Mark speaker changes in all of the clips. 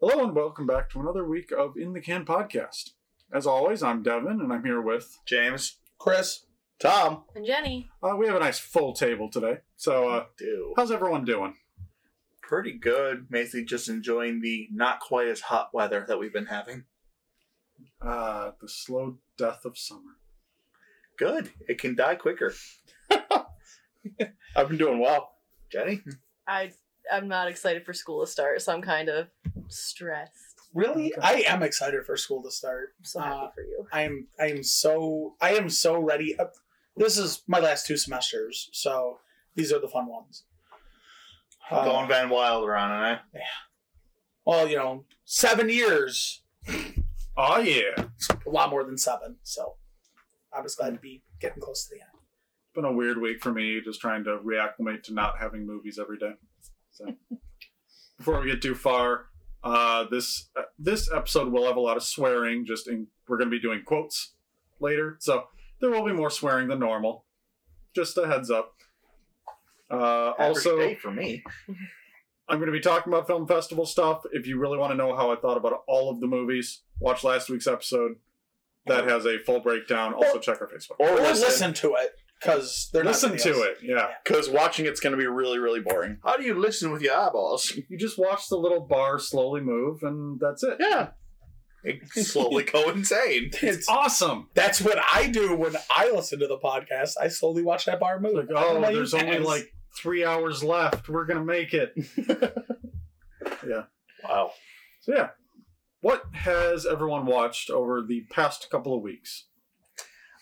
Speaker 1: Hello and welcome back to another week of In the Can podcast. As always, I'm Devin and I'm here with.
Speaker 2: James.
Speaker 3: Chris, Tom,
Speaker 4: And Jenny.
Speaker 1: Uh, we have a nice full table today. So, uh,
Speaker 2: Do.
Speaker 1: how's everyone doing?
Speaker 2: Pretty good. Basically, just enjoying the not quite as hot weather that we've been having.
Speaker 1: Uh, the slow death of summer.
Speaker 2: Good. It can die quicker.
Speaker 3: I've been doing well.
Speaker 2: Jenny?
Speaker 4: I I'm not excited for school to start, so I'm kind of stressed.
Speaker 5: Really,
Speaker 1: Okay.
Speaker 5: I am excited for school to start.
Speaker 4: I'm so happy
Speaker 5: Uh,
Speaker 4: for you.
Speaker 5: I am. I am so. I am so ready. Uh, This is my last two semesters, so these are the fun ones. Uh,
Speaker 2: Going Van Wilder on, eh? and I.
Speaker 5: well, you know, seven years,
Speaker 1: Oh, yeah.
Speaker 5: a lot more than seven. So I was glad to be getting close to the end.
Speaker 1: It's been a weird week for me, just trying to reacclimate to not having movies every day. So, before we get too far, uh, this uh, this episode will have a lot of swearing. Just in, we're going to be doing quotes later, so there will be more swearing than normal. Just a heads up. Uh,
Speaker 2: Average
Speaker 1: also,
Speaker 2: day for me.
Speaker 1: I'm going to be talking about film festival stuff. If you really want to know how I thought about all of the movies, watch last week's episode. That has a full breakdown. Also, check our Facebook.
Speaker 3: Or
Speaker 5: Or listen,
Speaker 3: listen,
Speaker 5: to it because they're
Speaker 1: Listen
Speaker 5: not
Speaker 1: to it. Yeah.
Speaker 3: because watching it's going to be really, really boring.
Speaker 2: How do you listen with your eyeballs?
Speaker 1: you just watch the little bar slowly move and that's it
Speaker 3: Yeah,
Speaker 2: It slowly go insane.
Speaker 5: It's,
Speaker 1: awesome
Speaker 5: that's what I do when I listen to the podcast. I slowly watch that bar move.
Speaker 1: like oh
Speaker 5: Everybody
Speaker 1: there's only
Speaker 5: has-
Speaker 1: like three hours left we're gonna make it
Speaker 2: Wow.
Speaker 1: so yeah what has everyone watched over the past couple of weeks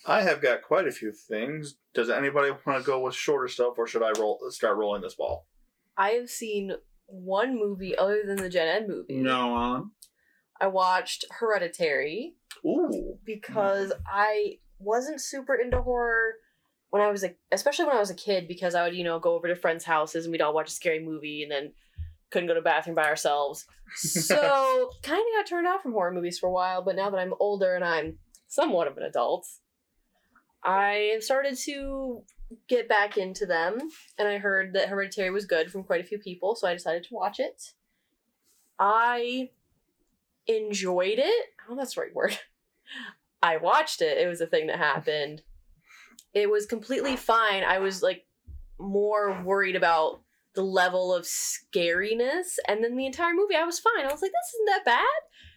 Speaker 2: I have got quite a few things. Does anybody want to go with shorter stuff, or should I roll? start rolling this ball?
Speaker 4: I have seen one movie other than the Gen Ed movie.
Speaker 1: on
Speaker 4: I watched Hereditary
Speaker 2: Ooh.
Speaker 4: because I wasn't super into horror when I was a especially when I was a kid because I would, you know, go over to friends' houses and we'd all watch a scary movie and then couldn't go to bathroom by ourselves. So kind of got turned off from horror movies for a while, but now that I'm older and I'm somewhat of an adult, I have started to get back into them. And I heard that Hereditary was good from quite a few people, so I decided to watch it. I enjoyed it. I don't know if that's the right word. I watched it. It was a thing that happened. It was completely fine. I was like more worried about the level of scariness. And then the entire movie, I was fine. I was like, this isn't that bad.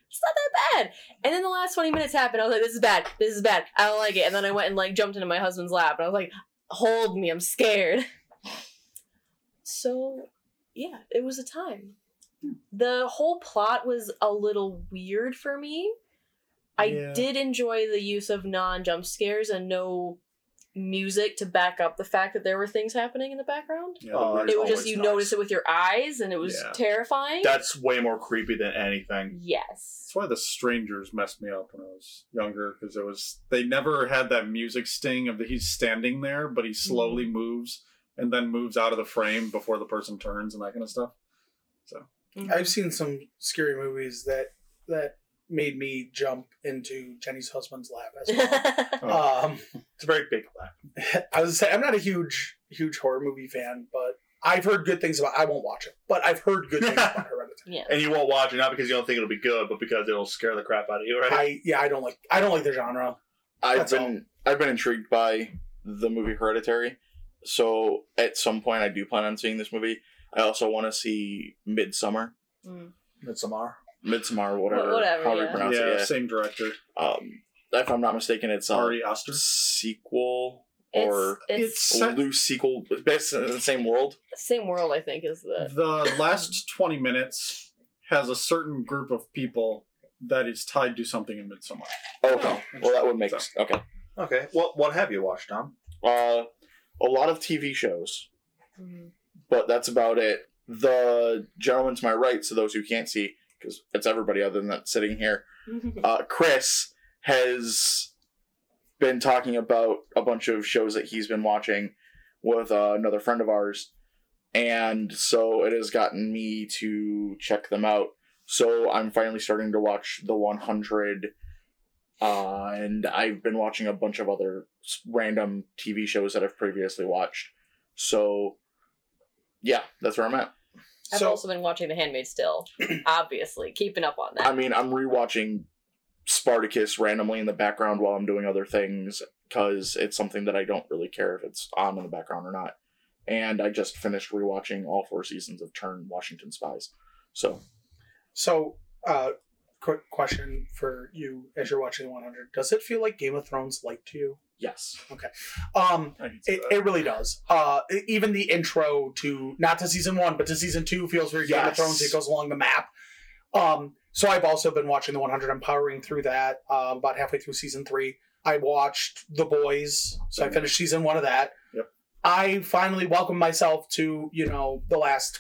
Speaker 4: It's not that bad. And then the last 20 minutes happened. I was like, this is bad. This is bad. I don't like it. And then I went and like jumped into my husband's lap and I was like, hold me. I'm scared. So yeah, it was a time. The whole plot was a little weird for me. I
Speaker 1: Yeah.
Speaker 4: did enjoy the use of non jump scares and no music to back up the fact that there were things happening in the background.
Speaker 1: yeah,
Speaker 2: Oh,
Speaker 1: the
Speaker 2: It's
Speaker 4: Uh, It
Speaker 1: weird-
Speaker 4: was just
Speaker 2: always
Speaker 4: you
Speaker 2: nice.
Speaker 4: notice it with your eyes and it was
Speaker 1: Yeah.
Speaker 4: terrifying.
Speaker 2: That's way more creepy than anything.
Speaker 4: yes.
Speaker 1: that's why the strangers messed me up when i was younger because it was they never had that music sting of the he's standing there but he
Speaker 4: Mm-hmm.
Speaker 1: slowly moves and then moves out of the frame before the person turns and that kind of stuff
Speaker 4: Mm.
Speaker 5: I've seen some scary movies that that made me jump into Jenny's husband's lap as well. um,
Speaker 2: It's a very big laugh.
Speaker 5: I was say I'm not a huge huge horror movie fan, but I've heard good things about. I won't watch it, but I've heard good things about Hereditary.
Speaker 4: yeah.
Speaker 2: And you won't watch it not because you don't think it'll be good, but because it'll scare the crap out of you, right?
Speaker 5: I yeah, I don't like I don't like the genre.
Speaker 3: I've
Speaker 5: That's
Speaker 3: been I've been intrigued by the movie Hereditary. So at some point, I do plan on seeing this movie. I also want to see Midsummer,
Speaker 4: Mm.
Speaker 2: Midsommar.
Speaker 3: Midsummer, whatever,
Speaker 4: whatever,
Speaker 3: however you
Speaker 4: yeah.
Speaker 3: pronounce
Speaker 1: yeah,
Speaker 3: it.
Speaker 1: same director
Speaker 3: Yeah. Um, if I'm not mistaken, it's a
Speaker 1: ari aster
Speaker 3: sequel
Speaker 4: It's,
Speaker 3: or
Speaker 4: it's,
Speaker 1: It's- Set-
Speaker 3: loose sequel, based in the same world.
Speaker 4: same world, I think, is the
Speaker 1: the last 20 minutes has a certain group of people that is tied to something in midsummer
Speaker 3: Okay, well that would make
Speaker 1: So-
Speaker 3: okay.
Speaker 2: Okay. What what have you watched, Tom?
Speaker 3: Uh, a lot of TV shows.
Speaker 4: Mhm.
Speaker 3: but that's about it. The gentleman to my right, so those who can't see, because it's everybody other than that sitting here,
Speaker 4: Mm-hmm.
Speaker 3: uh, Chris has been talking about a bunch of shows that he's been watching with uh, another friend of ours, and so it has gotten me to check them out. So I'm finally starting to watch The 100, uh, and I've been watching a bunch of other s- random TV shows that I've previously watched. So yeah, that's where I'm at.
Speaker 4: I've
Speaker 5: So-
Speaker 4: also been watching The Handmaid's Tale, obviously, keeping up on that.
Speaker 3: I mean, I'm rewatching Spartacus randomly in the background while I'm doing other things because it's something that I don't really care if it's on in the background or not. And I just finished rewatching all four seasons of Turn Washington Spies. So
Speaker 5: So, uh, quick question for you as you're watching 100: Does it feel like Game of Thrones light to you?
Speaker 3: yes,
Speaker 5: Um,
Speaker 1: I can see
Speaker 5: It,
Speaker 1: that.
Speaker 5: it really does. Uh, e- even the intro to not to season one, but to season two feels very Game of
Speaker 3: Yes.
Speaker 5: Thrones. It goes along the map. Um, so I've also been watching the 100. I'm powering through that. Uh, about halfway through season three, I watched The Boys. So I finished season one of that.
Speaker 1: Yep.
Speaker 5: I finally welcomed myself to you know the last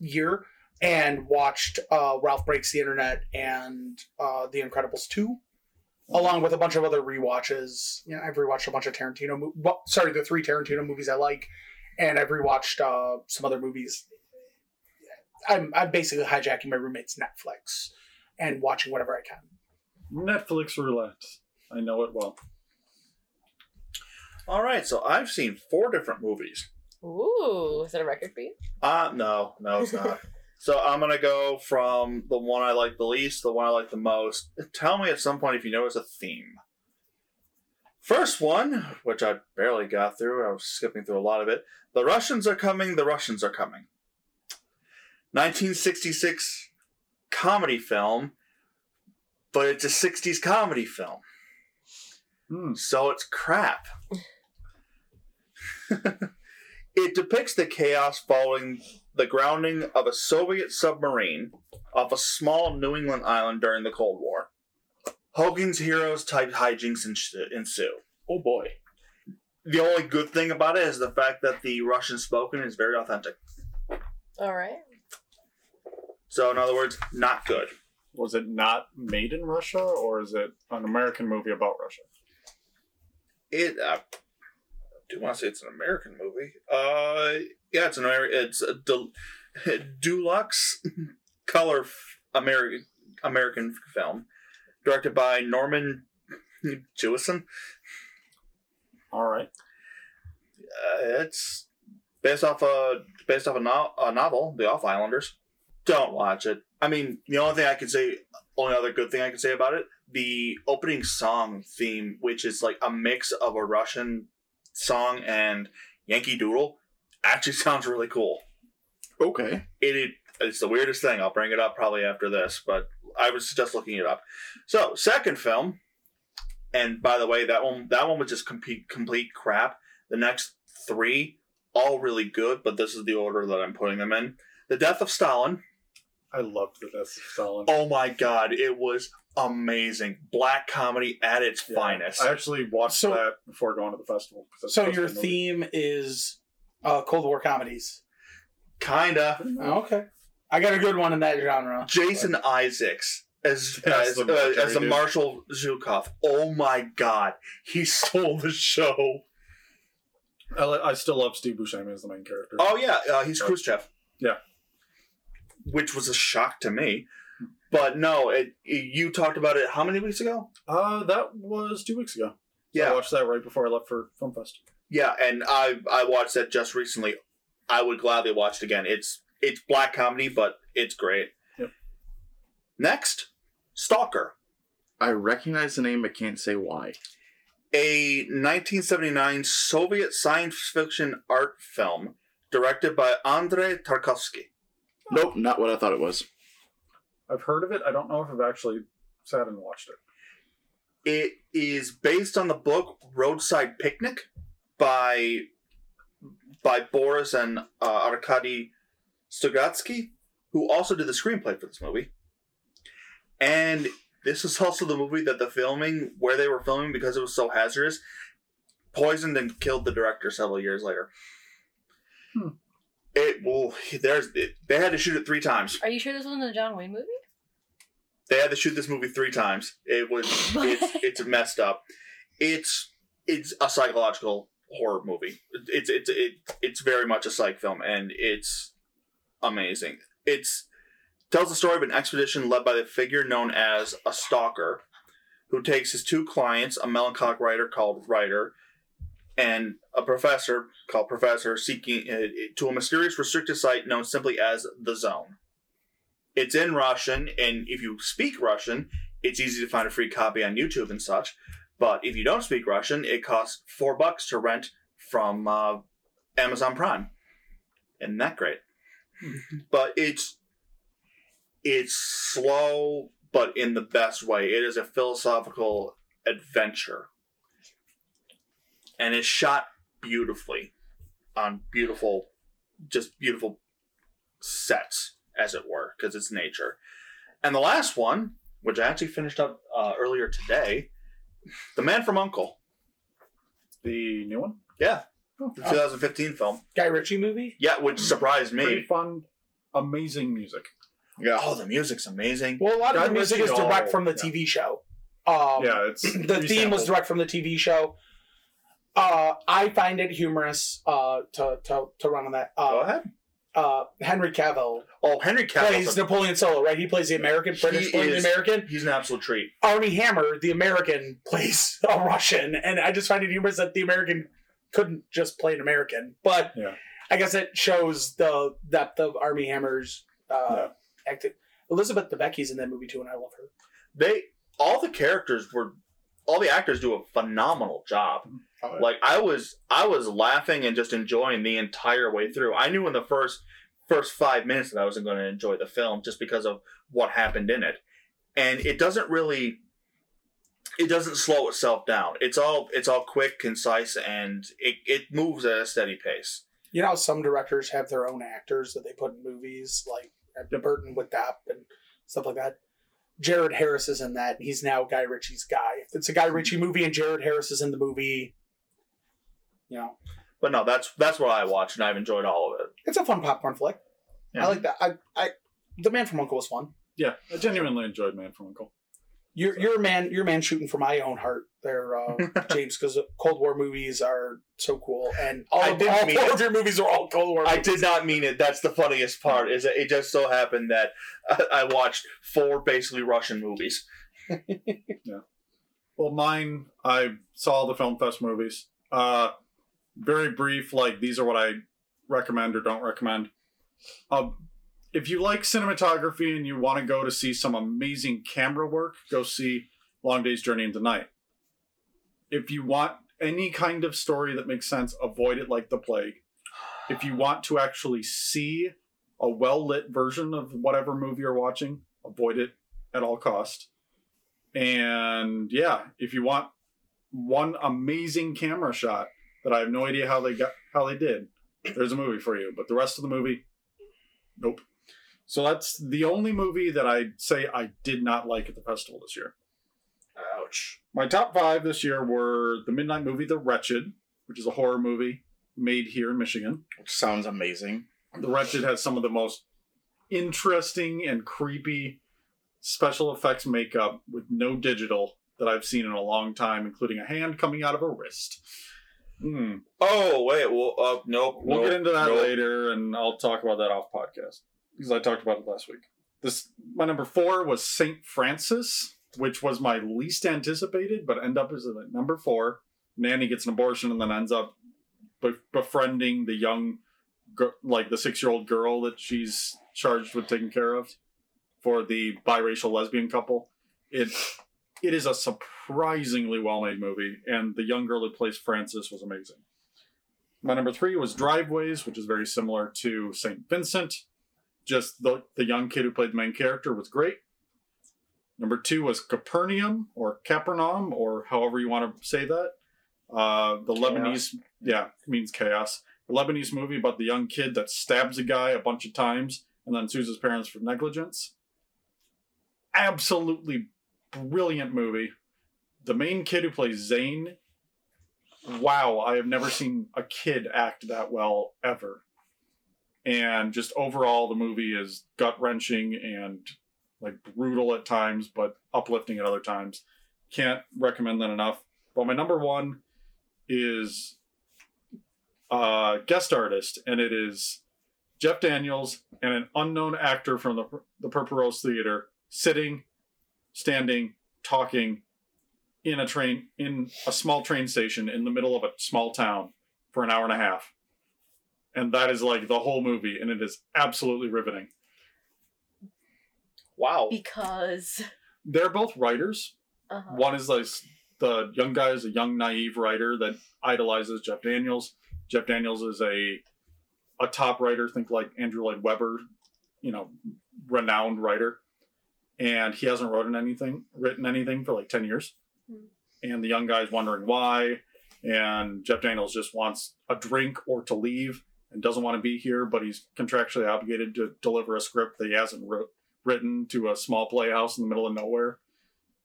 Speaker 5: year and watched uh, Ralph Breaks the Internet and uh, The Incredibles two along with a bunch of other rewatches. You know, I've rewatched a bunch of Tarantino, mo- well, sorry, the three Tarantino movies I like, and I've rewatched uh, some other movies. I'm I'm basically hijacking my roommate's Netflix and watching whatever I can.
Speaker 1: Netflix roulette. I know it well.
Speaker 2: All right, so I've seen four different movies.
Speaker 4: Ooh, is that a record for you?
Speaker 2: Uh no, no, it's not. so I'm gonna go from the one I like the least, the one I like the most. Tell me at some point if you notice a theme. First one, which I barely got through, I was skipping through a lot of it. The Russians are coming, the Russians are coming. 1966 comedy film, but it's a 60s comedy film.
Speaker 1: Hmm.
Speaker 2: So it's crap. it depicts the chaos following the grounding of a Soviet submarine off a small New England island during the Cold War. Hogan's Heroes type hijinks ens- ensue.
Speaker 3: oh boy,
Speaker 2: The only good thing about it is the fact that the Russian spoken is very authentic.
Speaker 4: All right.
Speaker 2: So, in other words, not good.
Speaker 1: Was it not made in Russia, or is it an American movie about Russia?
Speaker 2: It. Uh, I do want to say it's an American movie? Uh, yeah, it's an Amer- It's a del- deluxe color f- Ameri- American film, directed by Norman Jewison.
Speaker 1: All right.
Speaker 2: Uh, it's based off a based off a, no- a novel, The Off Islanders. Don't watch it. I mean, the only thing I can say, only other good thing I can say about it, the opening song theme, which is like a mix of a Russian song and Yankee Doodle, actually sounds really cool.
Speaker 3: okay,
Speaker 2: It, it it's the weirdest thing. I'll bring it up probably after this, but I was just looking it up. So second film, and by the way, that one that one was just complete complete crap. The next three all really good, but this is the order that I'm putting them in. The Death of Stalin.
Speaker 1: I loved the Death of Stalin.
Speaker 2: Oh my god, it was amazing. Black comedy at its
Speaker 1: Yeah.
Speaker 2: finest.
Speaker 1: I actually watched
Speaker 5: So-
Speaker 1: that before going to the festival. 'cause that's
Speaker 5: So
Speaker 1: supposed to
Speaker 5: your
Speaker 1: be a movie.
Speaker 5: theme is uh, Cold War comedies.
Speaker 2: Kinda.
Speaker 5: okay, I got a good one in that genre. Uh,
Speaker 2: Jason Isaacs as
Speaker 1: That's
Speaker 2: as,
Speaker 1: the
Speaker 2: uh,
Speaker 1: military
Speaker 2: as the
Speaker 1: dude.
Speaker 2: Marshal Zhukov. Oh my god, he stole the show.
Speaker 1: I, li- I still love Steve Buscemi as the main character.
Speaker 2: Oh yeah, uh, he's
Speaker 1: Yeah.
Speaker 2: Khrushchev.
Speaker 1: Yeah.
Speaker 2: which was a shock to me. But no, it, you talked about it how many weeks ago?
Speaker 1: Uh, that was two weeks ago. I
Speaker 2: Yeah,
Speaker 1: watched that right before I left for Film Fest.
Speaker 2: yeah, and I I watched that just recently. I would gladly watch it again. It's it's black comedy, but it's great.
Speaker 1: Yep.
Speaker 2: Next, Stalker,
Speaker 3: I recognize the name, but can't say why.
Speaker 2: a 1979 Soviet science fiction art film directed by Andrei Tarkovsky.
Speaker 3: Nope, not what I thought it was.
Speaker 1: I've heard of it. I don't know if I've actually sat and watched it.
Speaker 2: It is based on the book Roadside Picnic by by Boris and uh, Arkady Stugatsky, who also did the screenplay for this movie. And this is also the movie that the filming, where they were filming because it was so hazardous, poisoned and killed the director several years later.
Speaker 1: Hmm.
Speaker 2: It well, there's it, they had to shoot it three times.
Speaker 4: Are you sure this wasn't a John Wayne movie?
Speaker 2: They had to shoot this movie three times. It was it's it's messed up. It's it's a psychological horror movie. It's it's it, it's very much a psych film, and it's amazing. It's tells the story of an expedition led by the figure known as a stalker, who takes his two clients, a melancholic writer called Ryder, and a professor called Professor seeking uh, to a mysterious restricted site known simply as the Zone. It's in Russian, and if you speak Russian, it's easy to find a free copy on YouTube and such. But if you don't speak Russian, it costs four bucks to rent from uh, Amazon Prime. Isn't that great? but it's it's slow, but in the best way. It is a philosophical adventure and it's shot beautifully on beautiful just beautiful sets as it were because it's nature and the last one which i actually finished up uh, earlier today the man from uncle
Speaker 1: The new one?
Speaker 2: yeah
Speaker 5: Oh,
Speaker 2: the 2015 film
Speaker 5: Guy Ritchie movie.
Speaker 2: yeah which surprised
Speaker 1: Pretty
Speaker 2: me
Speaker 1: fun, amazing music.
Speaker 3: Yeah.
Speaker 2: oh the music's amazing
Speaker 5: Well, a lot of
Speaker 1: Guy
Speaker 5: the music
Speaker 1: Ritchie
Speaker 5: is direct
Speaker 1: all-
Speaker 5: from the
Speaker 1: yeah.
Speaker 5: TV show. Um,
Speaker 1: yeah, it's
Speaker 5: the theme was
Speaker 1: resampled.
Speaker 5: direct from the TV show. Uh, I find it humorous uh, to, to to run on that.
Speaker 2: go
Speaker 5: Uh,
Speaker 2: ahead
Speaker 5: uh, Henry Cavill
Speaker 2: oh henry
Speaker 5: plays
Speaker 2: cavill
Speaker 5: Napoleon Solo, right? He plays the American,
Speaker 2: He
Speaker 5: British plays the
Speaker 2: is-
Speaker 5: American.
Speaker 2: he's an absolute treat
Speaker 5: Army Hammer, the American, plays a Russian, and I just find it humorous that the American couldn't just play an American. But
Speaker 1: Yeah.
Speaker 5: I guess it shows the depth of Army Hammer's uh, acting. Elizabeth Debicki's in that movie too, and I love her.
Speaker 2: they all the characters were all the actors do a phenomenal job
Speaker 1: Oh, yeah.
Speaker 2: like i was i was laughing and just enjoying the entire way through i knew in the first first five minutes that i wasn't going to enjoy the film just because of what happened in it and it doesn't really it doesn't slow itself down it's all it's all quick concise and it, it moves at a steady pace
Speaker 5: You know, how some directors have their own actors that they put in movies, like Burton with Depp and stuff like that. Jared Harris is in that. and He's now Guy Ritchie's guy. If it's a Guy Ritchie movie and Jared Harris is in the movie, you know,
Speaker 2: but no that's that's what i watched and i've enjoyed all of it
Speaker 5: it's a fun popcorn flick.
Speaker 2: Yeah.
Speaker 5: I like that. I, I, The Man from Uncle was fun.
Speaker 1: Yeah, I genuinely enjoyed Man from Uncle.
Speaker 5: You're, you're a man. You're a man shooting for my own heart, there, uh, James. Because Cold War movies are so cool, and all,
Speaker 2: I
Speaker 5: of,
Speaker 2: didn't
Speaker 5: all
Speaker 2: mean
Speaker 5: four
Speaker 2: it.
Speaker 5: of your movies are all Cold War.
Speaker 2: I
Speaker 5: movies.
Speaker 2: did not mean it. That's the funniest part. Is that it just so happened that I, I watched four basically Russian movies.
Speaker 1: Well, mine, I saw the film fest movies. Uh, very brief, like these are what I recommend or don't recommend. Uh, if you like cinematography and you want to go to see some amazing camera work, go see Long Day's Journey into Night. If you want any kind of story that makes sense, avoid it like the plague. If you want to actually see a well lit version of whatever movie you're watching, avoid it at all cost. And yeah, if you want one amazing camera shot that I have no idea how they got how they did, there's a movie for you. But the rest of the movie, nope. So that's the only movie that I'd say I did not like at the festival this year.
Speaker 2: Ouch.
Speaker 1: My top five this year were the midnight movie The Wretched, which is a horror movie made here in Michigan.
Speaker 3: Which sounds amazing.
Speaker 1: The Wretched has some of the most interesting and creepy special effects makeup with no digital that I've seen in a long time, including a hand coming out of a wrist. Hmm.
Speaker 2: Oh wait, well, uh, nope.
Speaker 1: We'll
Speaker 2: nope,
Speaker 1: get into that
Speaker 2: nope.
Speaker 1: later, and I'll talk about that off podcast because I talked about it last week. This my number four was Saint Francis, which was my least anticipated, but end up as a number four. Nanny gets an abortion and then ends up be- befriending the young, gir- like the six-year-old girl that she's charged with taking care of for the biracial lesbian couple. It it is a surprisingly well-made movie, and the young girl who plays Francis was amazing. My number three was Driveways, which is very similar to St. Vincent. Just the, the young kid who played the main character was great. Number two was Capernaum or Capernaum or however you want to say that. Uh, the Lebanese, yeah, means chaos. The Lebanese movie about the young kid that stabs a guy a bunch of times and then sues his parents for negligence. Absolutely brilliant movie. The main kid who plays Zane wow, I have never seen a kid act that well ever. And just overall, the movie is gut wrenching and like brutal at times, but uplifting at other times. Can't recommend that enough. But my number one is uh, guest artist, and it is Jeff Daniels and an unknown actor from the the Purple Rose Theater sitting, standing, talking, in a train in a small train station in the middle of a small town for an hour and a half. And that is like the whole movie, and it is absolutely riveting.
Speaker 2: Wow.
Speaker 4: Because
Speaker 1: They're both writers.
Speaker 4: uh-huh.
Speaker 1: One is like the young guy is a young naive writer that idolizes Jeff Daniels. Jeff Daniels is a a top writer, think like Andrew Lloyd Webber, you know, renowned writer. And he hasn't written anything written anything for like ten years.
Speaker 4: Hmm.
Speaker 1: And the young guy's wondering why. And Jeff Daniels just wants a drink or to leave and doesn't want to be here, but he's contractually obligated to deliver a script that he hasn't wrote, written to a small playhouse in the middle of nowhere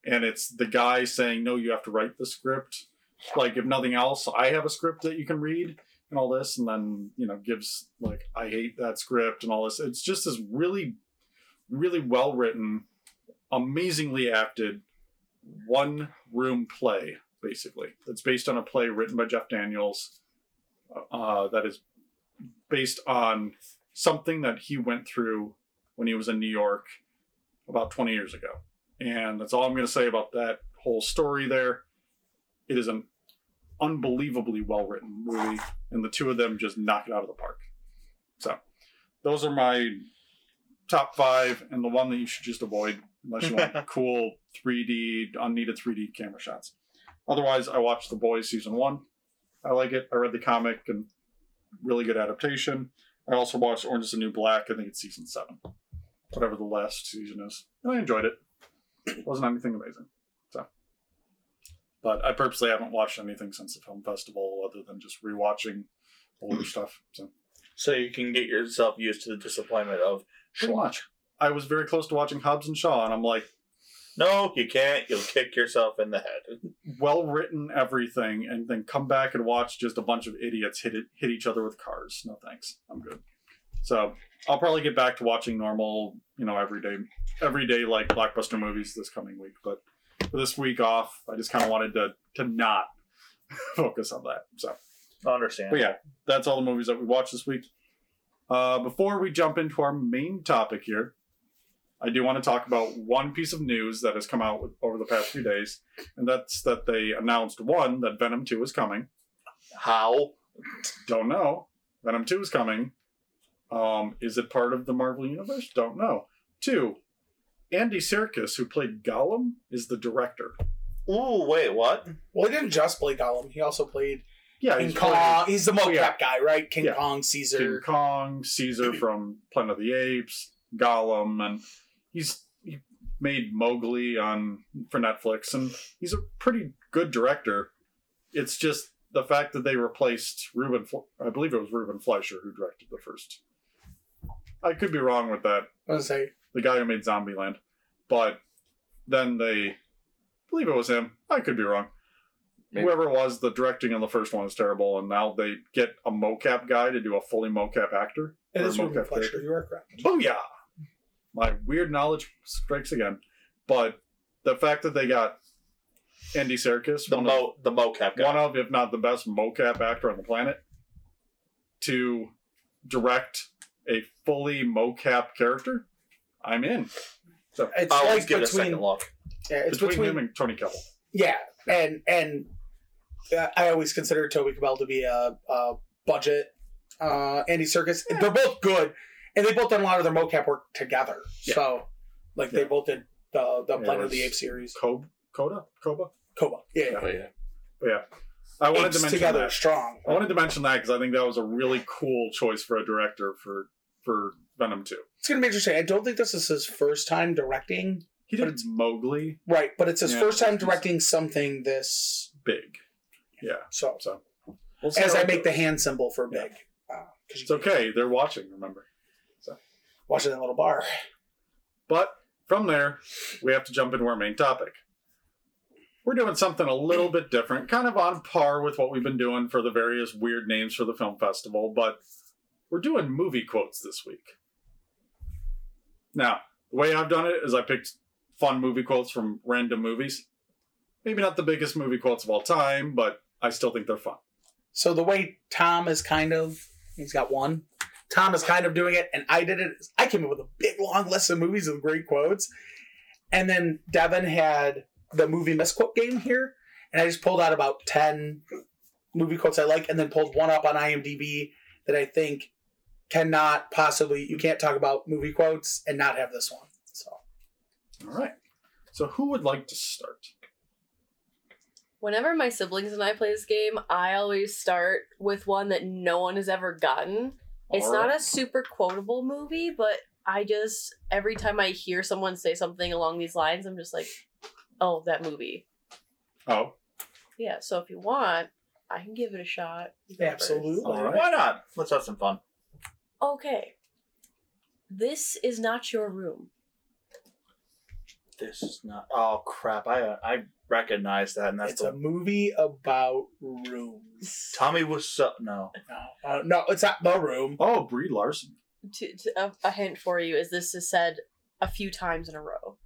Speaker 1: and it's the guy saying no you have to write the script like if nothing else i have a script that you can read and all this and then you know gives like i hate that script and all this it's just this really really well written amazingly acted one room play basically that's based on a play written by jeff daniels uh, that is based on something that he went through when he was in new york about 20 years ago and that's all I'm going to say about that whole story there. It is an unbelievably well written movie, and the two of them just knock it out of the park. So, those are my top five, and the one that you should just avoid unless you want cool 3D, unneeded 3D camera shots. Otherwise, I watched The Boys season one. I like it. I read the comic, and really good adaptation. I also watched Orange is the New Black. I think it's season seven, whatever the last season is. And I enjoyed it wasn't anything amazing. So, but I purposely haven't watched anything since the film festival, other than just rewatching older stuff. So,
Speaker 2: So you can get yourself used to the disappointment of
Speaker 1: Pretty much. I was very close to watching Hobbs and Shaw, and I'm like,
Speaker 2: No, you can't. You'll kick yourself in the head.
Speaker 1: well written everything, and then come back and watch just a bunch of idiots hit it, hit each other with cars. No thanks, I'm good. So I'll probably get back to watching normal, you know, everyday, everyday like blockbuster movies this coming week. But for this week off, I just kind of wanted to to not focus on that. So.
Speaker 2: I understand.
Speaker 1: But yeah, that's all the movies that we watched this week. Uh, before we jump into our main topic here, I do want to talk about one piece of news that has come out with- over the past few days, and that's that they announced one that Venom 2 is coming.
Speaker 2: How?
Speaker 1: Don't know. Venom 2 is coming. Um, is it part of the Marvel Universe? Don't know. Two, Andy Serkis, who played Gollum, is the director.
Speaker 2: Ooh, wait, what?
Speaker 5: Well, he didn't just play Gollum. He also played
Speaker 1: Yeah,
Speaker 5: King
Speaker 1: he's
Speaker 5: Kong.
Speaker 1: played
Speaker 5: He's the mocap
Speaker 1: Yeah.
Speaker 5: guy, right? King
Speaker 1: Yeah.
Speaker 5: Kong, Caesar.
Speaker 1: King Kong, Caesar from Planet of the Apes, Gollum, and he's he made Mowgli on for Netflix, and he's a pretty good director. It's just the fact that they replaced Ruben, Fle- I believe it was Ruben Fleischer who directed the first. I could be wrong with that
Speaker 5: I was gonna say
Speaker 1: the guy who made Zombieland. But then they I believe it was him. I could be wrong.
Speaker 3: Maybe.
Speaker 1: Whoever it was, the directing on the first one is terrible, and now they get a mocap guy to do a fully mocap actor.
Speaker 5: it
Speaker 1: or a
Speaker 5: is Ruben
Speaker 1: mocap
Speaker 5: Fleischer.
Speaker 1: character.
Speaker 5: You are correct.
Speaker 1: Booyah! My weird knowledge strikes again. But the fact that they got Andy Serkis,
Speaker 2: The
Speaker 1: one of-
Speaker 2: mo the mocap guy.
Speaker 1: one of, if not the best mocap actor on the planet, to direct a fully mocap character, I'm in.
Speaker 5: It's
Speaker 2: I always
Speaker 5: like
Speaker 2: give it a
Speaker 5: between,
Speaker 2: second look.
Speaker 5: yeah, it's
Speaker 1: between,
Speaker 5: between
Speaker 1: him and Tony Keppel.
Speaker 5: Yeah, and and uh, I always consider Toby Cabell to be a, a budget uh, Andy Circus. They're both good, and they both done a lot of their mocap work together.
Speaker 1: Yeah.
Speaker 5: So, like they
Speaker 1: Yeah.
Speaker 5: both did the the
Speaker 1: Yeah,
Speaker 5: Planet
Speaker 1: it's-
Speaker 5: of the Apes series,
Speaker 1: Kob, Koda, Koba.
Speaker 5: Koba. Yeah, yeah.
Speaker 3: But Oh, yeah.
Speaker 1: I wanted to
Speaker 5: Apes
Speaker 1: mention
Speaker 5: together
Speaker 1: that.
Speaker 5: strong.
Speaker 1: I wanted to mention that because I think that was a really cool choice for a director for for Venom Two.
Speaker 5: It's gonna be interesting. I don't think this is his first time directing,
Speaker 1: He
Speaker 5: But
Speaker 1: did Mowgli
Speaker 5: right? But it's his
Speaker 1: Yeah.
Speaker 5: first time directing something this.
Speaker 1: big. Yeah,
Speaker 5: So,
Speaker 1: so
Speaker 5: as I make the hand symbol for
Speaker 1: Yeah.
Speaker 5: big, uh, because
Speaker 1: it's okay. They're watching. Remember.
Speaker 5: watching that little bar.
Speaker 1: But from there, we have to jump into our main topic. We're doing something a little bit different, kind of on par with what we've been doing for the various weird names for the film festival, but we're doing movie quotes this week. Now, the way I've done it is I picked fun movie quotes from random movies. Maybe not the biggest movie quotes of all time, but I still think they're fun.
Speaker 5: So the way Tom is kind of, he's got one. Tom is kind of doing it, and I did it. I came up with a big long list of movies with great quotes, and then Devin had the movie misquote game here, and I just pulled out about ten movie quotes I like, and then pulled one up on IMDb that I think cannot possibly you can't talk about movie quotes and not have this one. So
Speaker 1: All right. So who would like to start?
Speaker 4: Whenever my siblings and I play this game, I always start with one that no one has ever gotten. It's
Speaker 1: All
Speaker 4: not
Speaker 1: right.
Speaker 4: a super quotable movie, but I just every time I hear someone say something along these lines, I'm just like, "Oh, that movie."
Speaker 1: Oh,
Speaker 4: Yeah, so if you want, I can give it a shot.
Speaker 5: absolutely.
Speaker 1: All right.
Speaker 2: Why not? Let's have some fun.
Speaker 4: Okay. This is not your room.
Speaker 2: This is not. Oh crap! I uh, I recognize that, and that's
Speaker 5: it's
Speaker 2: the
Speaker 5: a movie about rooms.
Speaker 2: Tommy was so no.
Speaker 5: No, uh, no, it's not the room.
Speaker 1: oh, Brie Larson.
Speaker 4: To, to, a, a hint for you is this is said a few times in a row.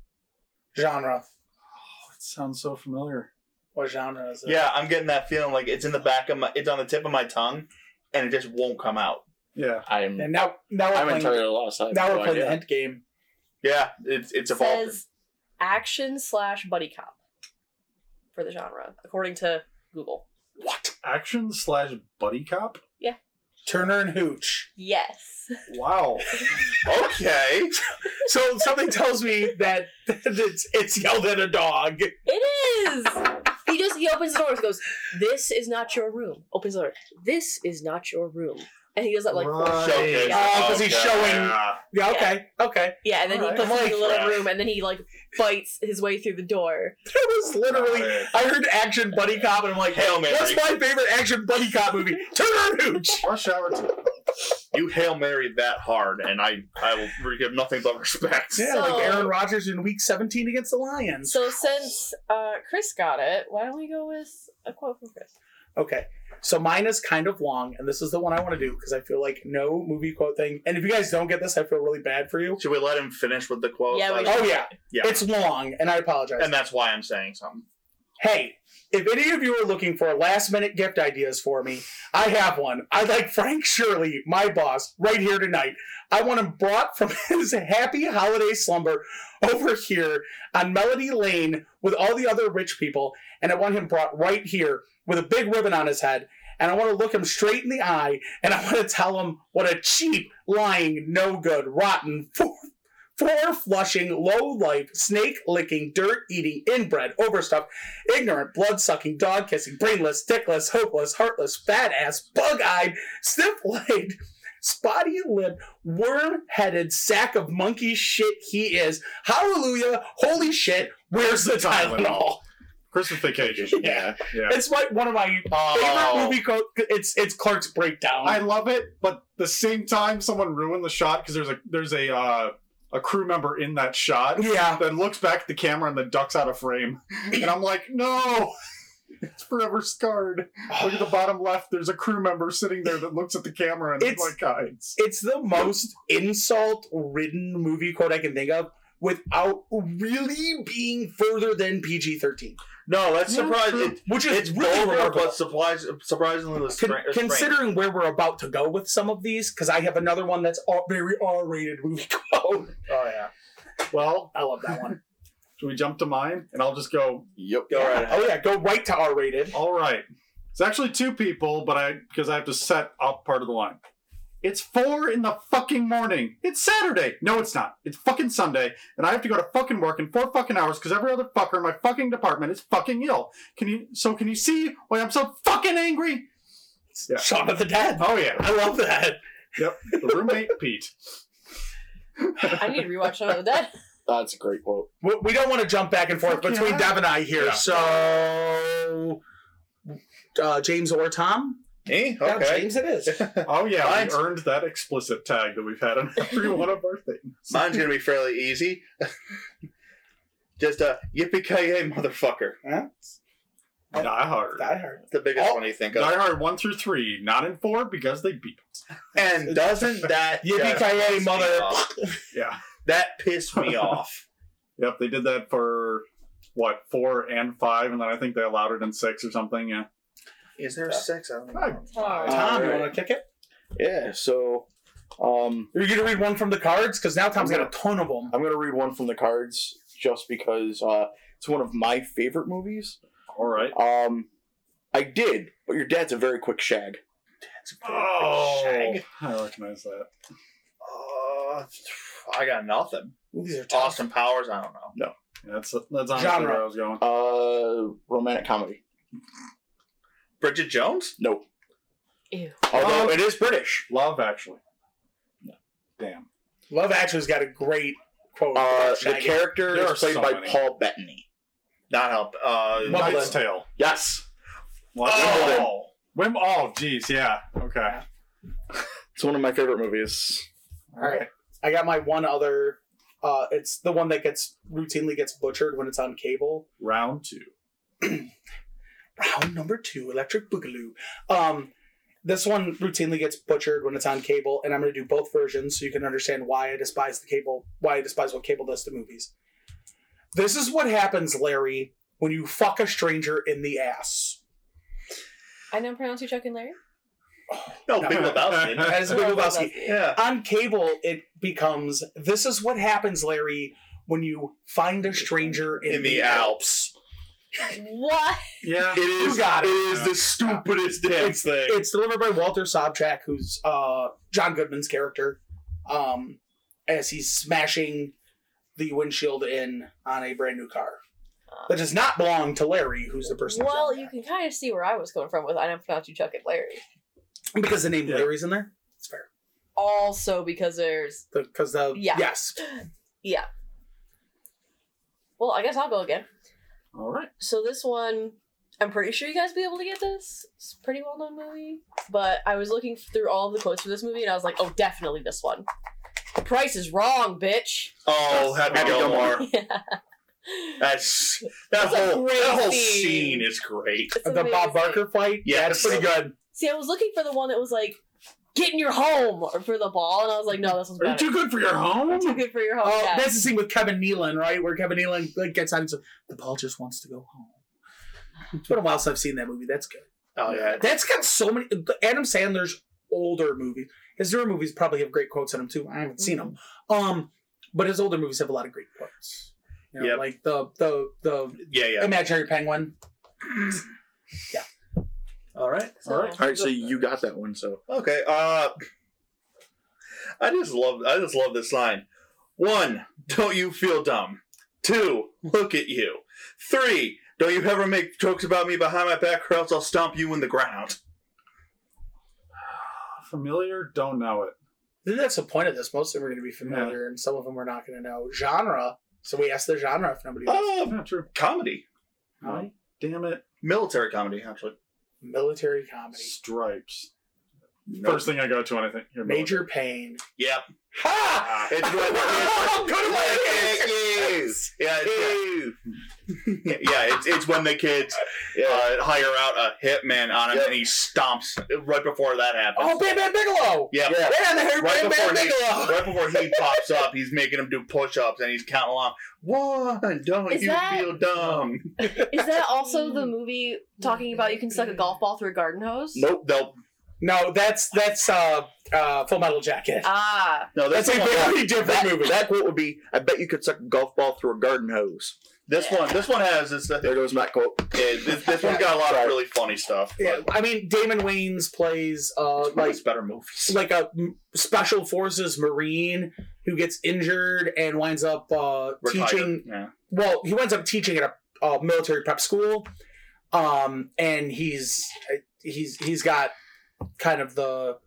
Speaker 5: Genre.
Speaker 1: Oh, it sounds so familiar.
Speaker 5: What genre is it?
Speaker 2: Yeah, I'm getting that feeling like it's in the back of my, it's on the tip of my tongue, and it just won't come out.
Speaker 1: Yeah.
Speaker 3: I'm
Speaker 5: And now, now
Speaker 3: I'm
Speaker 5: we're
Speaker 3: entirely
Speaker 5: playing.
Speaker 3: lost. I have
Speaker 5: Now
Speaker 3: no
Speaker 5: we're playing
Speaker 3: idea.
Speaker 5: the end game.
Speaker 2: Yeah, it's it's evolving.
Speaker 4: Says action slash buddy cop for the genre, according to Google.
Speaker 5: What?
Speaker 1: Action slash buddy cop.
Speaker 5: Turner and Hooch.
Speaker 4: Yes.
Speaker 1: Wow.
Speaker 2: okay,
Speaker 5: So something tells me that it's, it's yelled at a dog.
Speaker 4: It is! he just, he opens the door and goes, This is not your room. Opens the door. This is not your room. And he does that like four
Speaker 1: Right.
Speaker 2: Showcase.
Speaker 4: Yeah.
Speaker 5: Oh, 'cause he's
Speaker 2: Okay. Ah,
Speaker 5: showing- Yeah, okay, okay.
Speaker 4: Yeah, and then
Speaker 1: Alright.
Speaker 4: he puts
Speaker 5: Like-
Speaker 4: it in the little room and then he like bites his way through the door.
Speaker 5: There was literally. I heard action buddy cop, and I'm like,
Speaker 2: Hail Mary.
Speaker 5: what's my favorite action buddy cop movie? Turner and Hooch.
Speaker 1: Rush hour two.
Speaker 2: You hail Mary that hard, and I I will give nothing but respect.
Speaker 5: Yeah,
Speaker 4: So-
Speaker 5: like Aaron Rodgers in Week 17 against the Lions.
Speaker 4: So since uh, Chris got it, why don't we go with a quote from Chris?
Speaker 5: Okay. So mine is kind of long, and this is the one I want to do because I feel like no movie quote thing. And if you guys don't get this, I feel really bad for you.
Speaker 2: Should we let him finish with the quote?
Speaker 4: Yeah, we-
Speaker 5: Oh, yeah.
Speaker 2: Yeah.
Speaker 5: It's long, and I apologize.
Speaker 2: and that's why I'm saying something.
Speaker 5: hey, if any of you are looking for last minute gift ideas for me, I have one. I'd like Frank Shirley, my boss, right here tonight. I want him brought from his happy holiday slumber over here on Melody Lane with all the other rich people, and I want him brought right here with a big ribbon on his head. And I want to look him straight in the eye, and I want to tell him what a cheap, lying, no good, rotten, four flushing, low life, snake licking, dirt eating, inbred, overstuffed, ignorant, blood sucking, dog kissing, brainless, dickless, hopeless, heartless, fat ass, bug eyed, stiff legged, spotty lipped, worm headed sack of monkey shit he is. Hallelujah, holy shit, where's the Tylenol?
Speaker 1: Christmas vacation.
Speaker 5: Yeah.
Speaker 1: Yeah.
Speaker 5: It's my, one of my
Speaker 2: Oh.
Speaker 5: favorite movie quote. It's, it's Clark's breakdown.
Speaker 1: I love it, but the same time someone ruined the shot because there's a there's a uh, a crew member in that shot
Speaker 5: yeah.
Speaker 1: that looks back at the camera and then ducks out of frame. And I'm like, no. It's forever scarred.
Speaker 2: Oh,
Speaker 1: Look at the bottom left. There's a crew member sitting there that looks at the camera and it's
Speaker 5: It's-
Speaker 1: like, guys.
Speaker 5: it's the most insult ridden movie quote I can think of without really being further than PG 13,
Speaker 2: No, that's
Speaker 1: Yeah,
Speaker 2: surprising.
Speaker 1: true.
Speaker 2: It,
Speaker 5: which is
Speaker 2: it's
Speaker 5: really
Speaker 2: vulnerable,
Speaker 5: remarkable.
Speaker 2: but surprise, surprisingly was
Speaker 5: Con-
Speaker 2: stra- strange.
Speaker 5: considering where we're about to go with some of these, because I have another one that's all, very R rated movie quote.
Speaker 2: Oh yeah.
Speaker 1: Well,
Speaker 5: I love that one.
Speaker 1: should we jump to mine? And I'll just go,
Speaker 3: Yep.
Speaker 2: Go right ahead.
Speaker 5: Oh, yeah, go right to R rated.
Speaker 1: all right. It's actually two people, but I because I have to set up part of the line. It's four in the fucking morning. It's Saturday. No, it's not. It's fucking Sunday, and I have to go to fucking work in four fucking hours because every other fucker in my fucking department is fucking ill. Can you? So can you see why I'm so fucking angry? Yeah.
Speaker 5: Shaun of the Dead.
Speaker 1: Oh yeah,
Speaker 5: I love that.
Speaker 1: the roommate Pete.
Speaker 4: I need to rewatch some of that.
Speaker 3: That's a great quote.
Speaker 5: We, we don't want to jump back and forth
Speaker 1: Fuck
Speaker 5: between
Speaker 1: yeah.
Speaker 5: Deb and I here.
Speaker 2: Yeah.
Speaker 5: So, uh, James or Tom?
Speaker 2: Eh?
Speaker 5: Yeah,
Speaker 2: Okay.
Speaker 5: James it is.
Speaker 1: Oh yeah,
Speaker 2: Mine's-
Speaker 1: we earned that explicit tag that we've had on every one of our things.
Speaker 2: Mine's gonna be fairly easy. Just a yippee ki yay, motherfucker.
Speaker 5: Huh?
Speaker 1: Die Hard.
Speaker 5: Die Hard.
Speaker 2: That's the biggest
Speaker 5: Oh,
Speaker 2: one you think of.
Speaker 1: Die Hard one through three, not in four because they beat us.
Speaker 2: And doesn't that just
Speaker 5: Yippee ki yay,
Speaker 2: piss me
Speaker 5: mother!
Speaker 2: off?
Speaker 1: Yeah.
Speaker 2: That pissed me off.
Speaker 1: Yep, they did that for what four and five, and then I think they allowed it in six or something. Yeah.
Speaker 2: Is there sex? I don't know.
Speaker 4: Hard.
Speaker 5: Tom,
Speaker 3: Alright.
Speaker 5: you want to kick it?
Speaker 3: Yeah. So, um,
Speaker 5: Are you going to read one from the cards? Because now Tom's got a ton of them.
Speaker 3: I'm gonna read one from the cards just because uh, it's one of my favorite movies.
Speaker 1: All right.
Speaker 3: Um, I did, but your dad's a very quick shag.
Speaker 2: That's a very
Speaker 1: Oh,
Speaker 2: shag.
Speaker 1: I recognize that.
Speaker 2: Uh, I got nothing.
Speaker 5: These are tough.
Speaker 2: Austin Powers, I don't know.
Speaker 1: Yeah, that's that's honestly
Speaker 5: Genre.
Speaker 1: where I was going.
Speaker 3: Uh, romantic comedy.
Speaker 2: Bridget Jones?
Speaker 3: No.
Speaker 4: Ew.
Speaker 3: Although
Speaker 1: Um,
Speaker 3: it is British.
Speaker 1: Love, actually. Damn.
Speaker 5: Love Actually's got a great quote.
Speaker 3: Uh,
Speaker 5: about
Speaker 3: the
Speaker 5: shagging.
Speaker 3: character
Speaker 1: There
Speaker 3: is
Speaker 1: are
Speaker 3: played
Speaker 1: so
Speaker 3: by
Speaker 1: many.
Speaker 3: Paul Bettany.
Speaker 2: Not help. Uh,
Speaker 5: Well,
Speaker 1: Knight's
Speaker 5: then-
Speaker 1: Tale.
Speaker 3: Yes.
Speaker 1: Lots of Wimbledon.
Speaker 2: oh,
Speaker 1: Wim. Oh, geez, yeah. Okay.
Speaker 3: It's one of my favorite movies.
Speaker 5: All right. I got my one other. Uh, it's the one that gets routinely gets butchered when it's on cable.
Speaker 1: Round two.
Speaker 5: Round number two, Electric Boogaloo. Um, this one routinely gets butchered when it's on cable, and I'm going to do both versions so you can understand why I despise the cable, why I despise what cable does to movies. This is what happens, Larry, when you fuck a stranger in the ass.
Speaker 4: I know pronounce you Chuck and Larry.
Speaker 2: no, Big Lebowski.
Speaker 5: That is a big Lebowski.
Speaker 2: yeah.
Speaker 5: on cable it becomes this is what happens larry when you find a stranger in,
Speaker 2: In the Alps.
Speaker 4: What?
Speaker 1: Yeah.
Speaker 3: It is.
Speaker 5: got it.
Speaker 3: it is the stupidest dance thing.
Speaker 5: it's delivered by walter sobchak who's uh john goodman's character um as he's smashing the windshield in on a brand new car that does not belong to larry who's the person that's
Speaker 4: Well,
Speaker 5: on
Speaker 4: you
Speaker 5: that.
Speaker 4: can kind of see where I was coming from with I don't pronounce you Chuck and Larry.
Speaker 5: because the name
Speaker 1: Yeah.
Speaker 5: larry's in there it's fair
Speaker 4: Also because there's
Speaker 5: because the
Speaker 4: Yeah.
Speaker 5: yes
Speaker 4: yeah. Well, I guess I'll go again.
Speaker 1: All right.
Speaker 4: So this one, I'm pretty sure you guys will be able to get this. It's a pretty well known movie. But I was looking through all the quotes for this movie and I was like, oh, definitely this one. The price is wrong, bitch.
Speaker 2: Oh, Happy
Speaker 1: Happy
Speaker 2: Gilmore.
Speaker 4: yeah.
Speaker 2: That's that
Speaker 4: That's a
Speaker 2: whole
Speaker 4: great
Speaker 2: that whole
Speaker 4: scene.
Speaker 2: scene. is great.
Speaker 4: It's
Speaker 5: the bob
Speaker 4: amazing.
Speaker 5: barker fight
Speaker 2: Yeah,
Speaker 5: that's pretty good
Speaker 4: See, I was looking for the one that was like, get in your home or for the ball, and I was like, no, this one's
Speaker 1: Are you
Speaker 4: better.
Speaker 1: too good for your home?
Speaker 4: Too good for your home.
Speaker 5: Oh,
Speaker 4: yeah.
Speaker 5: that's the scene with Kevin Nealon, right? Where Kevin Nealon like, gets out and says, "The ball just wants to go home." It's been a while since I've seen that movie. That's good.
Speaker 2: Oh yeah.
Speaker 5: That's got so many. Adam Sandler's older movies. His newer movies probably have great quotes in them too. I haven't seen them.
Speaker 2: Mm-hmm.
Speaker 5: Um, but his older movies have a lot of great quotes. You know,
Speaker 2: Yep.
Speaker 5: like the the the
Speaker 2: Yeah, yeah.
Speaker 5: imaginary penguin.
Speaker 2: All right.
Speaker 4: So,
Speaker 1: Alright,
Speaker 3: All right, so you got that one. So
Speaker 2: Okay. Uh I just love I just love this line. One, don't you feel dumb? Two, look at you. Three, don't you ever make jokes about me behind my back or else I'll stomp you in the ground.
Speaker 1: Familiar? Don't know it.
Speaker 5: Then that's the point of this. Most of them are going to be familiar, and some of them we're not going to know. Genre. So we asked the genre if nobody. knows.
Speaker 2: Uh
Speaker 1: Not true.
Speaker 2: comedy. Oh.
Speaker 1: No. Damn it.
Speaker 2: Military comedy, actually.
Speaker 5: Military comedy.
Speaker 1: Stripes.
Speaker 2: Nope.
Speaker 1: First thing I go to when I think you're
Speaker 5: Major pain.
Speaker 2: Yep.
Speaker 5: Ha!
Speaker 1: Ah,
Speaker 2: It's what
Speaker 5: How
Speaker 2: good
Speaker 5: one
Speaker 2: it is. Yeah, it's, yeah, it's, it's when the kids uh, hire out a hitman on him
Speaker 3: Yeah.
Speaker 2: and he stomps right before that happens.
Speaker 5: Oh, Bam Bam Bigelow!
Speaker 2: yeah.
Speaker 3: Yeah.
Speaker 5: Man, they heard
Speaker 2: Right
Speaker 5: Bam Bam
Speaker 2: before he-
Speaker 5: Bigelow!
Speaker 2: Right before he pops up, he's making him do push-ups and he's counting along. One, don't
Speaker 4: Is
Speaker 2: you
Speaker 4: that-
Speaker 2: feel dumb?
Speaker 4: Is that also the movie talking about you can suck a golf ball through a garden hose?
Speaker 2: Nope, they'll
Speaker 5: No, that's that's uh, uh, Full Metal Jacket.
Speaker 4: Ah,
Speaker 2: no. That's,
Speaker 5: that's a very different
Speaker 3: that,
Speaker 5: movie.
Speaker 3: that quote would be, "I bet you could suck a golf ball through a garden hose."
Speaker 2: this one. This one has this. I
Speaker 3: There
Speaker 2: think,
Speaker 3: goes Matt quote.
Speaker 2: yeah, this, this one's got a lot of
Speaker 3: Sorry.
Speaker 2: really funny stuff.
Speaker 5: yeah,
Speaker 2: but
Speaker 5: I mean, Damon Wayans plays uh,
Speaker 2: it's one of
Speaker 5: like
Speaker 2: his better movies.
Speaker 5: like a m- special forces marine who gets injured and winds up uh,
Speaker 2: Retired,
Speaker 5: teaching.
Speaker 2: yeah.
Speaker 5: Well, he winds up teaching at a, a military prep school, um, and he's uh, he's he's got kind of the.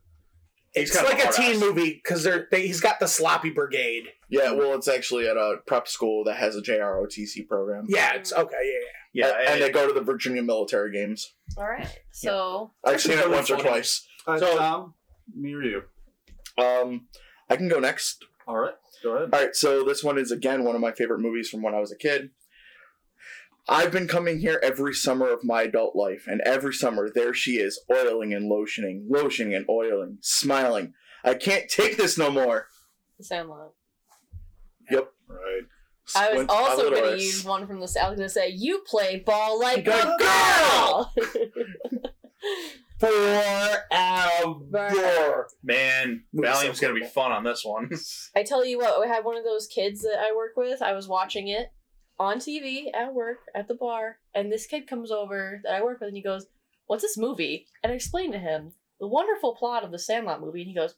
Speaker 2: He's
Speaker 5: It's
Speaker 2: kind of
Speaker 5: like a
Speaker 2: hard
Speaker 5: teen
Speaker 2: ass.
Speaker 5: movie because they're they, he's got the sloppy brigade.
Speaker 3: Yeah, well, it's actually at a prep school that has a JROTC program.
Speaker 5: Yeah, it's okay. Yeah,
Speaker 2: Yeah,
Speaker 3: and, and
Speaker 2: and-
Speaker 3: they go to the Virginia military games.
Speaker 4: all right. So
Speaker 3: I've
Speaker 5: That's
Speaker 3: seen it
Speaker 5: really
Speaker 3: once or
Speaker 5: funny.
Speaker 3: twice.
Speaker 1: uh,
Speaker 3: So-
Speaker 1: Tom, me or you?
Speaker 3: Um, I can go next.
Speaker 1: All right. Go ahead.
Speaker 3: All right, so this one is again one of my favorite movies from when I was a kid. I've been coming here every summer of my adult life, and every summer there she is, oiling and lotioning, lotioning and oiling, smiling. I can't take this no more.
Speaker 4: the Sandlot.
Speaker 1: Right.
Speaker 4: I was
Speaker 3: Squint
Speaker 4: also going to
Speaker 3: Adonis.
Speaker 4: use one from the. I was going to say you play ball like
Speaker 5: Like
Speaker 4: a
Speaker 5: a
Speaker 4: girl.
Speaker 5: yeah. Forever.
Speaker 2: man,
Speaker 5: Movie's so
Speaker 2: Valiant's gonna be
Speaker 5: horrible.
Speaker 2: fun on this one.
Speaker 4: I tell you what, I had one of those kids that I work with. I was watching it, on TV at work at the bar, and this kid comes over that I work with, and he goes, "What's this movie?" And I explained to him the wonderful plot of the Sandlot movie, and he goes,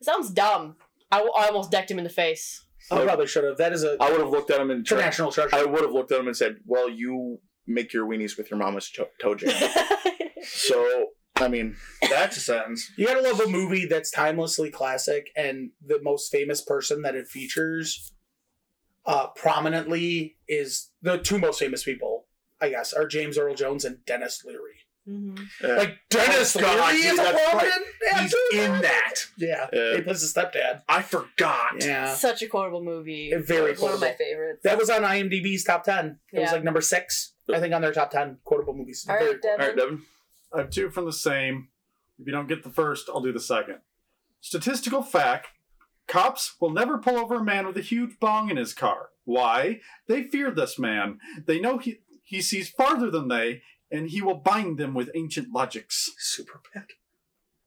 Speaker 4: "It sounds dumb." I, w- I almost decked him in the face.
Speaker 5: I probably should have. That is a
Speaker 3: I would have looked at him and tried-
Speaker 5: international treasure.
Speaker 3: I would have looked at him and said, "Well, you make your weenies with your mama's to- toe jam." so I mean,
Speaker 2: That's a sentence.
Speaker 5: You gotta love a movie that's timelessly classic, and the most famous person that it features uh, prominently is the two most famous people, I guess, are James Earl Jones and Dennis Leary.
Speaker 4: Mhm.
Speaker 3: uh,
Speaker 5: Like Dennis
Speaker 2: Oh, God,
Speaker 5: Leary
Speaker 2: dude,
Speaker 5: is a
Speaker 2: that's
Speaker 5: prominent.
Speaker 2: He's in that.
Speaker 5: Yeah,
Speaker 3: Yeah.
Speaker 5: he plays the stepdad.
Speaker 2: I forgot.
Speaker 5: Yeah,
Speaker 4: Such a quotable movie.
Speaker 5: very
Speaker 4: It's one of
Speaker 5: quotable.
Speaker 4: my favorites.
Speaker 5: That was on IMDb's top ten. It was
Speaker 4: Yeah.
Speaker 5: like number six, I think, on their top ten quotable movies.
Speaker 4: All
Speaker 5: Very-
Speaker 4: right, Devin.
Speaker 3: all right, Devin.
Speaker 1: I have two from the same. If you don't get the first, I'll do the second. Statistical fact cops will never pull over a man with a huge bong in his car. Why? They fear this man. They know he, he sees farther than they, and he will bind them with ancient logics.
Speaker 2: Super bad.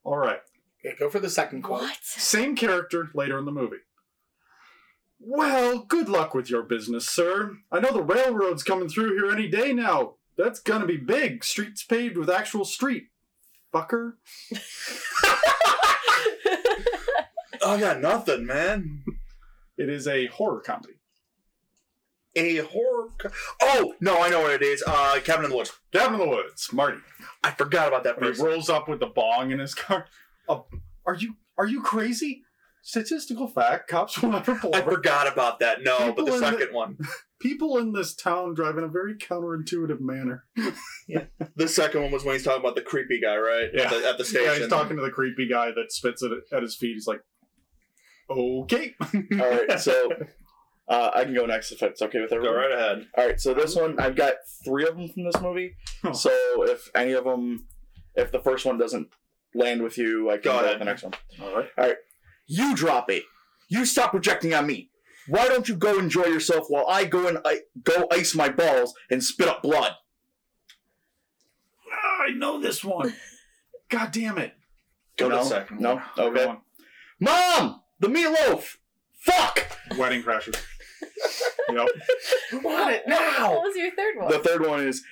Speaker 1: All right.
Speaker 5: Okay, go for the second quote.
Speaker 4: What?
Speaker 1: Same character later in the movie. Well, good luck with your business, sir. I know the railroad's coming through here any day now. That's gonna be big. Streets paved with actual street. Fucker.
Speaker 2: I got nothing, man.
Speaker 1: It is a horror comedy.
Speaker 2: A horror. Co- oh no, I know what it is. Uh, Cabin in the Woods.
Speaker 1: Cabin in the Woods, Marty.
Speaker 2: I forgot about that
Speaker 1: When he
Speaker 2: person.
Speaker 1: rolls up with the bong in his car. Uh, are you are you crazy? Statistical fact: cops will never pull
Speaker 2: I
Speaker 1: over.
Speaker 2: forgot about that. No,
Speaker 1: People
Speaker 2: but the
Speaker 1: in the-
Speaker 2: second one.
Speaker 1: People in this town drive in a very counterintuitive manner.
Speaker 2: The second one was when he's talking about the creepy guy, right?
Speaker 1: Yeah.
Speaker 2: At the, at the station.
Speaker 1: Yeah, he's talking to the creepy guy that spits at, at his feet. He's like, "Okay,
Speaker 3: All right, so uh, I can go next if it's okay with
Speaker 2: Go
Speaker 3: everyone.
Speaker 2: right ahead.
Speaker 3: All right, so this one I've got three of them from this movie.
Speaker 1: Oh.
Speaker 3: So if any of them, if the first one doesn't land with you, I can
Speaker 2: Go
Speaker 3: go,
Speaker 2: ahead.
Speaker 3: with the next one.
Speaker 1: all right."
Speaker 3: You drop it. You stop projecting on me. Why don't you go enjoy yourself while I go and I- go ice my balls and spit up blood?
Speaker 1: Ah, I know this one. God damn it!
Speaker 2: Go to
Speaker 3: No?
Speaker 2: the second
Speaker 3: No,
Speaker 2: one.
Speaker 3: okay.
Speaker 1: Everyone.
Speaker 3: Mom, the meatloaf. Fuck.
Speaker 1: Wedding crashers. yep.
Speaker 5: We want it now.
Speaker 4: What was your third one?
Speaker 3: The third one is,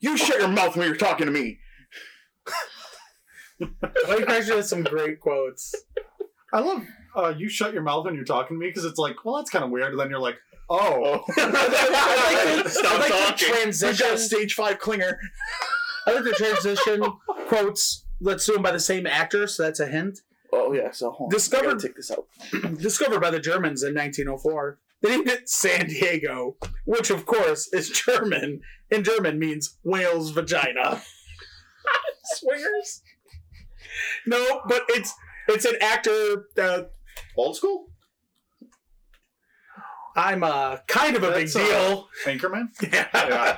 Speaker 3: you shut your mouth when you're talking to me.
Speaker 5: Blake Crusher has some great quotes.
Speaker 1: I love uh, you. Shut your mouth when you're talking to me because it's like, well, that's kind of weird. And then you're like, oh,
Speaker 5: I like the,
Speaker 2: Stop
Speaker 5: I like the
Speaker 2: talking.
Speaker 3: We've
Speaker 5: transition.
Speaker 3: got a stage five clinger.
Speaker 5: I like the transition quotes. Let's do them by the same actor, so that's a hint.
Speaker 3: Oh yeah, so hold on.
Speaker 5: Discovered-
Speaker 3: I gotta take this out.
Speaker 5: Discovered by the Germans in 1904. They named it San Diego, which of course is German, and German means whale's vagina. Swingers. No, but it's it's an actor. Uh,
Speaker 2: Old school?
Speaker 5: I'm uh, kind of a
Speaker 1: That's, uh,
Speaker 5: big deal.
Speaker 1: Anchorman.
Speaker 5: Yeah.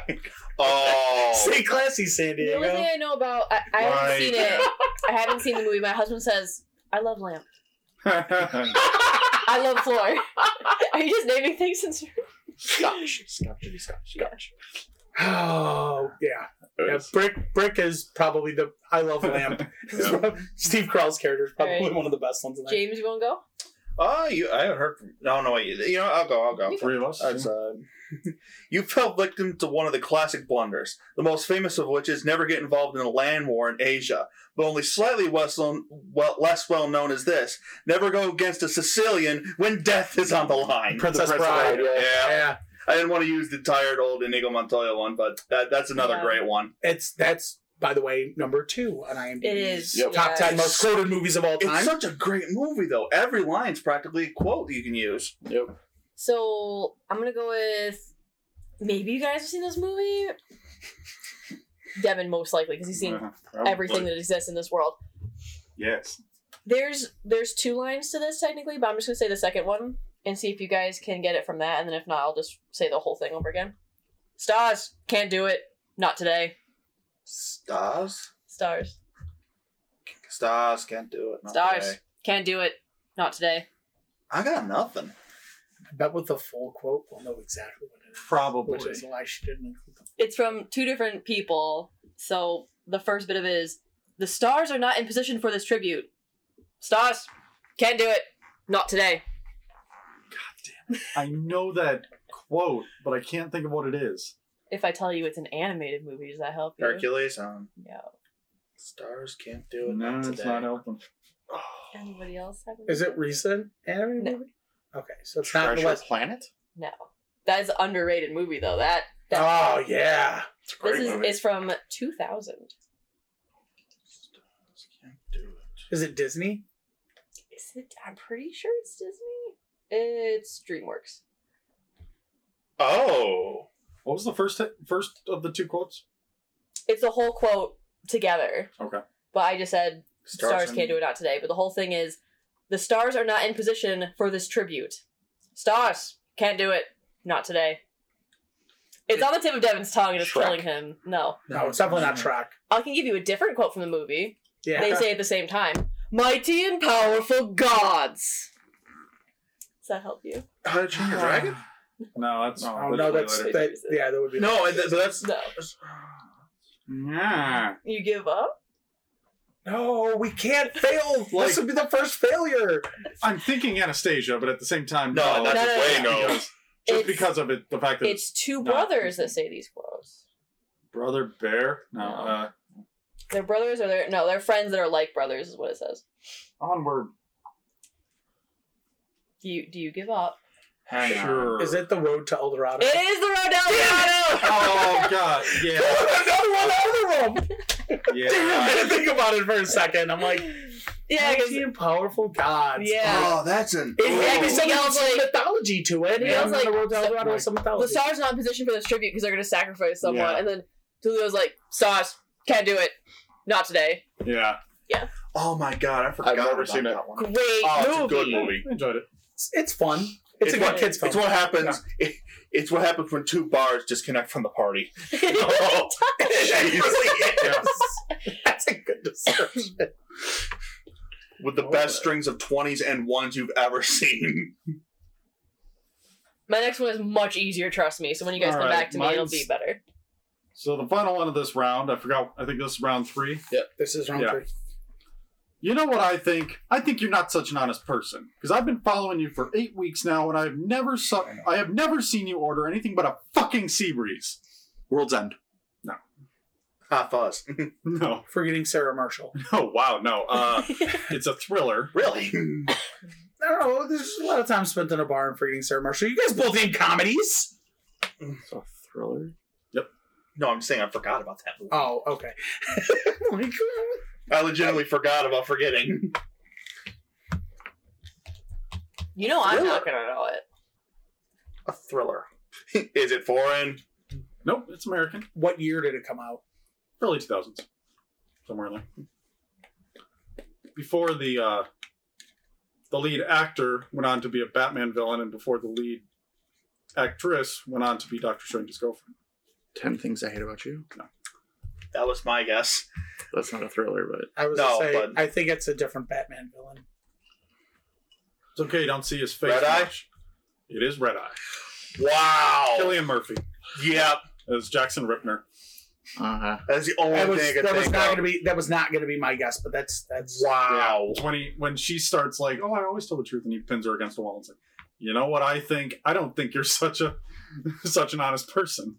Speaker 1: Yeah.
Speaker 2: Oh.
Speaker 5: Stay classy, San
Speaker 4: The
Speaker 5: Diego.
Speaker 4: only thing I know about, I, I haven't
Speaker 1: Right.
Speaker 4: seen it. I haven't seen the movie. My husband says, I love Lamp. I love Floor. Are you just naming things since you're.
Speaker 3: Scotch, scotch, scotch, scotch.
Speaker 5: Oh yeah, yeah. Brick Brick is probably the I love lamp. It's
Speaker 1: Yeah.
Speaker 5: prob- Steve Carell's character is probably
Speaker 4: Alright.
Speaker 5: one of the best ones. In that.
Speaker 4: James, you want to go?
Speaker 2: Oh, you, I haven't heard from. No, no, wait. You, you know, I'll go. I'll go.
Speaker 1: Three of us.
Speaker 2: That's, uh, you fell victim to one of the classic blunders, the most famous of which is never get involved in a land war in Asia, but only slightly less, known, well, less well known as this never go against a Sicilian when death is on the line.
Speaker 5: Princess, Bride.
Speaker 2: Yeah.
Speaker 5: Yeah,
Speaker 2: I didn't want to use the tired old Inigo Montoya one, but that, that's another
Speaker 4: Yeah.
Speaker 2: great one.
Speaker 5: it's that's by the way number two on IMDb.
Speaker 4: It is.
Speaker 3: Yep.
Speaker 5: top ten most quoted movies of all
Speaker 2: It's
Speaker 5: time.
Speaker 2: such a great movie, though. Every line's practically a quote you can use.
Speaker 3: Yep.
Speaker 4: So I'm going to go with maybe you guys have seen this movie. Devin, most likely, because he's seen
Speaker 1: Uh, probably.
Speaker 4: everything that exists in this world.
Speaker 1: Yes.
Speaker 4: There's there's two lines to this technically, but I'm just gonna say the second one and see if you guys can get it from that, and then if not, I'll just say the whole thing over again. Stars can't do it. Not today.
Speaker 2: Stars?
Speaker 4: Stars.
Speaker 2: Stars can't do it. not
Speaker 4: Stars
Speaker 2: today.
Speaker 4: can't do it. Not today.
Speaker 2: I got nothing.
Speaker 5: I bet with the full quote, we'll know exactly what it is.
Speaker 1: Probably.
Speaker 5: Which is why she didn't include them.
Speaker 4: It's from two different people. So the first bit of it is the stars are not in position for this tribute. Stars can't do it. Not today.
Speaker 1: I know that quote, but I can't think of what it is.
Speaker 4: If I tell you it's an animated movie, does that help you?
Speaker 2: Hercules. Um,
Speaker 4: No.
Speaker 2: stars can't do it.
Speaker 1: No, it's
Speaker 2: today.
Speaker 1: not open.
Speaker 4: Anybody else have?
Speaker 5: Is
Speaker 4: any?
Speaker 5: it recent anime
Speaker 4: No.
Speaker 5: movie? Okay, so it's not in the
Speaker 3: Treasure
Speaker 5: West.
Speaker 3: Planet?
Speaker 4: No. That is an underrated movie though. That. that
Speaker 5: Oh yeah,
Speaker 3: It's a great
Speaker 4: This is
Speaker 3: movie.
Speaker 4: it's from 2000.
Speaker 2: Stars can't do it.
Speaker 5: is it Disney?
Speaker 4: Is it? I'm pretty sure it's Disney. It's DreamWorks.
Speaker 2: Oh,
Speaker 1: What was the first hit, first of the two quotes?
Speaker 4: It's the whole quote together.
Speaker 1: Okay.
Speaker 4: But I just said stars, can't do it out today. But the whole thing is the stars are not in position for this tribute. Stars can't do it. Not today. It's on the tip of Devin's tongue and it's
Speaker 3: Shrek.
Speaker 4: killing him. No.
Speaker 5: No, it's definitely not Track.
Speaker 4: I can give you a different quote from the movie.
Speaker 5: Yeah,
Speaker 4: They say at the same time Mighty and powerful gods. Does that help you?
Speaker 2: How to Train Your Dragon?
Speaker 1: No, that's
Speaker 5: Oh no, that's
Speaker 4: later.
Speaker 5: that, yeah, that would be
Speaker 2: No, and th- but that's
Speaker 4: No.
Speaker 1: Nah.
Speaker 4: You give up?
Speaker 5: No, we can't fail.
Speaker 1: Like-
Speaker 5: this would be the first failure.
Speaker 1: I'm thinking Anastasia, but at the same time,
Speaker 2: No,
Speaker 1: no,
Speaker 2: that's
Speaker 4: No, no,
Speaker 1: no.
Speaker 2: way no.
Speaker 1: Because- just
Speaker 4: It's-
Speaker 1: because of it, the fact that
Speaker 4: It's two
Speaker 1: No.
Speaker 4: brothers that say these quotes.
Speaker 1: brother bear. No,
Speaker 4: No.
Speaker 1: uh,
Speaker 4: They're brothers or they're no, they're friends that are like brothers is what it says.
Speaker 1: onward.
Speaker 4: Do you do you give up?
Speaker 3: Hang on.
Speaker 1: Sure.
Speaker 5: Is it the Road to El Dorado?
Speaker 4: It is the road to El Dorado!
Speaker 1: Oh God! Yeah,
Speaker 5: Another one out of the room. I
Speaker 1: yeah.
Speaker 5: didn't think about it for a second. I'm like,
Speaker 4: yeah, 'cause-
Speaker 5: mighty and powerful gods.
Speaker 4: yeah.
Speaker 2: Oh, that's an.
Speaker 5: It had
Speaker 4: Ooh.
Speaker 5: to be
Speaker 4: He
Speaker 5: some
Speaker 4: yells like-
Speaker 5: mythology to it.
Speaker 4: he
Speaker 5: Yeah,
Speaker 4: yells like-
Speaker 5: the Road to El
Speaker 4: so-
Speaker 5: Dorado was some mythology.
Speaker 4: the stars are not in position for this tribute because they're going to sacrifice someone.
Speaker 1: Yeah.
Speaker 4: And then Julio's like, stars, can't do it. Not today.
Speaker 1: yeah.
Speaker 2: Oh my god, I forgot.
Speaker 3: I've never
Speaker 2: about
Speaker 3: seen
Speaker 2: that
Speaker 3: it.
Speaker 2: one.
Speaker 4: Great
Speaker 3: Oh, it's
Speaker 4: movie.
Speaker 3: a good movie.
Speaker 1: I enjoyed it.
Speaker 5: It's, it's fun. It's, a
Speaker 2: what-
Speaker 5: good kids film.
Speaker 2: It's what happens. It, it's what happens when two bars disconnect from the party.
Speaker 4: oh.
Speaker 2: Jeez.
Speaker 1: Yeah.
Speaker 5: That's a good description.
Speaker 2: With
Speaker 5: Oh,
Speaker 2: the best strings of twenties and ones you've ever seen.
Speaker 4: My next one is much easier, trust me. So when you guys
Speaker 1: All
Speaker 4: come
Speaker 1: right,
Speaker 4: back to me, it'll
Speaker 1: mine's-
Speaker 4: be better.
Speaker 1: So the final one of this round, I forgot. I think this is round three.
Speaker 5: this is round
Speaker 1: Yeah.
Speaker 5: three.
Speaker 1: You know what I think? I think you're not such an honest person because I've been following you for eight weeks now, and I've never saw, I have never seen you order anything but a fucking sea breeze.
Speaker 3: World's End.
Speaker 2: Hot fuzz.
Speaker 1: No.
Speaker 5: Forgetting Sarah Marshall.
Speaker 1: Oh wow. No. Uh, it's a thriller.
Speaker 2: really?
Speaker 5: I don't know. There's a lot of time spent in a bar and forgetting Sarah Marshall. You guys both hate comedies.
Speaker 3: It's a thriller?
Speaker 2: No, I'm saying I forgot about that movie.
Speaker 5: Oh, okay. Like,
Speaker 2: I legitimately forgot about forgetting.
Speaker 4: You know I'm
Speaker 2: Really?
Speaker 4: not going to know it.
Speaker 2: A thriller. Is it foreign?
Speaker 1: Nope. It's American.
Speaker 5: what year did it come out?
Speaker 1: Early 2000s, somewhere in there. Before the uh, the lead actor went on to be a Batman villain, and before the lead actress went on to be Doctor Strange's girlfriend.
Speaker 3: Ten Things I Hate About You?
Speaker 2: That was my guess.
Speaker 3: That's not a thriller, but
Speaker 5: I was
Speaker 2: No,
Speaker 5: gonna say,
Speaker 2: but-
Speaker 5: I think it's a different Batman villain.
Speaker 1: It's okay. You don't see his face.
Speaker 2: Red Eye? Oh.
Speaker 1: much. It is Red Eye.
Speaker 2: Wow.
Speaker 1: Killian Murphy
Speaker 2: Yep.
Speaker 1: as Jackson Ripner.
Speaker 3: uh-huh.
Speaker 2: That's the only
Speaker 5: That was,
Speaker 2: thing I could
Speaker 5: that was
Speaker 2: think of.
Speaker 5: not gonna be that was not gonna be my guess, but that's that's
Speaker 2: wow.
Speaker 1: It's when he when she starts like, "Oh, I always tell the truth," and he pins her against the wall and it's like, "You know what I think? I don't think you're such a such an honest person."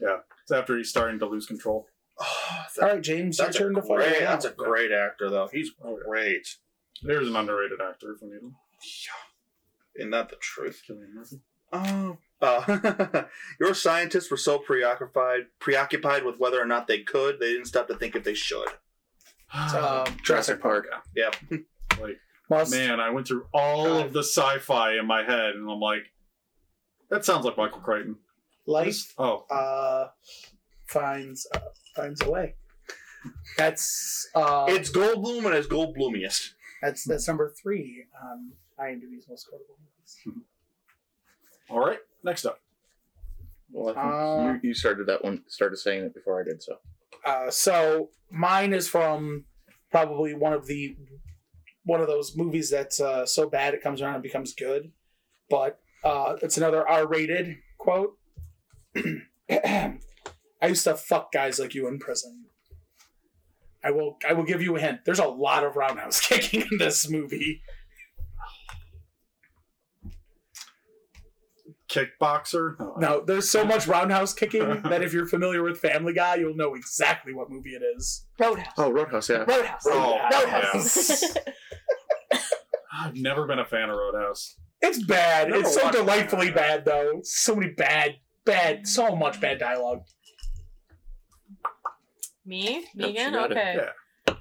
Speaker 1: Yeah, it's after he's starting to lose control.
Speaker 2: Oh,
Speaker 5: all right, James. Your
Speaker 2: that's, a
Speaker 5: turn to fire.
Speaker 2: great,
Speaker 5: one
Speaker 2: that's
Speaker 5: out.
Speaker 2: a great actor, though. He's
Speaker 1: Oh, yeah.
Speaker 2: great.
Speaker 1: There's an underrated actor if we need him.
Speaker 2: Isn't that the truth?
Speaker 1: Cillian Murphy.
Speaker 2: Oh. Uh, your scientists were so preoccupied preoccupied with whether or not they could, they didn't stop to think if they should.
Speaker 5: It's, uh, Jurassic Park.
Speaker 2: Yep.
Speaker 1: Like,
Speaker 5: Must-
Speaker 1: man, I went through all of the sci-fi in my head, and I'm like, that sounds like Michael Crichton.
Speaker 5: life
Speaker 1: Oh,
Speaker 5: uh, finds uh, finds a way. That's uh,
Speaker 2: It's Goldblum and it's Goldblumiest.
Speaker 5: that's that's number three on IMDb's most quotable movies.
Speaker 1: all right. Next up,
Speaker 3: Well, I
Speaker 5: Uh,
Speaker 3: think you, you started that one, started saying it before I did, so.
Speaker 5: Uh, so mine is from probably one of the one of those movies that's uh, so bad it comes around and becomes good. But uh, it's another R-rated quote. I used to fuck guys like you in prison. I will. I will give you a hint. There's a lot of roundhouse kicking in this movie.
Speaker 1: kickboxer. No, I-
Speaker 5: No, there's so much roundhouse kicking that if you're familiar with Family Guy, you'll know exactly what movie it is.
Speaker 4: Roadhouse.
Speaker 3: Oh, Roadhouse, yeah.
Speaker 4: Roadhouse.
Speaker 1: Oh,
Speaker 4: Roadhouse.
Speaker 1: I've never been a fan of Roadhouse.
Speaker 5: It's bad.
Speaker 1: Never
Speaker 5: it's so
Speaker 1: watched
Speaker 5: delightfully
Speaker 1: that.
Speaker 5: bad, though. So many bad, bad, so much bad dialogue.
Speaker 4: Me?
Speaker 3: Yep, she
Speaker 4: Megan?
Speaker 3: got it.
Speaker 4: okay.
Speaker 1: Yeah.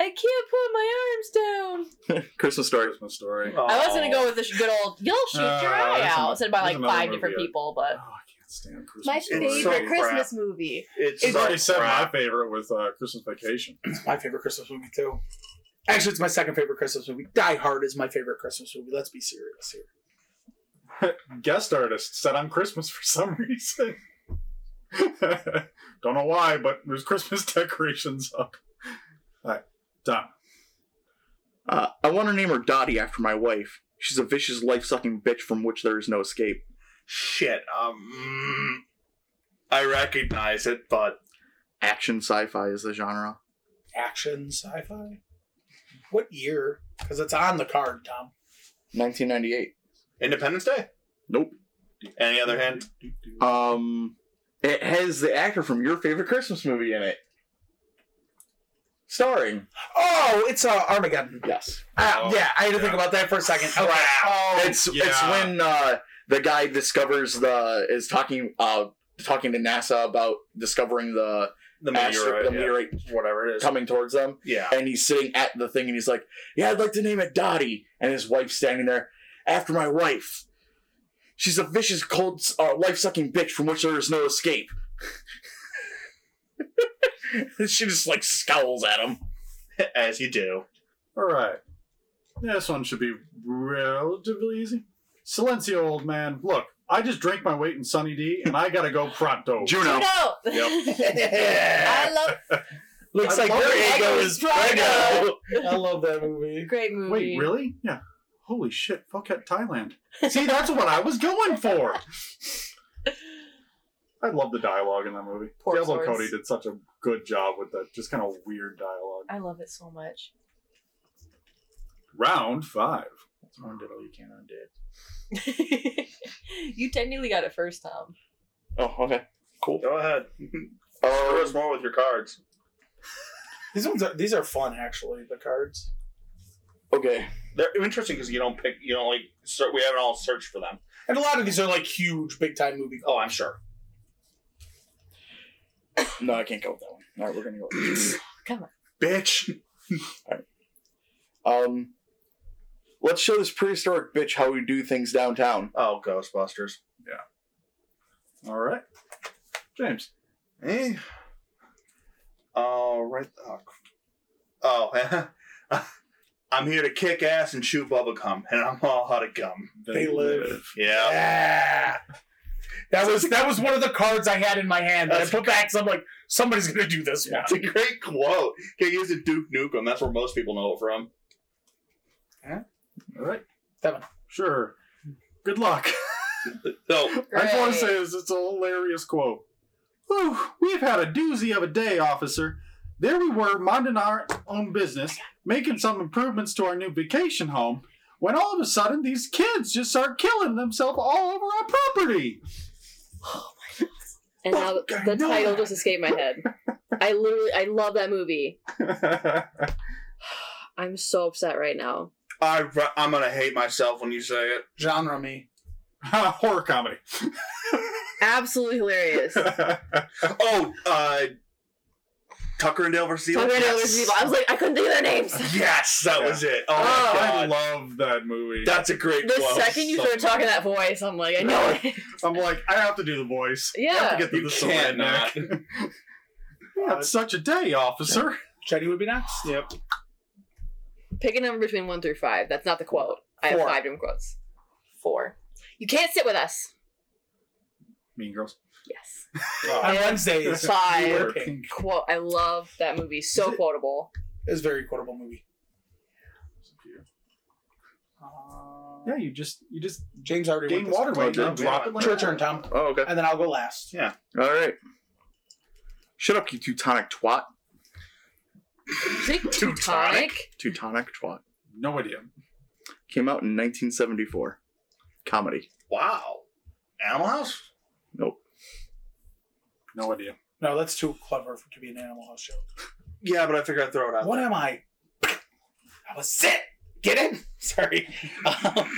Speaker 4: I can't put my arms down.
Speaker 3: Christmas story.
Speaker 1: Christmas story.
Speaker 2: Aw.
Speaker 4: I was gonna go with this good old "You'll shoot your
Speaker 1: Uh,
Speaker 4: eye
Speaker 1: that's
Speaker 4: out,"
Speaker 1: another-
Speaker 4: said by
Speaker 1: that's
Speaker 4: like
Speaker 1: another
Speaker 4: five
Speaker 1: movie
Speaker 4: different
Speaker 1: I-
Speaker 4: people,
Speaker 1: Oh, I
Speaker 4: but
Speaker 1: can't stand Christmas.
Speaker 4: my
Speaker 1: Story.
Speaker 2: It's so
Speaker 4: favorite
Speaker 2: crap.
Speaker 4: Christmas movie.
Speaker 2: Oh, It's
Speaker 1: She's
Speaker 2: so
Speaker 1: already said my
Speaker 2: crap.
Speaker 1: favorite with uh, Christmas Vacation.
Speaker 5: It's my favorite Christmas movie too. Actually, it's my second favorite Christmas movie. Die Hard is my favorite Christmas movie. Let's be serious here.
Speaker 1: Guest artist set on Christmas for some reason. Don't know why, but there's Christmas decorations up. All right, done.
Speaker 3: Uh, I want to name her Dottie after my wife. She's a vicious, life sucking bitch from which there is no escape.
Speaker 2: Shit. Um, mm, I recognize it, but
Speaker 3: Action sci fi is the genre.
Speaker 5: Action sci-fi. What year? Because it's on the card, Tom.
Speaker 3: 1998.
Speaker 2: Independence Day.
Speaker 3: Nope.
Speaker 2: Any other hand?
Speaker 3: Um, it has the actor from your favorite Christmas movie in it. Starring.
Speaker 5: Oh, it's uh, Armageddon.
Speaker 3: Yes.
Speaker 5: Ah,
Speaker 1: Oh,
Speaker 5: yeah, I had to
Speaker 1: yeah.
Speaker 5: think about that for a second. Okay.
Speaker 3: Crap.
Speaker 5: Oh,
Speaker 3: It's it's
Speaker 1: yeah.
Speaker 3: when uh, the guy discovers the is talking uh talking to NASA about discovering the
Speaker 2: The uh,
Speaker 3: asteroid, the
Speaker 2: yeah.
Speaker 3: meteorite
Speaker 2: whatever it is.
Speaker 3: coming towards them.
Speaker 2: Yeah.
Speaker 3: and he's sitting at the thing and he's like, Yeah, I'd like to name it Dottie. And his wife's standing there, after my wife. She's a vicious, cold, uh, life sucking bitch from which there is no escape. and she just like scowls at him.
Speaker 2: As you do.
Speaker 1: All right. This one should be relatively easy. Silencio, old man. Look, I just drank my weight in Sunny D, and I gotta go pronto.
Speaker 3: Juno.
Speaker 4: No. I love
Speaker 5: looks
Speaker 1: I
Speaker 5: like
Speaker 1: love
Speaker 5: your
Speaker 1: it.
Speaker 5: ego
Speaker 4: Ego's
Speaker 5: is
Speaker 4: drunk.
Speaker 3: Oh,
Speaker 5: Prego. I love that movie.
Speaker 4: great movie.
Speaker 1: Wait, really? Yeah. Holy shit! Fuck at Thailand. See, that's what I was going for. I love the dialogue in that movie.
Speaker 4: Poor
Speaker 1: Diablo
Speaker 4: source.
Speaker 1: Cody did such a good job with that, just kind of weird dialogue.
Speaker 4: I love it so much.
Speaker 1: Round five.
Speaker 3: That's undid all you can undid.
Speaker 4: you technically got it first, Tom.
Speaker 3: Oh, okay. Cool.
Speaker 2: Go ahead. Screw us
Speaker 3: Um,
Speaker 2: more with your cards.
Speaker 5: These ones are these are fun actually. The cards.
Speaker 3: okay.
Speaker 2: They're interesting because you don't pick. You don't like. Start, we haven't all searched for them.
Speaker 5: And a lot of these are like huge, big time movie.
Speaker 2: Oh, I'm sure.
Speaker 3: No, I can't go with that one. All right, we're going to go with this.
Speaker 4: Come on.
Speaker 2: Bitch.
Speaker 3: Um, let's show this prehistoric bitch how we do things downtown.
Speaker 2: Oh, Ghostbusters.
Speaker 1: All right, James.
Speaker 2: Eh. All right. Oh, cr- oh I'm here to kick ass and chew bubble gum, and I'm all out of gum.
Speaker 5: They live.
Speaker 2: Yeah.
Speaker 5: Yeah. That was that was one of the cards I had in my hand that I put back. So I'm like, somebody's gonna do this one.
Speaker 2: It's a great quote. Can't use it Duke Nukem. That's where most people know it from.
Speaker 1: All right,
Speaker 5: Seven.
Speaker 1: Sure. Good luck.
Speaker 2: So,
Speaker 1: I just want to
Speaker 4: Great.
Speaker 1: say this, it's a hilarious quote. Whew, we've had a doozy of a day, officer. There we were, minding our own business, making some improvements to our new vacation home, when all of a sudden these kids just start killing themselves all over our property.
Speaker 4: And now the,
Speaker 1: Fuck, I
Speaker 4: the
Speaker 1: know
Speaker 4: title
Speaker 1: that.
Speaker 4: just escaped my head. I literally, I love that movie. I'm so upset right now.
Speaker 2: I, re- I'm going to hate myself when you say it.
Speaker 5: Genre me.
Speaker 1: Horror comedy.
Speaker 4: Absolutely hilarious.
Speaker 2: Oh, uh, Tucker and Dale versus
Speaker 4: Tucker
Speaker 2: Evil?
Speaker 4: and Dale
Speaker 2: Yes.
Speaker 4: versus Evil. I was like, I couldn't think of their names.
Speaker 2: Yes, that was it. Oh,
Speaker 4: Oh.
Speaker 2: my
Speaker 1: I
Speaker 2: God.
Speaker 1: love that movie.
Speaker 2: That's a great
Speaker 4: The
Speaker 2: quote.
Speaker 4: second you
Speaker 2: So-
Speaker 4: started talking that voice, I'm like, I know it.
Speaker 1: I'm like, I have to do the voice. I have to
Speaker 4: yeah.
Speaker 1: get through
Speaker 2: You
Speaker 1: this
Speaker 2: cannot.
Speaker 1: redneck. We had such a day, officer.
Speaker 5: Jenny would be next.
Speaker 2: Yep.
Speaker 4: Pick a number between one through five. That's not the quote. I have
Speaker 5: Four.
Speaker 4: five different quotes. Four. You can't sit with us.
Speaker 1: Mean Girls.
Speaker 4: Yes.
Speaker 5: On Wednesdays.
Speaker 4: Five.
Speaker 5: You
Speaker 1: We're
Speaker 5: Were Pink.
Speaker 1: pink.
Speaker 4: Quote. I love that movie. So
Speaker 5: Is it-
Speaker 4: quotable.
Speaker 5: It's a very quotable movie. Uh,
Speaker 1: Yeah, you just you just
Speaker 5: James already
Speaker 1: gain
Speaker 5: went this
Speaker 1: water weight
Speaker 2: Oh,
Speaker 1: and
Speaker 2: yeah.
Speaker 1: drop it like
Speaker 5: It's Your turn, Tom.
Speaker 3: Oh, okay.
Speaker 5: And then I'll go last.
Speaker 3: All right. Shut up, you Teutonic twat.
Speaker 4: Is it Teutonic?
Speaker 3: Teutonic twat.
Speaker 1: No idea.
Speaker 3: Came out in 1974. Comedy.
Speaker 2: Wow. Animal House?
Speaker 1: No idea.
Speaker 5: No, that's too clever for, to be an Animal House joke.
Speaker 2: Yeah, but I figured I'd throw it out.
Speaker 5: What am I? I was sit. Get it? Sorry. Um,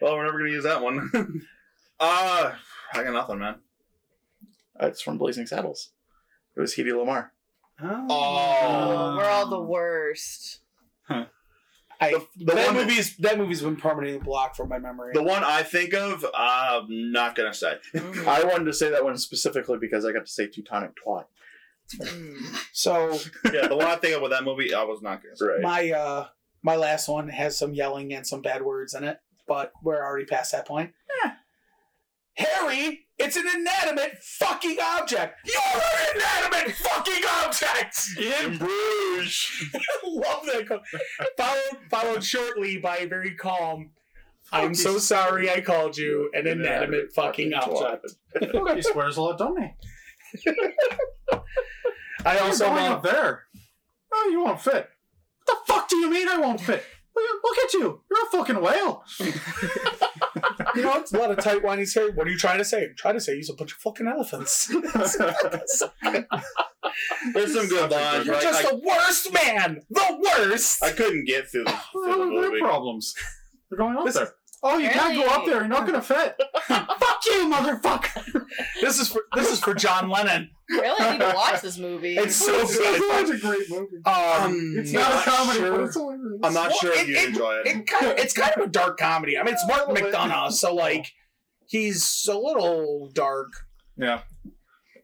Speaker 2: Well, we're never gonna use that one. uh I got nothing, man.
Speaker 3: Uh, It's from Blazing Saddles. It was Hedy Lamar.
Speaker 4: Oh,
Speaker 1: Uh,
Speaker 5: Uh,
Speaker 2: Oh.
Speaker 4: we're all the worst.
Speaker 5: I,
Speaker 2: The- the
Speaker 5: that
Speaker 2: one-
Speaker 5: movie's that movie's been permanently blocked from my memory.
Speaker 2: The one I think of, I'm not gonna say.
Speaker 4: Mhm.
Speaker 3: I wanted to say that one specifically because I got to say Teutonic Twat.
Speaker 4: Mm.
Speaker 5: so
Speaker 2: yeah, the one I think of with that movie, I was not gonna say.
Speaker 3: Right.
Speaker 5: my uh my last one has some yelling and some bad words in it, but we're already past that point. Harry, it's an inanimate fucking object. You're an inanimate fucking object.
Speaker 3: In Bruges.
Speaker 5: Love that. co- Followed followed shortly by a very calm. I'm so sorry I called you an inanimate fucking object.
Speaker 1: he swears a lot, don't he?
Speaker 5: I
Speaker 1: You're
Speaker 5: also
Speaker 1: going
Speaker 5: love
Speaker 1: up there. Oh, you won't fit. What the fuck do you mean I won't fit? Look at- Look at you. You're a fucking whale.
Speaker 5: You know, it's a lot of tight whiny say. What are you trying to say? I'm trying to say he's a bunch of fucking elephants.
Speaker 2: There's some good lines,
Speaker 5: You're
Speaker 2: right?
Speaker 5: just
Speaker 2: I,
Speaker 5: the worst man. The worst.
Speaker 2: I couldn't get through this through the
Speaker 1: What are
Speaker 2: movie.
Speaker 1: their problems? They're going up
Speaker 5: This
Speaker 1: there. Oh, you can't go up there. You're not gonna fit. fuck you, motherfucker.
Speaker 5: this is for this is for John Lennon.
Speaker 4: Really, I need to watch this movie.
Speaker 5: It's so good.
Speaker 1: That's a great movie.
Speaker 5: Um,
Speaker 2: Um,
Speaker 1: It's not a comedy, but it's hilarious.
Speaker 2: I'm not
Speaker 5: Well,
Speaker 2: sure if
Speaker 5: it-
Speaker 2: you'd
Speaker 5: it-
Speaker 2: enjoy it.
Speaker 5: it kind of, it's kind of a dark comedy. I mean, it's Martin McDonough, so like he's a little dark.
Speaker 1: yeah.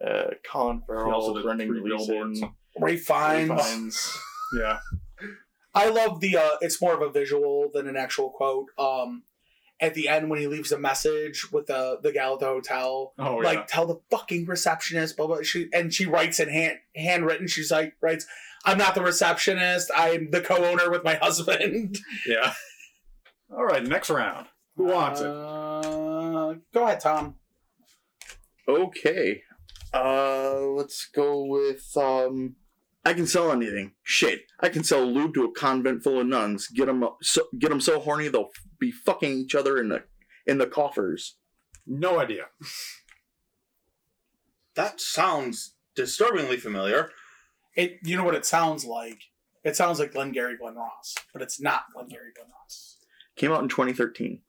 Speaker 3: Uh, Colin
Speaker 1: He also
Speaker 3: Farrell,
Speaker 1: did
Speaker 3: Brendan
Speaker 1: Three Billboards.
Speaker 3: Gleeson,
Speaker 5: Ray
Speaker 3: Ray
Speaker 5: Fiennes.
Speaker 3: Fiennes.
Speaker 1: Yeah.
Speaker 5: I love the. Uh, it's more of a visual than an actual quote. Um, at the end when he leaves a message with the the gal at the hotel,
Speaker 1: Oh yeah.
Speaker 5: like tell the fucking receptionist blah blah she and she writes in hand handwritten she's like writes i'm not the receptionist i'm the co-owner with my husband
Speaker 1: yeah. All right. Next round. Who wants it?
Speaker 5: uh, go ahead tom
Speaker 3: Okay. Uh, let's go with um. I can sell anything. Shit, I can sell lube to a convent full of nuns. Get them so get 'em so horny they'll be fucking each other in the in the coffers.
Speaker 1: No idea.
Speaker 2: That sounds disturbingly familiar.
Speaker 5: it you know what it sounds like it sounds like glenn gary glenn ross but it's not glenn gary glenn ross
Speaker 3: Came out in 2013.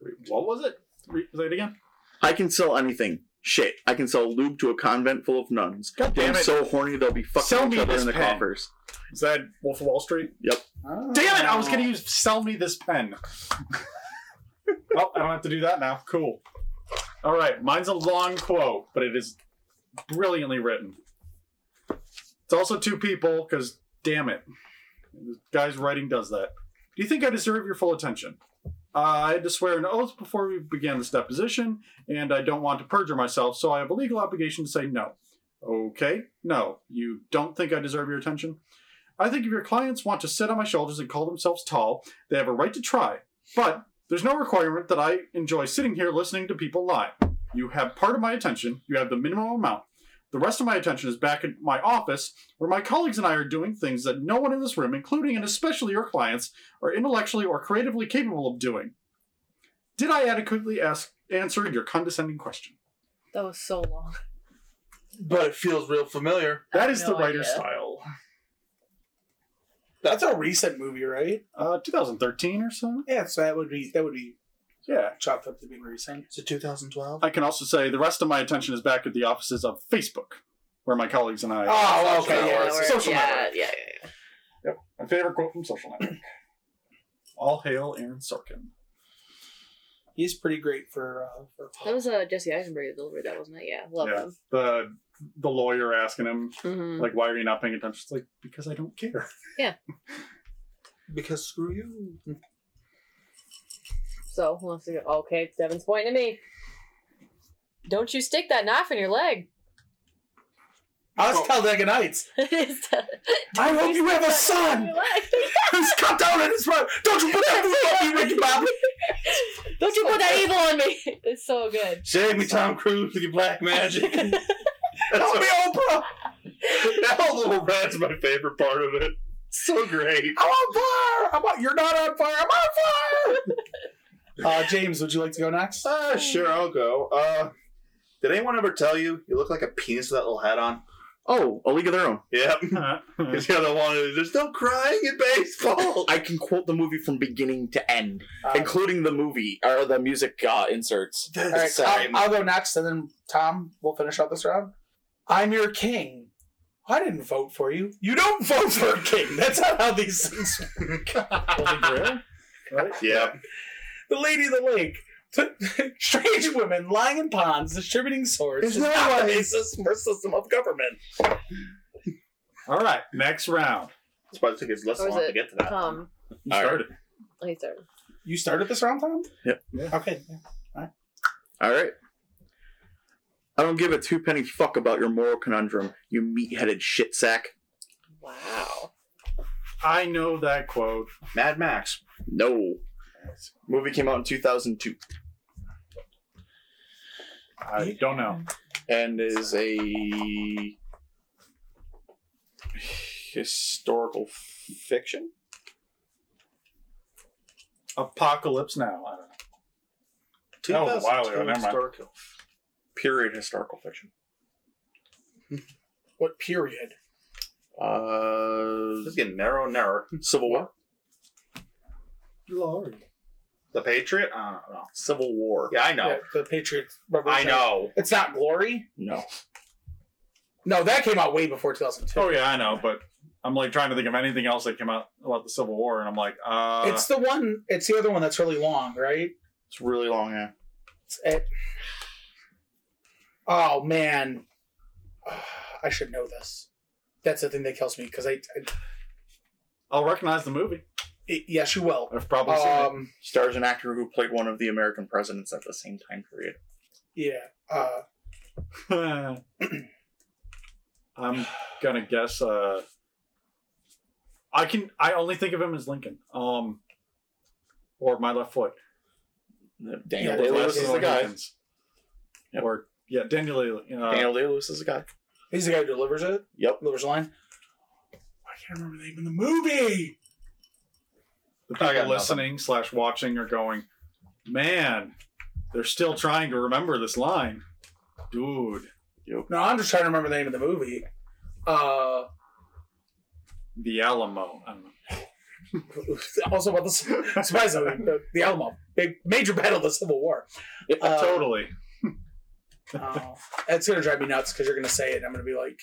Speaker 1: Wait, What was it? Re- Say it again.
Speaker 3: I can sell anything. Shit, I can sell lube to a convent full of nuns.
Speaker 1: God
Speaker 3: Damn
Speaker 1: damn it.
Speaker 3: so horny they'll be fucking
Speaker 1: Sell
Speaker 3: each
Speaker 1: me
Speaker 3: other
Speaker 1: this
Speaker 3: in the
Speaker 1: pen.
Speaker 3: coffers.
Speaker 1: Is that Wolf of Wall Street? Damn it! I was gonna use sell me this pen. well, I don't have to do that now. Cool. All right, mine's a long quote, but it is brilliantly written. It's also two people because damn it, the guy's writing does that. Do you think I deserve your full attention? Uh, I had to swear an oath before we began this deposition, and I don't want to perjure myself, so I have a legal obligation to say no. Okay, no, you don't think I deserve your attention? I think if your clients want to sit on my shoulders and call themselves tall, they have a right to try. But there's no requirement that I enjoy sitting here listening to people lie. You have part of my attention, you have the minimum amount. The rest of my attention is back in my office, where my colleagues and I are doing things that no one in this room, including and especially your clients, are intellectually or creatively capable of doing. Did I adequately ask, answer your condescending question?
Speaker 4: that was so long.
Speaker 2: But it feels real familiar.
Speaker 4: I
Speaker 1: That
Speaker 4: have
Speaker 1: is
Speaker 4: no
Speaker 1: the writer's
Speaker 4: idea.
Speaker 1: style.
Speaker 5: that's a recent movie right
Speaker 1: Uh, 2013 or so?
Speaker 5: yeah so that would be that would be
Speaker 1: Yeah.
Speaker 5: chopped up to being recent
Speaker 2: Is it 2012?
Speaker 1: I can also say the rest of my attention is back at the offices of Facebook, where my colleagues and I.
Speaker 5: oh
Speaker 4: Social
Speaker 5: okay yeah,
Speaker 4: network,
Speaker 5: it's-
Speaker 1: Social
Speaker 4: yeah,
Speaker 1: network.
Speaker 4: yeah, yeah, yeah.
Speaker 1: my favorite quote from Social Network. All hail Aaron Sorkin.
Speaker 5: he's pretty great for uh for
Speaker 4: That was uh, Jesse Eisenberg that delivered that, wasn't it? Yeah, love
Speaker 1: Yeah.
Speaker 4: him.
Speaker 1: The the lawyer asking him
Speaker 4: Mhm.
Speaker 1: like, "Why are you not paying attention?" It's like, "Because I don't care."
Speaker 2: Because screw you.
Speaker 4: So who wants to go? Okay, Devin's pointing at me. Don't you stick that knife in your leg?
Speaker 5: i was talladega nights I hope you have a son who's cut down in his front. Don't you put that fucking Ricky Bobby.
Speaker 4: Don't you put that evil on me? It's so good.
Speaker 2: Save me, Tom Cruise, with your black magic. That's
Speaker 5: Help
Speaker 2: what-
Speaker 5: me, Oprah.
Speaker 2: that whole little rat's my favorite part of it. So great.
Speaker 5: I'm on fire. I'm on, you're not on fire. I'm on fire. Uh, James, would you like to go next?
Speaker 2: Ah, sure, I'll go. Uh, did anyone ever tell you you look like a penis with that little hat on?
Speaker 3: Oh, a league of their own.
Speaker 2: Yep.
Speaker 1: Is
Speaker 2: Because you're the one who's there's no crying in
Speaker 1: Oh.
Speaker 2: baseball.
Speaker 3: I can quote the movie from beginning to end,
Speaker 5: Uh,
Speaker 3: including the movie or the music uh, inserts.
Speaker 5: all right,
Speaker 3: Sorry.
Speaker 5: I'll, I'll go next, and then Tom, we'll finish out this round. I'm your king. I didn't vote for you. You don't vote for a king. That's not how these things
Speaker 1: Holy Grail? Right?
Speaker 2: Yep.
Speaker 5: the lady of the lake, strange women lying in ponds, distributing swords.
Speaker 2: Is
Speaker 5: It's
Speaker 2: that
Speaker 5: not
Speaker 2: why-
Speaker 5: the basis for a system of government.
Speaker 1: All right, next round.
Speaker 2: That's why it took us less
Speaker 4: Or is
Speaker 2: long to
Speaker 4: it
Speaker 2: get to that.
Speaker 4: Tom.
Speaker 1: You
Speaker 3: All right.
Speaker 1: started.
Speaker 4: I started.
Speaker 5: You started this round, Tom?
Speaker 3: Yep.
Speaker 1: Yeah.
Speaker 5: Okay.
Speaker 3: All right. I don't give a two penny fuck about your moral conundrum, you meat headed shit sack.
Speaker 4: Wow.
Speaker 1: I know that quote.
Speaker 2: Mad Max.
Speaker 3: No. Movie came out in 2002
Speaker 1: I don't know.
Speaker 3: and is a historical fiction.
Speaker 1: Apocalypse Now. I don't know. That was a while ago,
Speaker 2: 2002
Speaker 1: Oh, never mind.
Speaker 2: historical.
Speaker 3: Period historical fiction.
Speaker 5: What period?
Speaker 3: Uh,
Speaker 2: This is getting narrow and narrower.
Speaker 3: Civil War.
Speaker 1: Glory.
Speaker 2: The Patriot? I don't know.
Speaker 3: Civil War.
Speaker 2: Yeah, I know.
Speaker 5: Yeah, the Patriots.
Speaker 2: I
Speaker 5: Revolution.
Speaker 2: know.
Speaker 5: It's not glory.
Speaker 3: No.
Speaker 5: No, that came out way before 2002.
Speaker 1: Oh yeah, I know, but I'm like trying to think of anything else that came out about the Civil War, and I'm like,
Speaker 2: Oh,
Speaker 1: uh,
Speaker 5: it's the one. It's the other one that's really long, right?
Speaker 3: It's really long. Yeah.
Speaker 5: It's it. Oh man, I should know this. That's the thing that kills me because I, I.
Speaker 1: I'll recognize the movie.
Speaker 5: it- Yes, you will.
Speaker 1: I've probably seen it.
Speaker 5: Um.
Speaker 3: Stars an actor who played one of the American presidents at the same time period.
Speaker 5: Yeah. Uh.
Speaker 1: I'm gonna guess. Uh, I can. I only think of him as Lincoln. Um, or my left foot.
Speaker 3: Daniel
Speaker 5: Yeah,
Speaker 3: Day
Speaker 5: Daniel
Speaker 3: Lewis is
Speaker 5: Day-Lewis.
Speaker 3: the guy.
Speaker 1: Lincoln's.
Speaker 3: Yep.
Speaker 1: Or yeah, Daniel uh, Day. You know,
Speaker 3: Daniel Day Lewis is the guy.
Speaker 5: He's the guy who delivers it.
Speaker 3: Yep.
Speaker 5: Delivers the line. I can't remember the name of the movie.
Speaker 1: the
Speaker 2: I got
Speaker 1: people listening slash watching are going, man, they're still trying to remember this line, dude.
Speaker 5: No, I'm just trying to remember the name of the movie. Uh.
Speaker 1: The Alamo. I don't know.
Speaker 5: Also about the surprisingly the, the Alamo, big major battle of the Civil War. Uh,
Speaker 1: totally.
Speaker 5: Oh, it's gonna drive me nuts because you're gonna say it. and I'm gonna be like,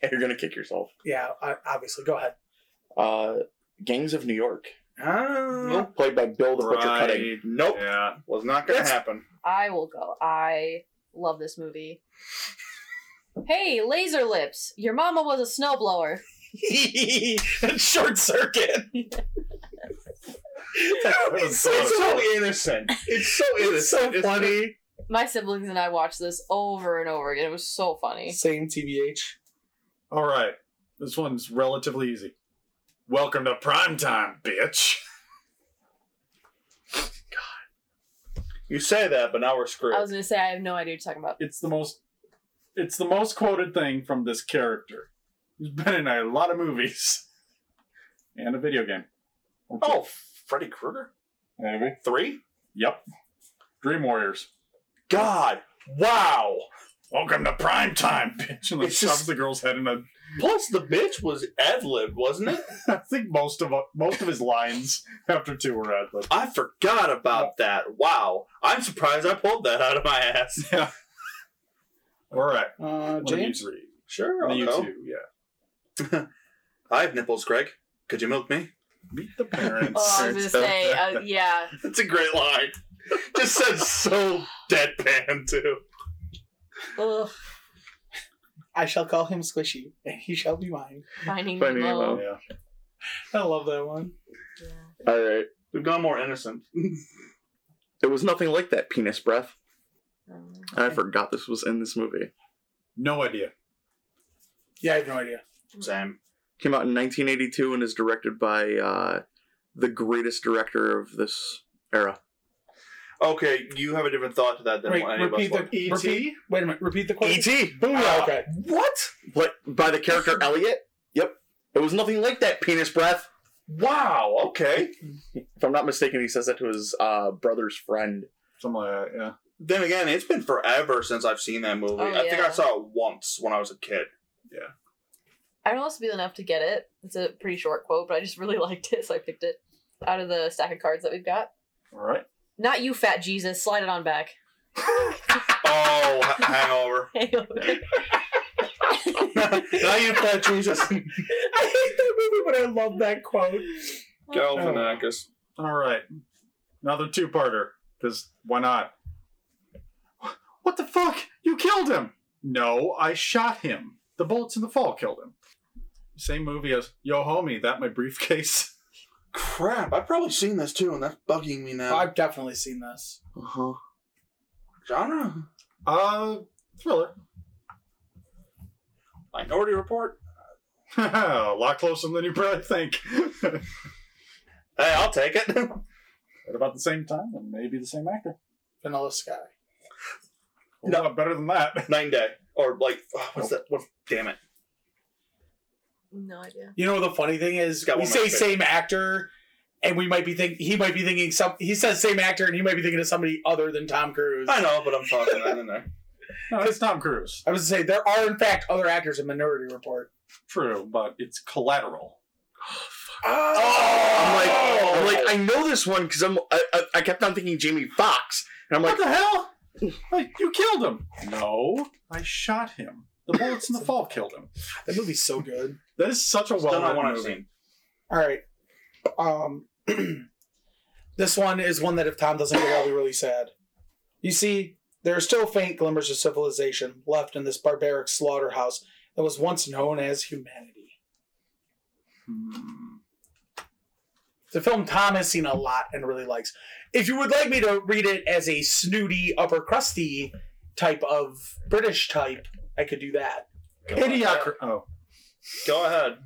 Speaker 3: And you're gonna kick yourself.
Speaker 5: yeah, I, obviously. Go ahead.
Speaker 3: Uh, Gangs of New York.
Speaker 5: Ah.
Speaker 3: Played by Bill the Butcher
Speaker 1: Right.
Speaker 3: Cutting.
Speaker 5: oh,
Speaker 3: Nope.
Speaker 1: Yeah.
Speaker 2: Was not going to
Speaker 5: That's-
Speaker 2: happen.
Speaker 4: I will go. I love this movie. Hey, Laser Lips, your mama was a snowblower.
Speaker 5: short circuit.
Speaker 1: was
Speaker 5: so,
Speaker 2: It's so innocent. It's so innocent.
Speaker 5: it's so funny.
Speaker 4: My siblings and I watched this over and over again. It was so funny.
Speaker 5: Same TBH.
Speaker 1: All right. This one's relatively easy. Welcome to prime time, bitch.
Speaker 2: You say that, but now we're screwed.
Speaker 4: I was gonna say I have no idea what you're talking about.
Speaker 1: It's the most it's the most quoted thing from this character. He's been in a lot of movies. And a video game.
Speaker 2: oh, Freddy Krueger?
Speaker 1: Maybe.
Speaker 2: Three?
Speaker 1: Yep. Dream Warriors.
Speaker 2: God. Wow.
Speaker 1: Welcome to prime time, bitch. And like
Speaker 2: It's
Speaker 1: shoves
Speaker 2: just-
Speaker 1: the girl's head in a
Speaker 2: Plus, the bitch was ad libbed, wasn't it?
Speaker 1: I think most of most of his lines after two were ad lib.
Speaker 2: I forgot about that. Wow. I'm surprised I pulled that out of my ass.
Speaker 1: Yeah. All right. One
Speaker 5: Uh,
Speaker 1: of you
Speaker 5: James.
Speaker 1: three.
Speaker 2: Sure,
Speaker 1: One of
Speaker 2: I'll
Speaker 1: you
Speaker 2: go.
Speaker 1: two, yeah.
Speaker 2: I have nipples, Greg. Could you milk me?
Speaker 1: Meet the parents.
Speaker 4: Oh, I was gonna say, uh, yeah.
Speaker 2: That's a great line. Just said so deadpan, too.
Speaker 4: Ugh,
Speaker 5: I shall call him Squishy, and he shall be mine.
Speaker 4: Finding
Speaker 3: Finding
Speaker 4: Nemo.
Speaker 3: Nemo.
Speaker 1: yeah.
Speaker 5: I love that one.
Speaker 4: Yeah.
Speaker 3: All right.
Speaker 2: We've gone more innocent.
Speaker 3: It was nothing like that penis breath.
Speaker 4: Um,
Speaker 3: And I forgot this was in this movie.
Speaker 1: No idea.
Speaker 5: Yeah, I have no idea.
Speaker 2: Same.
Speaker 3: Came out in 1982 and is directed by uh, the greatest director of this era.
Speaker 2: Okay, you have a different thought to that than
Speaker 5: Wait,
Speaker 2: what any of us
Speaker 5: repeat
Speaker 2: would.
Speaker 5: the repeat. Wait a minute. Repeat the
Speaker 2: E
Speaker 3: E
Speaker 5: question.
Speaker 3: Booyah.
Speaker 5: okay.
Speaker 3: What? But by the character Elliot. Yep. It was nothing like that penis breath.
Speaker 2: Wow. Okay.
Speaker 3: If I'm not mistaken, he says that to his uh, brother's friend.
Speaker 1: Something like that, yeah.
Speaker 2: Then again, it's been forever since I've seen that movie.
Speaker 4: Oh,
Speaker 2: I think
Speaker 4: yeah.
Speaker 2: I saw it once when I was a kid.
Speaker 4: I don't know this will be enough to get it. It's a pretty short quote, but I just really liked it, so I picked it out of the stack of cards that we've got.
Speaker 1: All right.
Speaker 4: Not you, fat Jesus. Slide it on back.
Speaker 2: Oh, ha- Hangover.
Speaker 4: I hate
Speaker 2: now you fat Jesus.
Speaker 5: that movie, but I love that quote.
Speaker 2: Galvanakis.
Speaker 1: All right. Another two parter. Because why not? What the fuck? You killed him! No, I shot him. The bullets in the fall killed him. Same movie as Yo Homie, that my briefcase.
Speaker 2: Crap, I've probably seen this too, and that's bugging me now.
Speaker 5: I've definitely seen this.
Speaker 3: Uh-huh.
Speaker 2: Genre?
Speaker 1: Uh, thriller.
Speaker 2: Minority Report?
Speaker 1: a lot closer than you probably think. At
Speaker 2: Hey, I'll take it.
Speaker 1: about the same time, and maybe the same actor.
Speaker 5: Vanilla Sky.
Speaker 1: A
Speaker 2: No.
Speaker 1: lot better than that.
Speaker 2: Nine Day. Or like, oh, what's that? What's, damn it.
Speaker 4: No idea.
Speaker 5: You know the funny thing is,
Speaker 2: Got
Speaker 5: we
Speaker 2: one of my
Speaker 5: say same actor, and we might be think he might be thinking some. He says same actor, and he might be thinking of somebody other than Tom Cruise.
Speaker 2: I know, but I'm talking that in there.
Speaker 1: No, it's Tom Cruise.
Speaker 5: I was to say there are in fact other actors in Minority Report.
Speaker 1: True, but it's collateral.
Speaker 5: Oh,
Speaker 3: I'm like, I'm like, I know this one because I'm. I, I, I kept on thinking Jamie Fox, and I'm like,
Speaker 1: what the hell? Like, you killed him. No, I shot him. The bullets in the fall killed him.
Speaker 5: that movie's so good.
Speaker 1: That is such a
Speaker 2: Still
Speaker 1: well
Speaker 2: not one
Speaker 1: known
Speaker 2: I've
Speaker 1: movie.
Speaker 2: seen.
Speaker 5: All right, um, this one is one that if Tom doesn't get, I'll be really sad. You see, there are still faint glimmers of civilization left in this barbaric slaughterhouse that was once known as humanity.
Speaker 1: Hmm.
Speaker 5: It's a film Tom has seen a lot and really likes. If you would like me to read it as a snooty, upper crusty type of British type, I could do that.
Speaker 2: Go ahead.
Speaker 1: Idiocra- oh,
Speaker 2: Go ahead.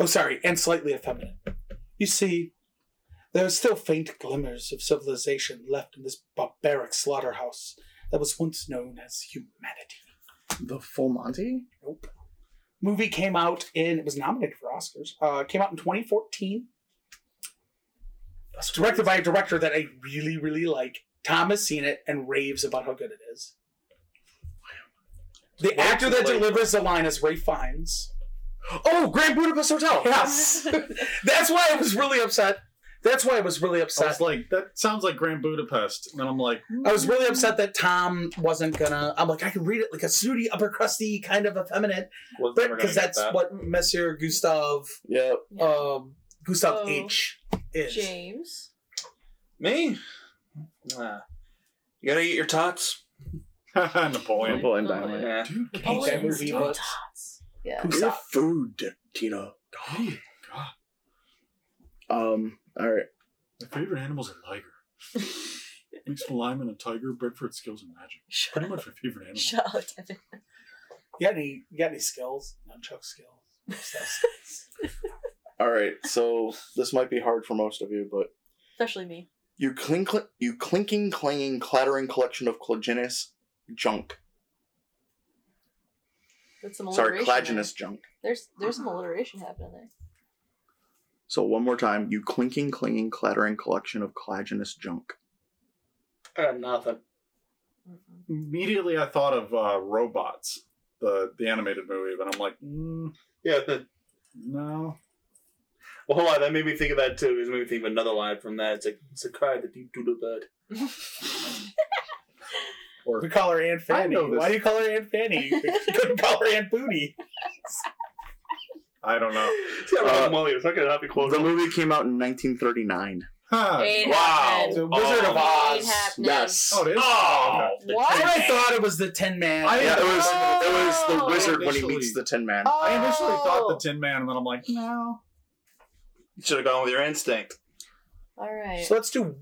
Speaker 5: Oh, sorry, and slightly effeminate. You see, there are still faint glimmers of civilization left in this barbaric slaughterhouse that was once known as humanity.
Speaker 3: the Full Monty.
Speaker 5: Nope. Movie came out in it was nominated for Oscars. Uh, came out in 2014. It's directed by a director that I really, really like. Tom has seen it and raves about how good it is. The
Speaker 2: Well,
Speaker 5: actor that
Speaker 2: like-
Speaker 5: delivers the line is Ray Fiennes.
Speaker 3: Oh, Grand Budapest Hotel.
Speaker 5: Yes, that's why I was really upset. That's why I was really
Speaker 1: I
Speaker 5: upset.
Speaker 1: was like, that sounds like Grand Budapest, and I'm like,
Speaker 5: I was really upset that Tom wasn't gonna. I'm like, I could read it like a snooty, upper crusty, kind of effeminate,
Speaker 2: Was never
Speaker 5: but
Speaker 2: gonna
Speaker 5: because
Speaker 2: get
Speaker 5: that's
Speaker 2: that.
Speaker 5: what Monsieur Gustave
Speaker 3: Yeah.
Speaker 5: um, Gustav
Speaker 4: Oh.
Speaker 5: H is.
Speaker 4: James.
Speaker 2: Me? Nah. You gotta eat your tots.
Speaker 1: Napoleon.
Speaker 3: Napoleon
Speaker 4: Oh,
Speaker 3: Dynamite.
Speaker 2: Yeah.
Speaker 5: I hate that
Speaker 4: Napoleon's
Speaker 5: movie,
Speaker 4: Dog
Speaker 5: but
Speaker 4: Tots. Yeah.
Speaker 3: Your
Speaker 5: Gustav.
Speaker 3: food, Tina.
Speaker 1: God, God,
Speaker 3: Um. All right.
Speaker 1: my favorite animal's a tiger. Makes a lime and a tiger, bred for its skills and magic.
Speaker 4: Shut
Speaker 1: Pretty much my favorite animal.
Speaker 4: shut up, Devin.
Speaker 5: You got any? You got any skills? Nunchuck skills. Stuff.
Speaker 3: All right. So this might be hard for most of you, but
Speaker 4: Especially me.
Speaker 3: you clink, you clinking, clanging, clattering collection of claginous junk.
Speaker 4: That's some
Speaker 3: Sorry,
Speaker 4: alliteration. there.
Speaker 3: claginous junk.
Speaker 4: There's there's some alliteration happening there.
Speaker 3: So one more time, you clinking, clinging, clattering collection of claginous junk.
Speaker 2: I
Speaker 1: Uh,
Speaker 2: got nothing.
Speaker 4: Mm-mm.
Speaker 1: Immediately, I thought of uh, robots, the the animated movie, but I'm like, mm,
Speaker 2: Yeah, the,
Speaker 1: no.
Speaker 2: well, hold on. That made me think of that too. It made me think of another line from that. It's like, it's a cry that deep doodle bird.
Speaker 5: We call her Aunt
Speaker 1: I
Speaker 5: Fanny.
Speaker 1: know this.
Speaker 5: Why do you call her Aunt Fanny? You couldn't call her Aunt Booty.
Speaker 1: I don't know.
Speaker 2: It's got Robin Williams. Not gonna help you close
Speaker 3: The
Speaker 2: it.
Speaker 3: movie came out in 1939.
Speaker 1: Huh.
Speaker 4: Ain't
Speaker 2: Wow.
Speaker 4: happening.
Speaker 5: The Wizard of
Speaker 2: Oh.
Speaker 5: Oz.
Speaker 4: Ain't happening.
Speaker 1: Oh, it is.
Speaker 2: Oh!
Speaker 1: Okay.
Speaker 5: That's what
Speaker 4: What?
Speaker 5: I thought it was the Tin Man.
Speaker 1: I-
Speaker 3: Yeah, it was it was the
Speaker 4: Oh.
Speaker 3: wizard when he
Speaker 1: Initially-
Speaker 3: meets the Tin Man.
Speaker 1: I initially thought
Speaker 4: Oh.
Speaker 1: the Tin Man, and then I'm like, no.
Speaker 2: You should have gone with your instinct. Mm.
Speaker 4: All right.
Speaker 5: so let's do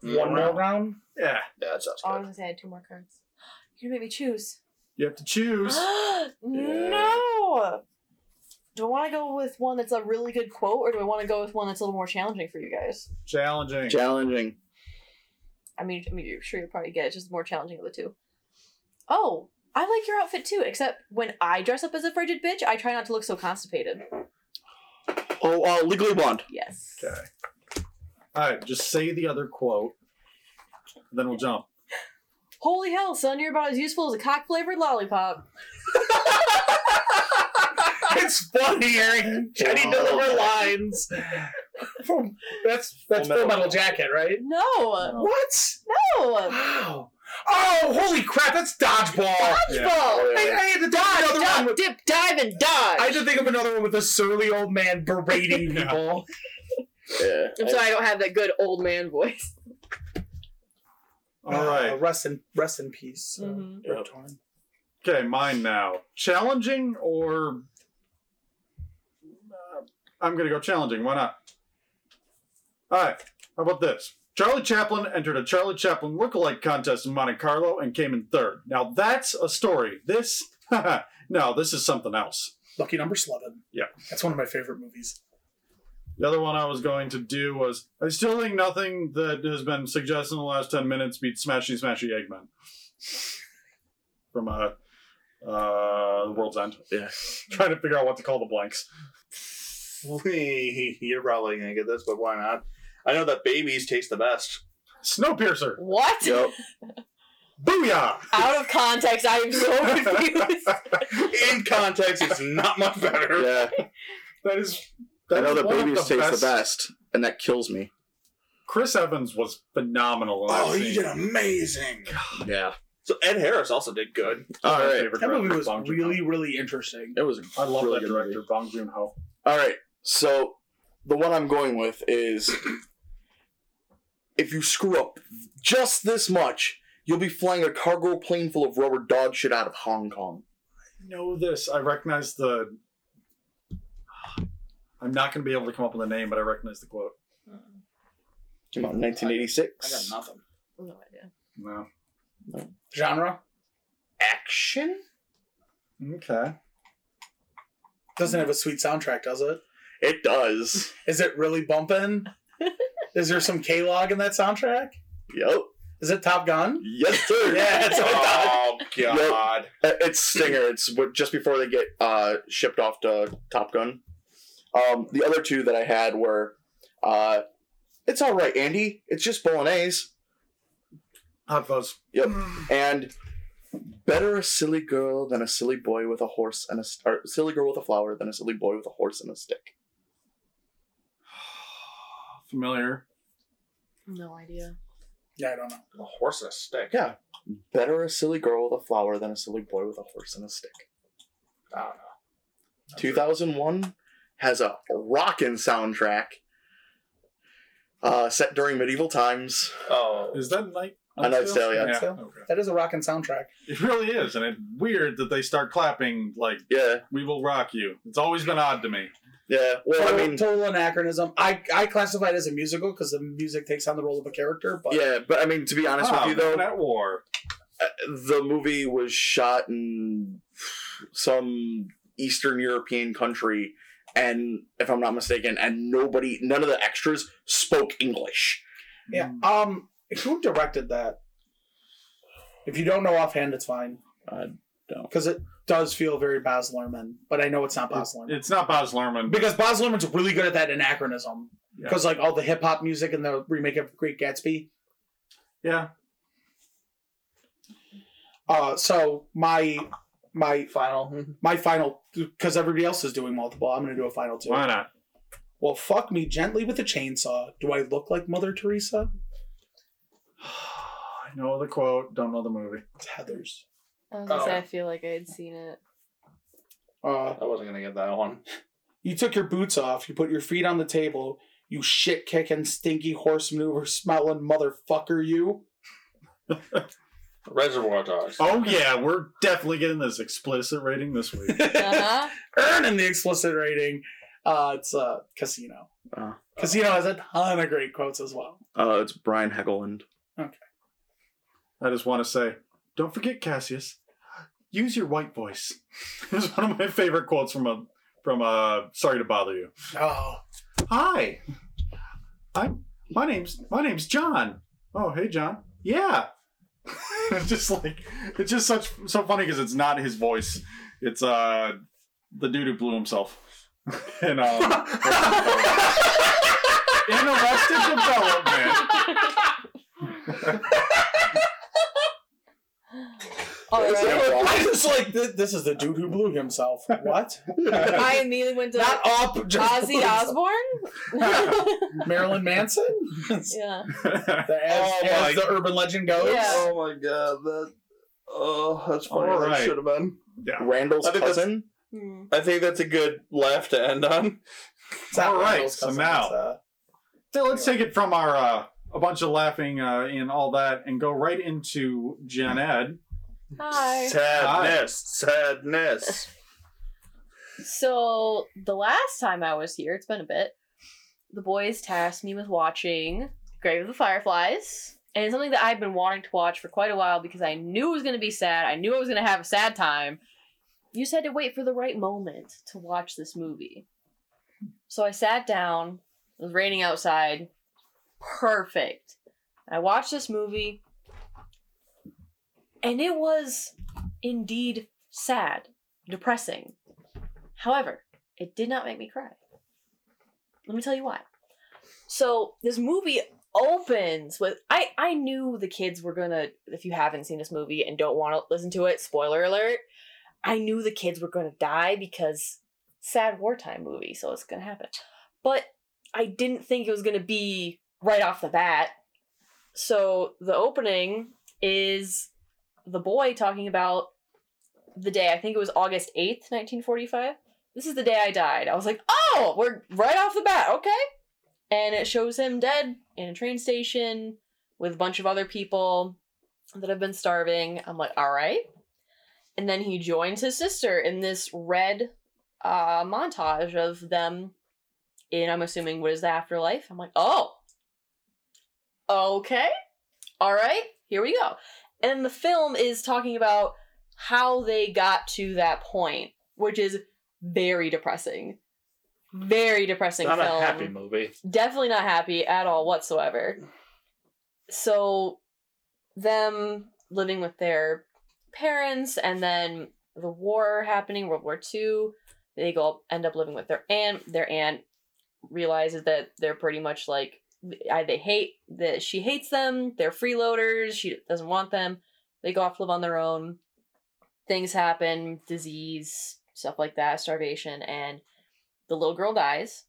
Speaker 5: one more round.
Speaker 1: Yeah,
Speaker 2: Yeah, that sounds
Speaker 4: Oh, I was
Speaker 2: good.
Speaker 4: gonna say I had two more cards. You're gonna make me choose.
Speaker 1: you have to choose.
Speaker 4: no. Do I want to go with one that's a really good quote, or do I want to go with one that's a little more challenging for you guys?
Speaker 1: Challenging.
Speaker 3: Challenging.
Speaker 4: I mean, I mean, you're sure you'll probably get it. It's just more challenging of the two. Oh, I like your outfit too. Except when I dress up as a frigid bitch, I try not to look so constipated.
Speaker 3: Oh, uh, Legally Blonde.
Speaker 4: Yes.
Speaker 1: Okay. All right, just say the other quote, and then we'll jump.
Speaker 4: Holy hell, son, you're about as useful as a cock flavored lollipop.
Speaker 5: it's fun hearing Jenny deliver lines. From, that's that's
Speaker 3: Full
Speaker 5: Full
Speaker 3: Metal.
Speaker 5: Metal Jacket, right?
Speaker 4: No.
Speaker 5: What?
Speaker 4: No.
Speaker 5: Wow. Oh, holy crap! That's dodgeball.
Speaker 4: Dodgeball.
Speaker 5: I, I had to think of another one.
Speaker 4: Dodge,
Speaker 5: With,
Speaker 4: dip, dive, and dodge.
Speaker 5: I had to think of another one with a surly old man berating
Speaker 1: Yeah.
Speaker 5: people.
Speaker 3: Yeah.
Speaker 4: I'm sorry I don't have that good old man voice.
Speaker 1: All
Speaker 5: Uh,
Speaker 1: right.
Speaker 5: rest in rest in peace. Uh,
Speaker 4: Mhm.
Speaker 5: Rip
Speaker 3: Yep.
Speaker 5: Torn.
Speaker 1: Okay, mine now. Challenging or. Uh, I'm going to go challenging. Why not? All right. How about this? Charlie Chaplin entered a Charlie Chaplin lookalike contest in Monte Carlo and came in third. Now that's a story. This. no, this is something else.
Speaker 5: Lucky number eleven.
Speaker 1: Yeah.
Speaker 5: that's one of my favorite movies.
Speaker 1: The other one I was going to do was I still think nothing that has been suggested in the last 10 minutes beats Smashy Smashy Eggman. From uh, uh, The World's End.
Speaker 3: Yeah.
Speaker 1: Trying to figure out what to call the blanks.
Speaker 2: You're probably gonna get this, but why not? I know that babies taste the best.
Speaker 1: Snowpiercer.
Speaker 4: What?
Speaker 3: Yep.
Speaker 1: Booyah!
Speaker 4: Out of context, I am so confused.
Speaker 2: In context, it's not much better.
Speaker 3: Yeah.
Speaker 1: That is.
Speaker 3: I know
Speaker 1: is
Speaker 3: the
Speaker 1: one of
Speaker 3: babies taste the best, and that kills me.
Speaker 1: Chris Evans was phenomenal. in that
Speaker 2: Oh,
Speaker 1: scene.
Speaker 2: he did amazing.
Speaker 3: Yeah.
Speaker 2: So Ed Harris also did good.
Speaker 3: All
Speaker 1: My
Speaker 3: right.
Speaker 1: favorite
Speaker 5: That movie
Speaker 1: director,
Speaker 5: was
Speaker 1: Bong Joon-ho.
Speaker 5: really, really interesting.
Speaker 3: It was. a
Speaker 1: I love that
Speaker 3: really good movie.
Speaker 1: director, Bong Joon Ho.
Speaker 3: All right. So the one I'm going with is if you screw up just this much, you'll be flying a cargo plane full of rubber dog shit out of Hong Kong.
Speaker 1: I know this. I recognize the. I'm not going to be able to come up with a name, but I recognize the quote.
Speaker 3: Came out in
Speaker 5: I
Speaker 3: 1986.
Speaker 5: got nothing.
Speaker 4: no idea.
Speaker 1: No.
Speaker 5: Genre
Speaker 3: Action?
Speaker 1: Okay.
Speaker 5: doesn't have a sweet soundtrack, does it?
Speaker 3: It does.
Speaker 5: Is it really bumping? Is there some K log in that soundtrack?
Speaker 3: Yep.
Speaker 5: Is it Top Gun?
Speaker 3: Yes, sir.
Speaker 5: Yeah, that's what I thought.
Speaker 2: Oh God!
Speaker 3: Uh, It's Stinger. It's w- just before they get uh, shipped off to Top Gun. Um, the other two that I had were, uh, it's all right, Andy. It's just bolognese,
Speaker 1: Hot Fuzz.
Speaker 3: Yep. and better a silly girl than a silly boy with a horse and a st- or silly girl with a flower than a silly boy with a horse and a stick.
Speaker 1: Familiar.
Speaker 4: No idea.
Speaker 5: Yeah, I don't know.
Speaker 2: A horse and a stick.
Speaker 3: Yeah. Better a silly girl with a flower than a silly boy with a horse and a stick.
Speaker 2: I don't know.
Speaker 3: Two thousand one has a rockin' soundtrack. Uh, set during medieval times.
Speaker 2: Oh,
Speaker 1: Is that Night?
Speaker 3: A Knight's Tale, yeah.
Speaker 1: yeah.
Speaker 5: Tale.
Speaker 1: Okay.
Speaker 5: That is a rockin' soundtrack.
Speaker 1: It really is, and it's weird that they start clapping like
Speaker 3: Yeah,
Speaker 1: "We will rock you." It's always been odd to me.
Speaker 3: yeah. Well, I
Speaker 5: total,
Speaker 3: mean,
Speaker 5: total anachronism. I I classify it as a musical because the music takes on the role of a character. But
Speaker 3: Yeah, but I mean, to be honest
Speaker 1: Ah,
Speaker 3: with you, though,
Speaker 1: Man at war.
Speaker 3: uh, the movie was shot in some Eastern European country, and if I'm not mistaken, and nobody, none of the extras spoke English.
Speaker 5: yeah.
Speaker 1: Mm.
Speaker 5: Um, who directed that? If you don't know offhand, it's fine.
Speaker 3: I don't.
Speaker 5: because it does feel very Baz Luhrmann, but I know it's not Baz Luhrmann
Speaker 1: It's not Baz Luhrmann.
Speaker 5: because Baz Luhrmann's really good at that anachronism.
Speaker 1: Yeah.
Speaker 5: Because like all the hip hop music and the remake of Great Gatsby.
Speaker 1: Yeah.
Speaker 5: Uh, so my my
Speaker 2: final.
Speaker 5: my final because everybody else is doing multiple. I'm gonna do a final two.
Speaker 1: Why not?
Speaker 5: Well, fuck me gently with a chainsaw. Do I look like Mother Teresa?
Speaker 1: I know the quote. Don't know the movie.
Speaker 5: It's Heather's.
Speaker 4: I was gonna say
Speaker 2: Oh.
Speaker 4: I feel like I had seen it.
Speaker 5: Uh,
Speaker 2: I wasn't gonna get that one.
Speaker 5: you took your boots off. You put your feet on the table. You shit kicking, stinky horse maneuver smelling motherfucker. You.
Speaker 2: Reservoir Dogs.
Speaker 1: Oh yeah, we're definitely getting this explicit rating this week.
Speaker 4: Uh-huh.
Speaker 5: earning the explicit rating. Uh, it's uh, Casino.
Speaker 3: Oh.
Speaker 5: Casino has a ton of great quotes as well.
Speaker 3: Uh, it's Brian Hegeland.
Speaker 1: I just want to say, don't forget Cassius. Use your white voice. This is one of my favorite quotes from a from a Sorry to Bother You.
Speaker 5: Oh,
Speaker 1: Hi. I'm my name's my name's John. Oh, hey John. Yeah. it's just like it's just such so funny because it's not his voice. It's uh the dude who blew himself. in um, in Arrested Development.
Speaker 4: All right.
Speaker 5: I just like th- this is the dude who blew himself. What? Not
Speaker 4: Ryan Neely went to
Speaker 5: up. just
Speaker 4: Ozzy
Speaker 5: blew himself.
Speaker 4: Osbourne.
Speaker 5: Marilyn Manson. As,
Speaker 4: yeah.
Speaker 5: as
Speaker 2: my-
Speaker 5: the urban legend goes.
Speaker 4: Yeah.
Speaker 2: Oh my god, that. Oh, that's funny.
Speaker 1: All
Speaker 2: That
Speaker 1: right.
Speaker 2: should have been.
Speaker 1: yeah.
Speaker 3: Randall's
Speaker 2: I think that's-
Speaker 3: cousin.
Speaker 4: Hmm.
Speaker 2: I think that's a good laugh to end on.
Speaker 5: It's not
Speaker 1: All right,
Speaker 5: Randall's
Speaker 1: so
Speaker 5: cousin,
Speaker 1: now-
Speaker 5: it's, uh,
Speaker 1: So let's take it from our uh, a bunch of laughing uh, and all that, and go right into Gen Ed.
Speaker 4: Hi.
Speaker 2: Sadness. Sadness.
Speaker 4: So the last time I was here, it's been a bit. The boys tasked me with watching Grave of the Fireflies, and it's something that I've been wanting to watch for quite a while because I knew it was going to be sad. I knew I was going to have a sad time. You just had to wait for the right moment to watch this movie. So I sat down. It was raining outside. Perfect. I watched this movie, and it was indeed sad, depressing. However, it did not make me cry. Let me tell you why. So this movie opens with I I knew the kids were gonna if you haven't seen this movie and don't want to listen to it spoiler alert I knew the kids were gonna die because sad wartime movie so it's gonna happen but I didn't think it was gonna be right off the bat so the opening is the boy talking about the day I think it was August eighth nineteen forty five this is the day I died. I was like, oh, we're right off the bat, okay. And it shows him dead in a train station with a bunch of other people that have been starving. I'm like, all right. And then he joins his sister in this red uh, montage of them in, I'm assuming, what is the afterlife? I'm like, oh, okay. All right, here we go. And the film is talking about how they got to that point, which is very depressing. Very depressing
Speaker 2: Not a
Speaker 4: film
Speaker 2: happy movie.
Speaker 4: definitely not happy at all whatsoever. So, them living with their parents and then the war happening, World War II, they go end up living with their aunt. Their aunt realizes that they're pretty much like I, they hate that she hates them. They're freeloaders. She doesn't want them. They go off to live on their own. Things happen, disease, stuff like that, starvation, and the little girl dies.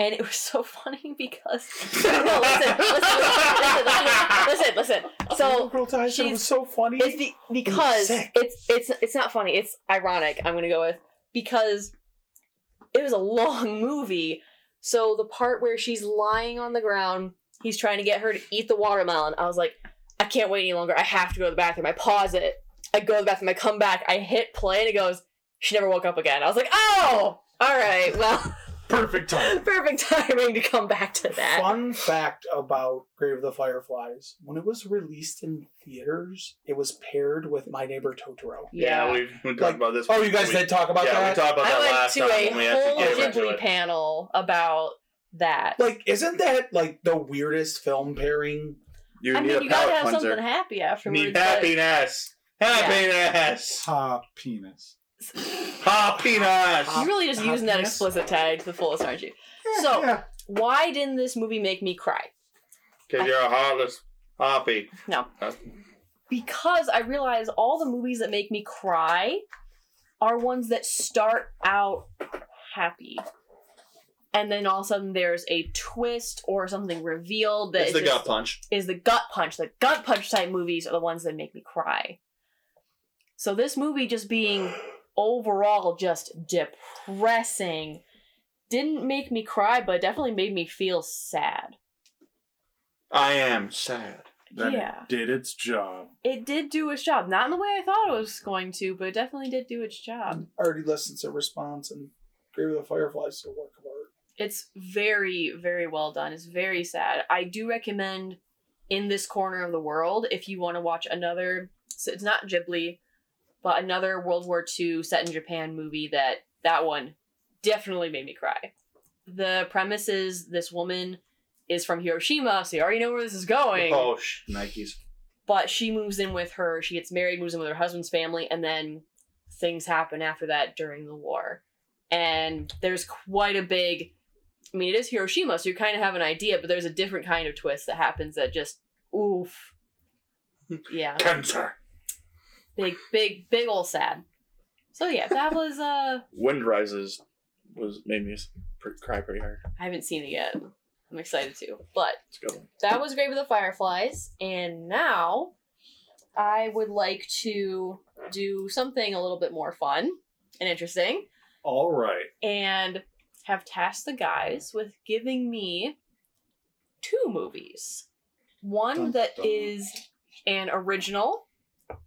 Speaker 4: And it was so funny because no, listen, listen, listen, listen, listen, listen. So
Speaker 5: April Tyson
Speaker 4: she's-
Speaker 5: was so funny.
Speaker 4: it's be- because
Speaker 5: sick.
Speaker 4: it's it's it's not funny. It's ironic. I'm gonna go with because it was a long movie. So the part where she's lying on the ground, he's trying to get her to eat the watermelon. I was like, I can't wait any longer. I have to go to the bathroom. I pause it. I go to the bathroom. I come back. I hit play, and it goes. She never woke up again. I was like, oh, all right, well,
Speaker 1: Perfect time.
Speaker 4: perfect timing to come back to that.
Speaker 5: Fun fact about Grave of the Fireflies: when it was released in theaters, it was paired with My Neighbor Totoro.
Speaker 2: Yeah,
Speaker 4: Yeah.
Speaker 2: we, we talked
Speaker 5: Like-
Speaker 2: about this.
Speaker 5: Oh, you guys
Speaker 2: we,
Speaker 5: did talk about
Speaker 2: yeah,
Speaker 5: that.
Speaker 2: we talked about that
Speaker 4: I went
Speaker 2: last
Speaker 4: to
Speaker 2: time when we
Speaker 4: a
Speaker 2: actually
Speaker 4: whole
Speaker 2: came into
Speaker 4: Ghibli
Speaker 2: it.
Speaker 4: panel about that.
Speaker 5: like, isn't that like the weirdest film pairing?
Speaker 3: You
Speaker 4: I
Speaker 3: need
Speaker 4: mean,
Speaker 3: a
Speaker 4: you gotta
Speaker 3: palate
Speaker 4: have
Speaker 3: cleanser.
Speaker 4: something happy afterwards.
Speaker 2: Need
Speaker 4: but-
Speaker 2: happiness. Happiness.
Speaker 1: Ha penis.
Speaker 4: You're
Speaker 2: Happiness.
Speaker 4: really just using that
Speaker 1: Happiness?
Speaker 4: explicit tag to the fullest, aren't you? So-
Speaker 1: yeah.
Speaker 4: Why didn't this movie make me cry?
Speaker 2: Because you're a heartless happy.
Speaker 4: No.
Speaker 2: Uh,
Speaker 4: Because I realize all the movies that make me cry are ones that start out happy. And then all of a sudden there's a twist or something revealed that
Speaker 2: It's the
Speaker 4: just-
Speaker 2: gut punch.
Speaker 4: is the gut punch. The gut punch type movies are the ones that make me cry. So this movie just being overall just depressing didn't make me cry, but definitely made me feel sad.
Speaker 2: I am sad.
Speaker 1: Then
Speaker 4: yeah.
Speaker 1: it did its job.
Speaker 4: It did do its job. Not in the way I thought it was going to, but it definitely did do its job.
Speaker 5: I already listened to response and Grave of the Fireflies is a work of art.
Speaker 4: It's very, very well done. It's very sad. I do recommend In This Corner of the World if you want to watch another, so it's not Ghibli, but another World War II set in Japan movie that that one definitely made me cry. The premise is this woman is from Hiroshima, so you already know where this is going.
Speaker 2: Oh, sh- Nikes.
Speaker 4: But she moves in with her, she gets married, moves in with her husband's family, and then things happen after that during the war. and there's quite a big. I mean, it is Hiroshima, so you kind of have an idea, but there's a different kind of twist that happens that just oof, yeah,
Speaker 2: Cancer.
Speaker 4: big, big, big old sad. So yeah, that was uh,
Speaker 3: Wind Rises was made me s- pr- cry pretty hard.
Speaker 4: I haven't seen it yet. I'm excited to, but
Speaker 3: It's a good one.
Speaker 4: that was Grave of the Fireflies, and now I would like to do something a little bit more fun and interesting,
Speaker 1: All right.
Speaker 4: and have tasked the guys with giving me two movies.
Speaker 1: Dun,
Speaker 4: One that is
Speaker 1: dun.
Speaker 4: an original,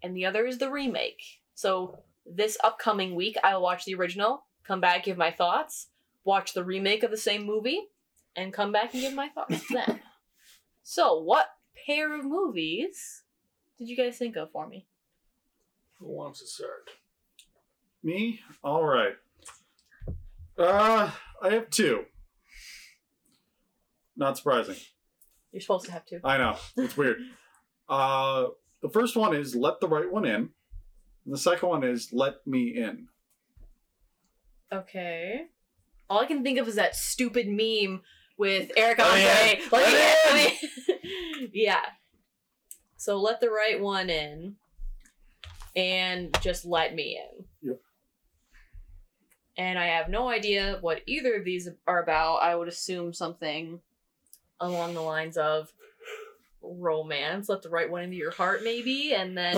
Speaker 4: and the other is the remake. So this upcoming week, I'll watch the original, come back, give my thoughts, watch the remake of the same movie, and come back and give my thoughts then. So, what pair of movies did you guys think of for me?
Speaker 2: Who wants to start?
Speaker 1: Me? All right. Uh, I have two. Not surprising.
Speaker 4: You're supposed to have two.
Speaker 1: I know. It's weird. Uh, the first one is Let the Right One In. And the second one is Let Me In.
Speaker 4: Okay. All I can think of is that stupid meme with Eric
Speaker 3: Oh,
Speaker 4: Andre.
Speaker 3: yeah.
Speaker 4: Like,
Speaker 3: Oh,
Speaker 4: yeah. So let the right one in, and just let me in.
Speaker 1: Yep.
Speaker 4: And I have no idea what either of these are about. I would assume something along the lines of romance. Let the right one into your heart, maybe, and then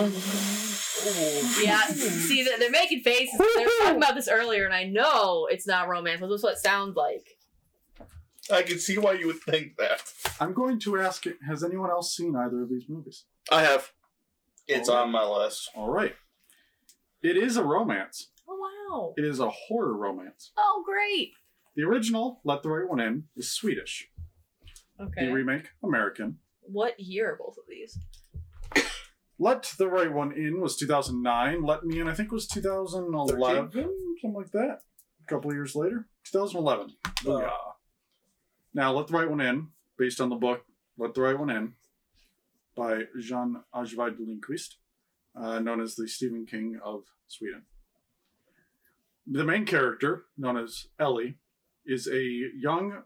Speaker 4: yeah. See, they're, they're making faces. They were talking about this earlier, and I know it's not romance, but that's what it sounds like.
Speaker 2: I can see why you would think that.
Speaker 1: I'm going to ask it, has anyone else seen either of these movies?
Speaker 3: I have.
Speaker 2: It's on my list.
Speaker 1: All right. It is a romance.
Speaker 4: Oh, wow.
Speaker 1: It is a horror romance.
Speaker 4: Oh, great.
Speaker 1: The original, Let the Right One In, is Swedish.
Speaker 4: Okay.
Speaker 1: The remake, American.
Speaker 4: what year are both of these?
Speaker 1: Let the Right One In was 2009. Let Me In, I think, was 2011, something like that. A couple of years later, 2011.
Speaker 2: Oh.
Speaker 1: Yeah. Now, Let the Right One In, based on the book Let the Right One In by Jean Ajvad Lindqvist, uh, known as the Stephen King of Sweden. The main character, known as Ellie, is a young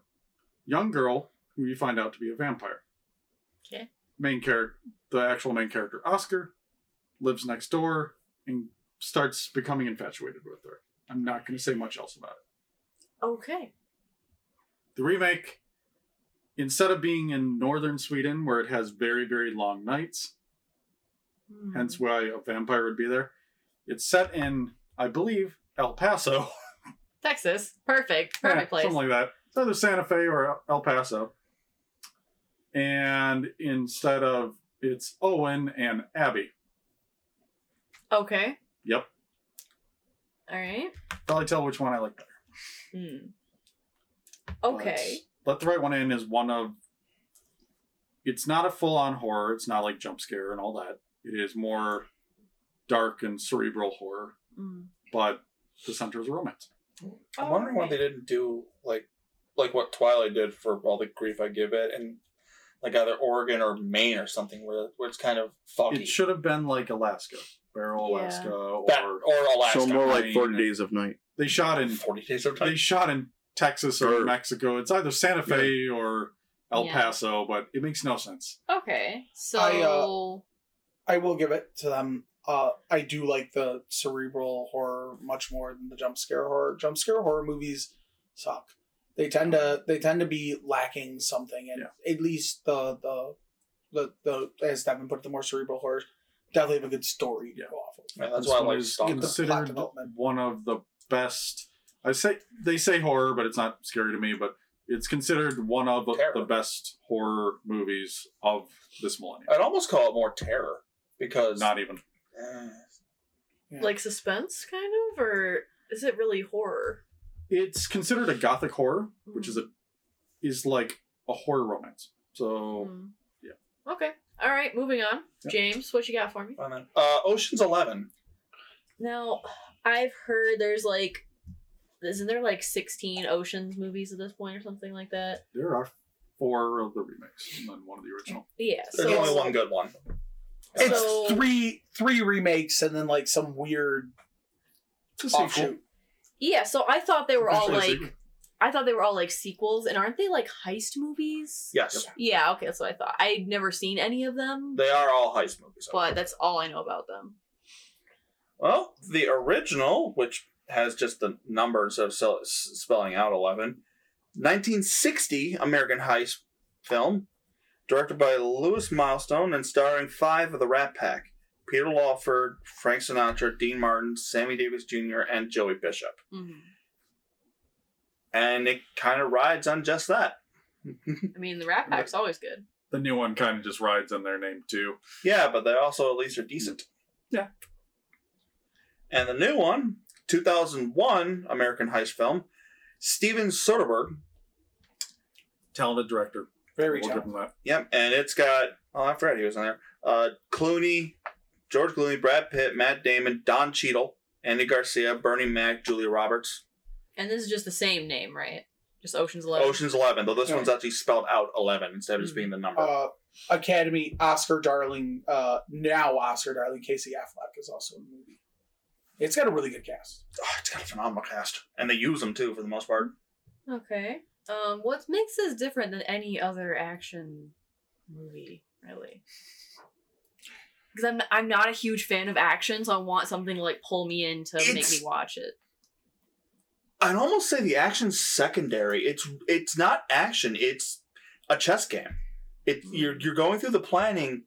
Speaker 1: young girl who you find out to be a vampire.
Speaker 4: Okay.
Speaker 1: Main character, the actual main character, Oscar, lives next door and starts becoming infatuated with her. I'm not going to say much else about it.
Speaker 4: Okay.
Speaker 1: The remake, instead of being in northern Sweden where it has very, very long nights,
Speaker 4: Hmm. Mm-hmm.
Speaker 1: hence why a vampire would be there, it's set in, I believe, El Paso.
Speaker 4: Texas. Perfect. Perfect
Speaker 1: Yeah,
Speaker 4: place.
Speaker 1: Something like that. It's either Santa Fe or El Paso. And instead of it's Owen and Abby.
Speaker 4: okay.
Speaker 1: Yep.
Speaker 4: All right.
Speaker 1: Probably tell which one I like better.
Speaker 4: Hmm. Okay.
Speaker 1: But Let the Right One In is one of it's not a full on horror, it's not like jump scare and all that. It is more dark and cerebral horror,
Speaker 4: Mm.
Speaker 1: but the center is romance.
Speaker 2: I'm wondering why
Speaker 4: Alright.
Speaker 2: they didn't do like like what Twilight did for all the grief I give it, and like either Oregon or Maine or something where where it's kind of foggy.
Speaker 1: It should have been like Alaska, Barrel,
Speaker 4: Yeah.
Speaker 1: Alaska, or
Speaker 2: that, or Alaska.
Speaker 3: So more like
Speaker 1: Nine.
Speaker 3: 40 Days of Night.
Speaker 1: they shot in
Speaker 2: forty days of
Speaker 1: they
Speaker 2: time.
Speaker 1: shot in Texas or
Speaker 3: Or-
Speaker 1: Mexico. It's either Santa Fe or El
Speaker 4: Yeah.
Speaker 1: Paso, but it makes no sense.
Speaker 4: Okay. So.
Speaker 5: I, uh, I will give it to them. Uh, I do like the cerebral horror much more than the jump scare horror. Jump scare horror movies suck. They tend to they tend to be lacking something, and at least the the the, the as Devin put it, the more cerebral horrors definitely have a good story to go off of.
Speaker 2: Yeah, that's
Speaker 1: This
Speaker 2: why I
Speaker 1: one
Speaker 2: like
Speaker 1: is
Speaker 2: Stalker.
Speaker 5: Plot
Speaker 1: considered
Speaker 5: development.
Speaker 1: one of the best. I say they say horror, but it's not scary to me. But it's considered one of
Speaker 2: Terror.
Speaker 1: the best horror movies of this millennium.
Speaker 2: I'd almost call it more terror because
Speaker 1: Not even.
Speaker 2: Eh,
Speaker 4: like suspense, kind of? Or is it really horror?
Speaker 1: It's considered a gothic horror, which is a is like a horror romance. So
Speaker 4: Mm.
Speaker 1: yeah.
Speaker 4: Okay. All right. Moving on.
Speaker 1: Yep.
Speaker 4: James, what you got for me?
Speaker 2: why not? uh, Ocean's Eleven.
Speaker 4: Now, I've heard there's like, isn't there like 16 Oceans movies at this point or something like that?
Speaker 1: there are four of the remakes and then one of the original.
Speaker 4: Yeah.
Speaker 2: There's
Speaker 4: So,
Speaker 2: only one good one.
Speaker 5: It's
Speaker 4: So-
Speaker 5: three three remakes and then like some weird
Speaker 1: It's a sequel.
Speaker 5: offshoot.
Speaker 4: Yeah, so I thought they were all
Speaker 1: Officially
Speaker 4: like I thought they were all like sequels, and aren't they like heist movies?
Speaker 2: Yes,
Speaker 4: Yeah, okay, that's what I thought. I'd never seen any of them,
Speaker 2: they are all heist movies.
Speaker 4: but that's all I know about them.
Speaker 2: Well, the original, which has just the number instead of sell- s- spelling out 11, 1960 American heist film, directed by Lewis Milestone and starring five of the Rat Pack Peter Lawford, Frank Sinatra, Dean Martin, Sammy Davis Jr., and Joey Bishop.
Speaker 4: Mhm.
Speaker 2: And it kind of rides on just that.
Speaker 4: I mean, the Rat Pack's always good.
Speaker 1: The new one kind of just rides on their name too.
Speaker 2: Yeah, but they also at least are decent.
Speaker 1: Yeah.
Speaker 2: And the new one, 2001 American heist film, Steven Soderbergh.
Speaker 1: Talented director.
Speaker 5: Very
Speaker 1: we'll give
Speaker 5: talented.
Speaker 1: him that.
Speaker 2: Yep, and it's got oh I forgot he was in there. Uh, Clooney, George Clooney, Brad Pitt, Matt Damon, Don Cheadle, Andy Garcia, Bernie Mac, Julia Roberts.
Speaker 4: And this is just the same name, right? Just Ocean's Eleven.
Speaker 2: Ocean's Eleven, though this
Speaker 5: Yeah.
Speaker 2: one's actually spelled out eleven instead of just
Speaker 4: Mhm.
Speaker 2: being the number.
Speaker 5: Uh, Academy Oscar darling, uh, now Oscar darling Casey Affleck is also in the movie. It's got a really good cast.
Speaker 2: Oh, it's got a phenomenal cast, and they use them too for the most part.
Speaker 4: Okay. Um, what makes this different than any other action movie, really? Because I'm I'm not a huge fan of action, so I want something to like pull me in to make me
Speaker 2: It's-
Speaker 4: watch it.
Speaker 2: I'd almost say the action's secondary. It's it's not action. It's a chess game. It you're you're going through the planning.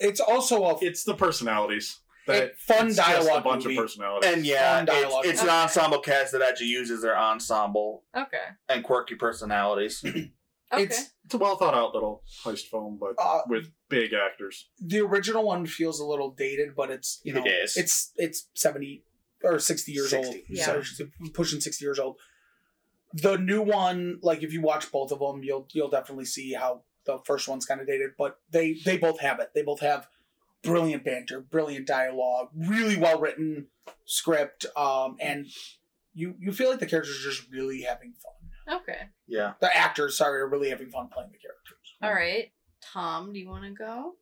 Speaker 5: It's also a
Speaker 1: It's the personalities.
Speaker 5: It- fun
Speaker 1: it's
Speaker 5: dialogue
Speaker 1: a bunch
Speaker 5: movie.
Speaker 1: of personalities.
Speaker 2: And yeah,
Speaker 5: Fun dialogue.
Speaker 2: it's, it's an
Speaker 4: Okay.
Speaker 2: ensemble cast that actually uses their ensemble
Speaker 4: Okay.
Speaker 2: and quirky personalities.
Speaker 4: Okay.
Speaker 5: It's-
Speaker 1: it's a well thought out little heist film, but
Speaker 5: uh,
Speaker 1: with big actors.
Speaker 5: the original one feels a little dated, but it's you know
Speaker 2: It is.
Speaker 5: it's it's seventy or sixty years
Speaker 2: 60,
Speaker 5: old. So it's pushing sixty years old. The new one, like if you watch both of them, you'll you'll definitely see how the first one's kind of dated, but they they both have it. They both have brilliant banter, brilliant dialogue, really well written script, um, and you you feel like the characters are just really having fun.
Speaker 4: Okay.
Speaker 2: Yeah.
Speaker 5: The actors, sorry, are really having fun playing the characters.
Speaker 4: All right. Tom, do you want to go?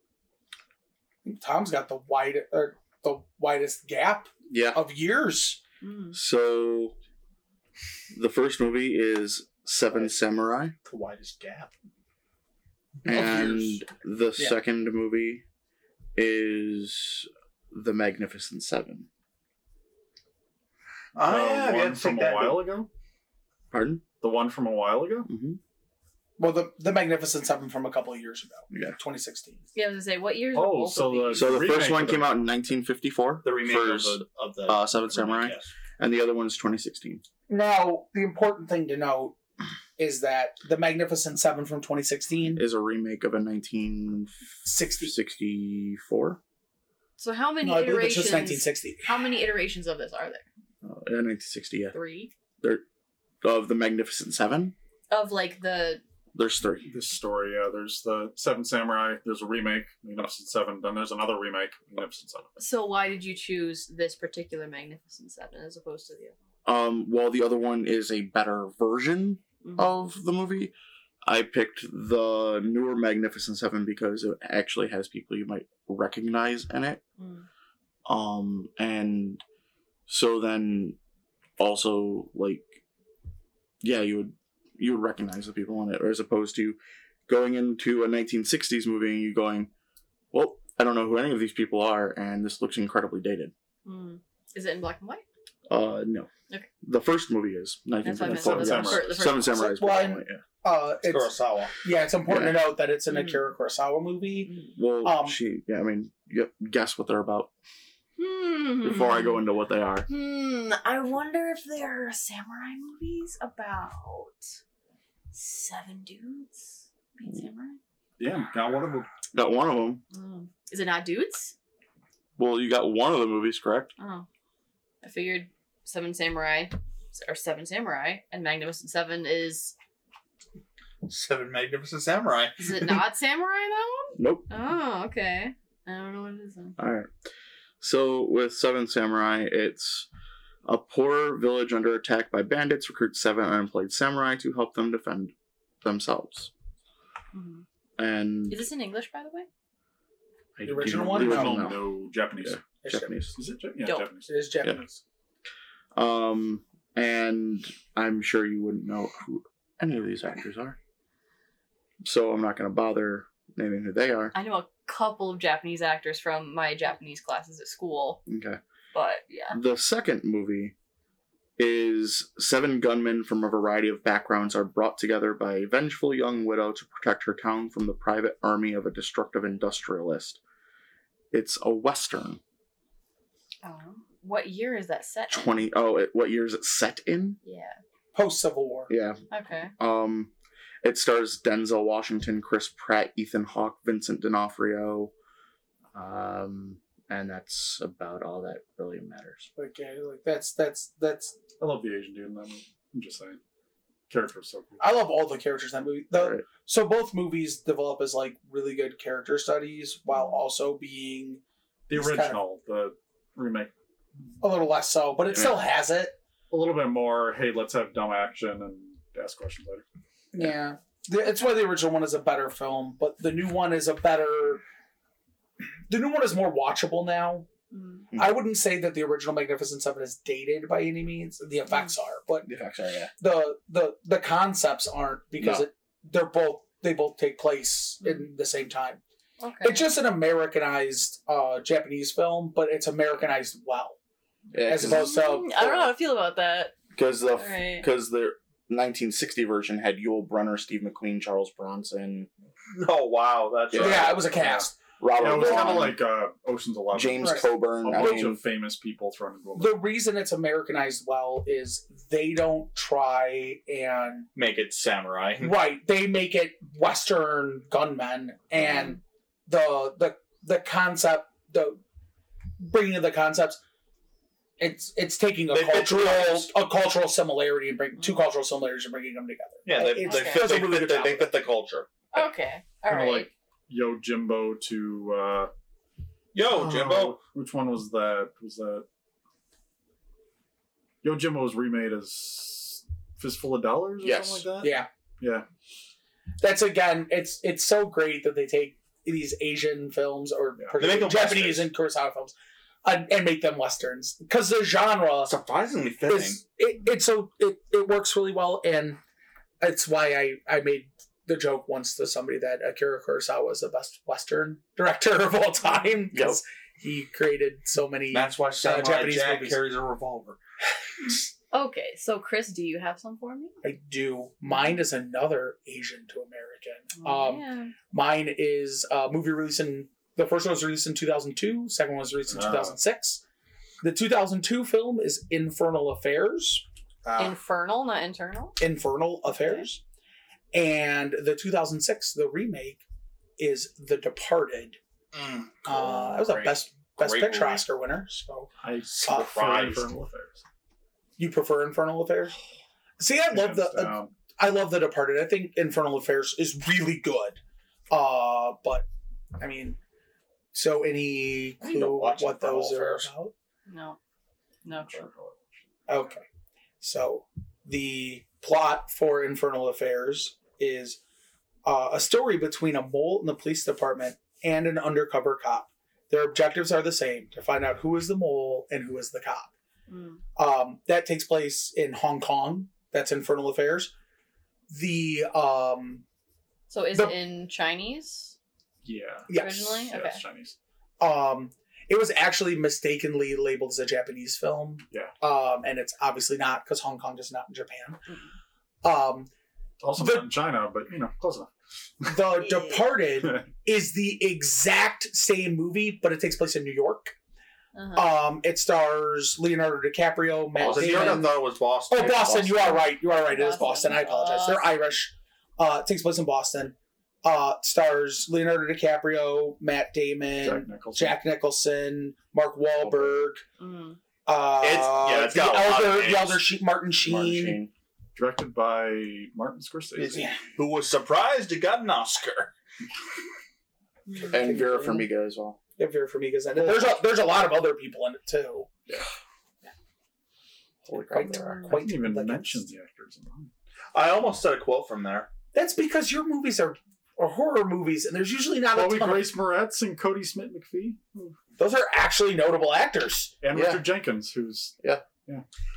Speaker 5: Tom's got the wide or the widest gap
Speaker 3: Yeah.
Speaker 5: of years.
Speaker 4: Mm.
Speaker 3: So the first movie is Seven Samurai,
Speaker 2: The widest gap.
Speaker 3: and
Speaker 5: years.
Speaker 3: the
Speaker 5: Yeah.
Speaker 3: second movie is The Magnificent Seven.
Speaker 2: Oh,
Speaker 1: the
Speaker 2: yeah,
Speaker 1: Uh, one from a while ago.
Speaker 3: Pardon?
Speaker 1: The one from a while ago.
Speaker 3: Mm-hmm.
Speaker 5: Well, the the Magnificent Seven from a couple of years ago,
Speaker 3: Yeah.
Speaker 5: 2016.
Speaker 4: Yeah, I was gonna say what years? are
Speaker 1: Oh,
Speaker 4: both
Speaker 1: so
Speaker 4: of these?
Speaker 1: the
Speaker 3: So the
Speaker 1: remake
Speaker 3: first one
Speaker 1: of the-
Speaker 3: came out in 1954.
Speaker 2: The remake
Speaker 3: for,
Speaker 2: of the, of the
Speaker 3: uh, Seven
Speaker 2: remake,
Speaker 3: Samurai,
Speaker 2: yes.
Speaker 3: and the other one's 2016.
Speaker 5: Now, the important thing to note is that the Magnificent Seven from 2016
Speaker 3: Is a remake of a 1964.
Speaker 5: 60.
Speaker 4: so how many
Speaker 5: No, I believe it's just
Speaker 4: iterations?
Speaker 5: 1960.
Speaker 4: How many iterations of this are there?
Speaker 3: Uh, 1960, yeah.
Speaker 4: Three
Speaker 3: There, of the Magnificent Seven,
Speaker 4: of like the
Speaker 3: there's three.
Speaker 1: This story, yeah. There's the Seven Samurai. There's a remake, Magnificent Seven. Then there's another remake, Magnificent Seven.
Speaker 4: So why did you choose this particular Magnificent Seven as opposed to the
Speaker 3: Um, while the other one is a better version
Speaker 4: other?
Speaker 5: Mm.
Speaker 3: of the movie, I picked the newer Magnificent Seven because it actually has people you might recognize in it.
Speaker 4: Mm.
Speaker 3: Um, and so then also like, yeah, you would you would recognize the people in it, or as opposed to going into a 1960s movie and you going, well, I don't know who any of these people are, and this looks incredibly dated.
Speaker 4: Mm. Is it in black and white?
Speaker 3: Uh, no.
Speaker 4: Okay.
Speaker 3: The first movie is
Speaker 4: That's why I missed
Speaker 3: 1954.
Speaker 4: the,
Speaker 1: Seven
Speaker 4: fir- the first
Speaker 3: Seven
Speaker 4: one.
Speaker 3: Samurai is
Speaker 5: Well,
Speaker 3: black and
Speaker 5: and-
Speaker 3: white, yeah.
Speaker 5: Uh,
Speaker 2: It's
Speaker 5: it's,
Speaker 2: Kurosawa.
Speaker 5: yeah, it's important to note that it's an
Speaker 3: Mm.
Speaker 4: Mhm.
Speaker 5: Akira Kurosawa movie.
Speaker 3: Well,
Speaker 5: Um,
Speaker 3: she, yeah, I mean, you guess what they're about
Speaker 4: Hmm.
Speaker 3: before I go into what they are.
Speaker 4: Hmm. I wonder if there are samurai movies about seven dudes being samurai.
Speaker 1: Yeah, got one of them.
Speaker 3: Got one of them.
Speaker 4: Mm. Is it not dudes?
Speaker 3: Well, you got one of the movies correct.
Speaker 4: Oh, I figured Seven Samurai or Seven Samurai and Magnificent Seven is
Speaker 2: Seven Magnificent Samurai.
Speaker 4: is it not samurai that one?
Speaker 3: Nope.
Speaker 4: Oh, okay. I don't know what it is. Then.
Speaker 3: All right. So with Seven Samurai, it's a poor village under attack by bandits recruits seven unemployed samurai to help them defend themselves.
Speaker 4: Mhm.
Speaker 3: And
Speaker 4: Is this in English, by the way?
Speaker 3: I
Speaker 5: the original
Speaker 3: do-
Speaker 5: one?
Speaker 3: the
Speaker 5: No.
Speaker 3: original,
Speaker 1: no,
Speaker 3: no.
Speaker 1: Japanese.
Speaker 3: Yeah. Japanese.
Speaker 1: Is it? Ja- Yeah,
Speaker 4: Dope.
Speaker 1: Japanese.
Speaker 5: It is Japanese.
Speaker 3: Um, and I'm sure you wouldn't know who any of these actors are. So I'm not going to bother naming who they are.
Speaker 4: I know a couple of Japanese actors from my Japanese classes at school,
Speaker 3: Okay.
Speaker 4: but yeah.
Speaker 3: The second movie is seven gunmen from a variety of backgrounds are brought together by a vengeful young widow to protect her town from the private army of a destructive industrialist. It's a western.
Speaker 4: Um, what year is that set? in?
Speaker 3: Twenty oh, it, what year is it set in?
Speaker 4: Yeah.
Speaker 5: Post Civil War.
Speaker 3: Yeah.
Speaker 4: Okay.
Speaker 3: Um, it stars Denzel Washington, Chris Pratt, Ethan Hawke, Vincent D'Onofrio. Um, and that's about all that really matters.
Speaker 5: Like, yeah, like that's that's that's.
Speaker 1: I love the Asian dude in that movie. I'm just saying. Character was so cool.
Speaker 5: I love all the characters in that movie. The,
Speaker 3: Right.
Speaker 5: So both movies develop as like really good character studies while also being
Speaker 1: The
Speaker 5: He's kind of-
Speaker 1: original, the remake.
Speaker 5: a little less so, but it still has it.
Speaker 1: A little bit more, hey, let's have dumb action and ask questions later.
Speaker 5: Yeah. It's why the original one is a better film, but the new one is a better. The new one is more watchable now.
Speaker 4: Mm.
Speaker 5: I wouldn't say that the original Magnificent Seven is dated by any means. The effects are, but
Speaker 3: The effects are, yeah.
Speaker 5: the the the concepts aren't because
Speaker 3: No.
Speaker 5: it, they're both they both take place in the same time.
Speaker 4: Okay.
Speaker 5: It's just an Americanized uh, Japanese film, but it's Americanized well. As opposed to
Speaker 4: Mm, I don't know how I feel about that.
Speaker 3: Because the
Speaker 4: All right.
Speaker 3: because the 1960 version had Yul Brynner, Steve McQueen, Charles Bronson,
Speaker 2: Oh wow, that's
Speaker 3: Yeah.
Speaker 5: Yeah,
Speaker 2: right.
Speaker 5: it was a cast.
Speaker 3: Robert
Speaker 1: Yeah, it was
Speaker 3: Vaughn,
Speaker 1: kind of like uh, Ocean's Eleven.
Speaker 3: um, James
Speaker 5: Right.
Speaker 1: a
Speaker 3: Coburn. I
Speaker 1: bunch
Speaker 3: mean,
Speaker 1: of famous people thrown into a movie.
Speaker 5: The reason it's Americanized well is they don't try and
Speaker 6: Make it samurai.
Speaker 5: right they make it western gunmen
Speaker 6: Mm-hmm.
Speaker 5: and the the the concept the bringing of the concepts it's it's taking a
Speaker 6: They Mm-hmm. fit
Speaker 5: cultural
Speaker 6: tribes.
Speaker 5: a cultural similarity and bring two cultural similarities and bringing them together
Speaker 6: Yeah, they,
Speaker 5: It's-
Speaker 6: they,
Speaker 4: Okay.
Speaker 6: fit,
Speaker 5: That's a
Speaker 6: they,
Speaker 5: really
Speaker 6: fit,
Speaker 5: good
Speaker 6: the, they fit the culture.
Speaker 4: Okay. All
Speaker 1: Kinda
Speaker 4: right.
Speaker 1: like Yo Jimbo to uh,
Speaker 2: Oh,
Speaker 6: Yo,
Speaker 1: Oh.
Speaker 6: Jimbo.
Speaker 1: Which one was that? Was that Yo Jimbo was remade as Fistful of Dollars or
Speaker 3: Yes.
Speaker 1: something
Speaker 6: Uh-huh.
Speaker 1: like that?
Speaker 5: yeah
Speaker 1: Yeah.
Speaker 5: that's again it's it's so great that they take these asian films or
Speaker 1: Yeah.
Speaker 6: They make them
Speaker 5: japanese
Speaker 6: westerns.
Speaker 5: and kurosawa films and, and make them westerns because the genre
Speaker 6: Surprisingly fitting.
Speaker 5: it's it, it's so it, it works really well and it's why I I made the joke once to somebody that Akira Kurosawa is the best Western director of all time because he created so many.
Speaker 6: That's why Samurai
Speaker 5: Japanese
Speaker 6: Jack
Speaker 5: movies.
Speaker 6: carries a revolver.
Speaker 4: Okay, so Chris, do you have some for me?
Speaker 5: I do. Mine is another Asian to American.
Speaker 4: Oh,
Speaker 5: um,
Speaker 4: man.
Speaker 5: mine is a movie released in the first one was released in 2002. Second one was released in
Speaker 1: Ah.
Speaker 5: 2006. The 2002 film is Infernal Affairs.
Speaker 2: Uh,
Speaker 4: Infernal, not internal.
Speaker 5: Infernal Affairs. And the 2006, the remake, is The Departed.
Speaker 6: Mm,
Speaker 5: Uh, that was a
Speaker 6: Great.
Speaker 5: best best
Speaker 6: Great
Speaker 5: picture
Speaker 6: movie.
Speaker 5: Oscar winner. So
Speaker 1: I
Speaker 5: Surprised.
Speaker 1: prefer Infernal Affairs.
Speaker 5: you prefer Infernal Affairs? See, I love uh,
Speaker 1: Hands
Speaker 5: the
Speaker 1: down.
Speaker 5: I love The Departed. I think Infernal Affairs is really good. Uh, but I mean, so any
Speaker 6: I need to
Speaker 5: clue
Speaker 6: watch
Speaker 5: what
Speaker 6: Infernal
Speaker 5: those are
Speaker 6: Affairs.
Speaker 5: about?
Speaker 4: No, no.
Speaker 1: I'm sure I'll-
Speaker 5: Okay. So the plot for Infernal Affairs is uh, a story between a mole in the police department and an undercover cop. Their objectives are the same to find out who is the mole and who is the cop.
Speaker 4: Mm.
Speaker 5: Um, that takes place in Hong Kong. That's Infernal Affairs. The um,
Speaker 4: So is
Speaker 5: The-
Speaker 4: it in Chinese?
Speaker 1: Yeah.
Speaker 5: yes,
Speaker 4: Originally?
Speaker 1: Yeah,
Speaker 4: Okay.
Speaker 1: it's Chinese.
Speaker 5: um, it was actually mistakenly labeled as a Japanese film.
Speaker 1: Yeah.
Speaker 5: Um, and it's obviously not because Hong Kong is not in Japan. Um,
Speaker 1: Also
Speaker 5: The-
Speaker 1: not in China, but you know, close enough.
Speaker 5: The
Speaker 4: Yeah.
Speaker 5: Departed is the exact same movie, but it takes place in New York.
Speaker 4: Uh-huh.
Speaker 5: Um, it stars Leonardo DiCaprio, Matt
Speaker 2: Boston.
Speaker 5: Damon.
Speaker 2: You're not- I thought it was Boston.
Speaker 5: oh, Boston! You are right. You are right. It is
Speaker 4: Boston.
Speaker 5: Boston. I apologize. They're
Speaker 4: Boston.
Speaker 5: Irish. Uh, it takes place in Boston. Uh, stars Leonardo DiCaprio, Matt Damon, Jack
Speaker 1: Jack
Speaker 5: Nicholson,
Speaker 1: Nicholson.
Speaker 5: Mark Wahlberg.
Speaker 4: Mm.
Speaker 5: Uh,
Speaker 6: It's- yeah, it's
Speaker 5: the
Speaker 6: got a lot of
Speaker 5: elder,
Speaker 6: names.
Speaker 5: the elder Sheen, Martin Sheen.
Speaker 3: Martin Sheen.
Speaker 1: Directed by Martin Scorsese.
Speaker 5: Yeah.
Speaker 6: Who was surprised it got an Oscar.
Speaker 4: Mm.
Speaker 3: and Vera Farmiga as well.
Speaker 5: If you're from Eagles, and there's a, there's a lot of other people in it too.
Speaker 3: Holy crap,
Speaker 5: Quite,
Speaker 3: there are.
Speaker 1: I
Speaker 5: quite
Speaker 1: didn't even
Speaker 5: like it's-
Speaker 1: mention the actors in mine.
Speaker 2: I almost said a quote from there.
Speaker 5: That's because your movies are, are horror movies, and there's usually not a
Speaker 1: Chloe
Speaker 5: ton. Of,
Speaker 1: Grace Moretz and Cody Smith McPhee.
Speaker 5: those are actually notable actors.
Speaker 1: And
Speaker 3: Yeah.
Speaker 1: Richard Jenkins, who's
Speaker 3: Yeah.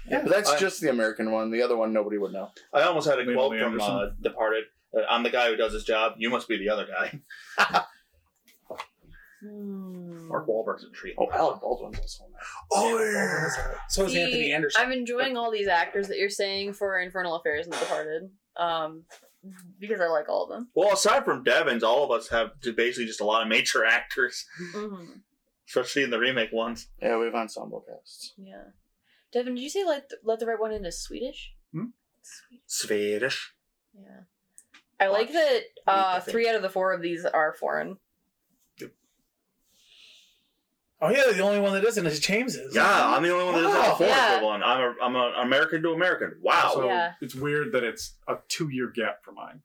Speaker 3: But that's
Speaker 2: I-
Speaker 3: just the American one. The other one, nobody would know.
Speaker 2: I almost had a
Speaker 1: Wayne
Speaker 2: quote
Speaker 1: Lee
Speaker 2: from uh,
Speaker 1: Anderson.
Speaker 2: Departed. Uh, I'm the guy who does his job. You must be the other guy.
Speaker 4: Hmm.
Speaker 2: Mark Wahlberg's a treat.
Speaker 3: Oh, Alec Baldwin's also in that.
Speaker 5: Oh, so is Anthony
Speaker 4: See,
Speaker 5: Anderson.
Speaker 4: I'm enjoying all these actors that you're saying for Infernal Affairs and The Departed, um, because I like all of them.
Speaker 2: Well, aside from Devins, all of us have j- basically just a lot of major actors,
Speaker 4: Mhm.
Speaker 2: especially in the remake ones.
Speaker 3: Yeah, we have ensemble casts.
Speaker 4: Yeah, Devin, did you say let let the right one in is Swedish?
Speaker 1: Hmm?
Speaker 4: Swedish.
Speaker 2: Swedish.
Speaker 4: Yeah, I like that. Uh, three out of the four of these are foreign.
Speaker 5: oh yeah, the only one that isn't is James's.
Speaker 2: Yeah, I'm the only one that does
Speaker 5: Wow.
Speaker 2: all four
Speaker 4: Yeah.
Speaker 2: one. I'm a I'm an American to American.
Speaker 1: So
Speaker 2: Wow.
Speaker 4: Yeah.
Speaker 1: it's weird that it's a two year gap for mine.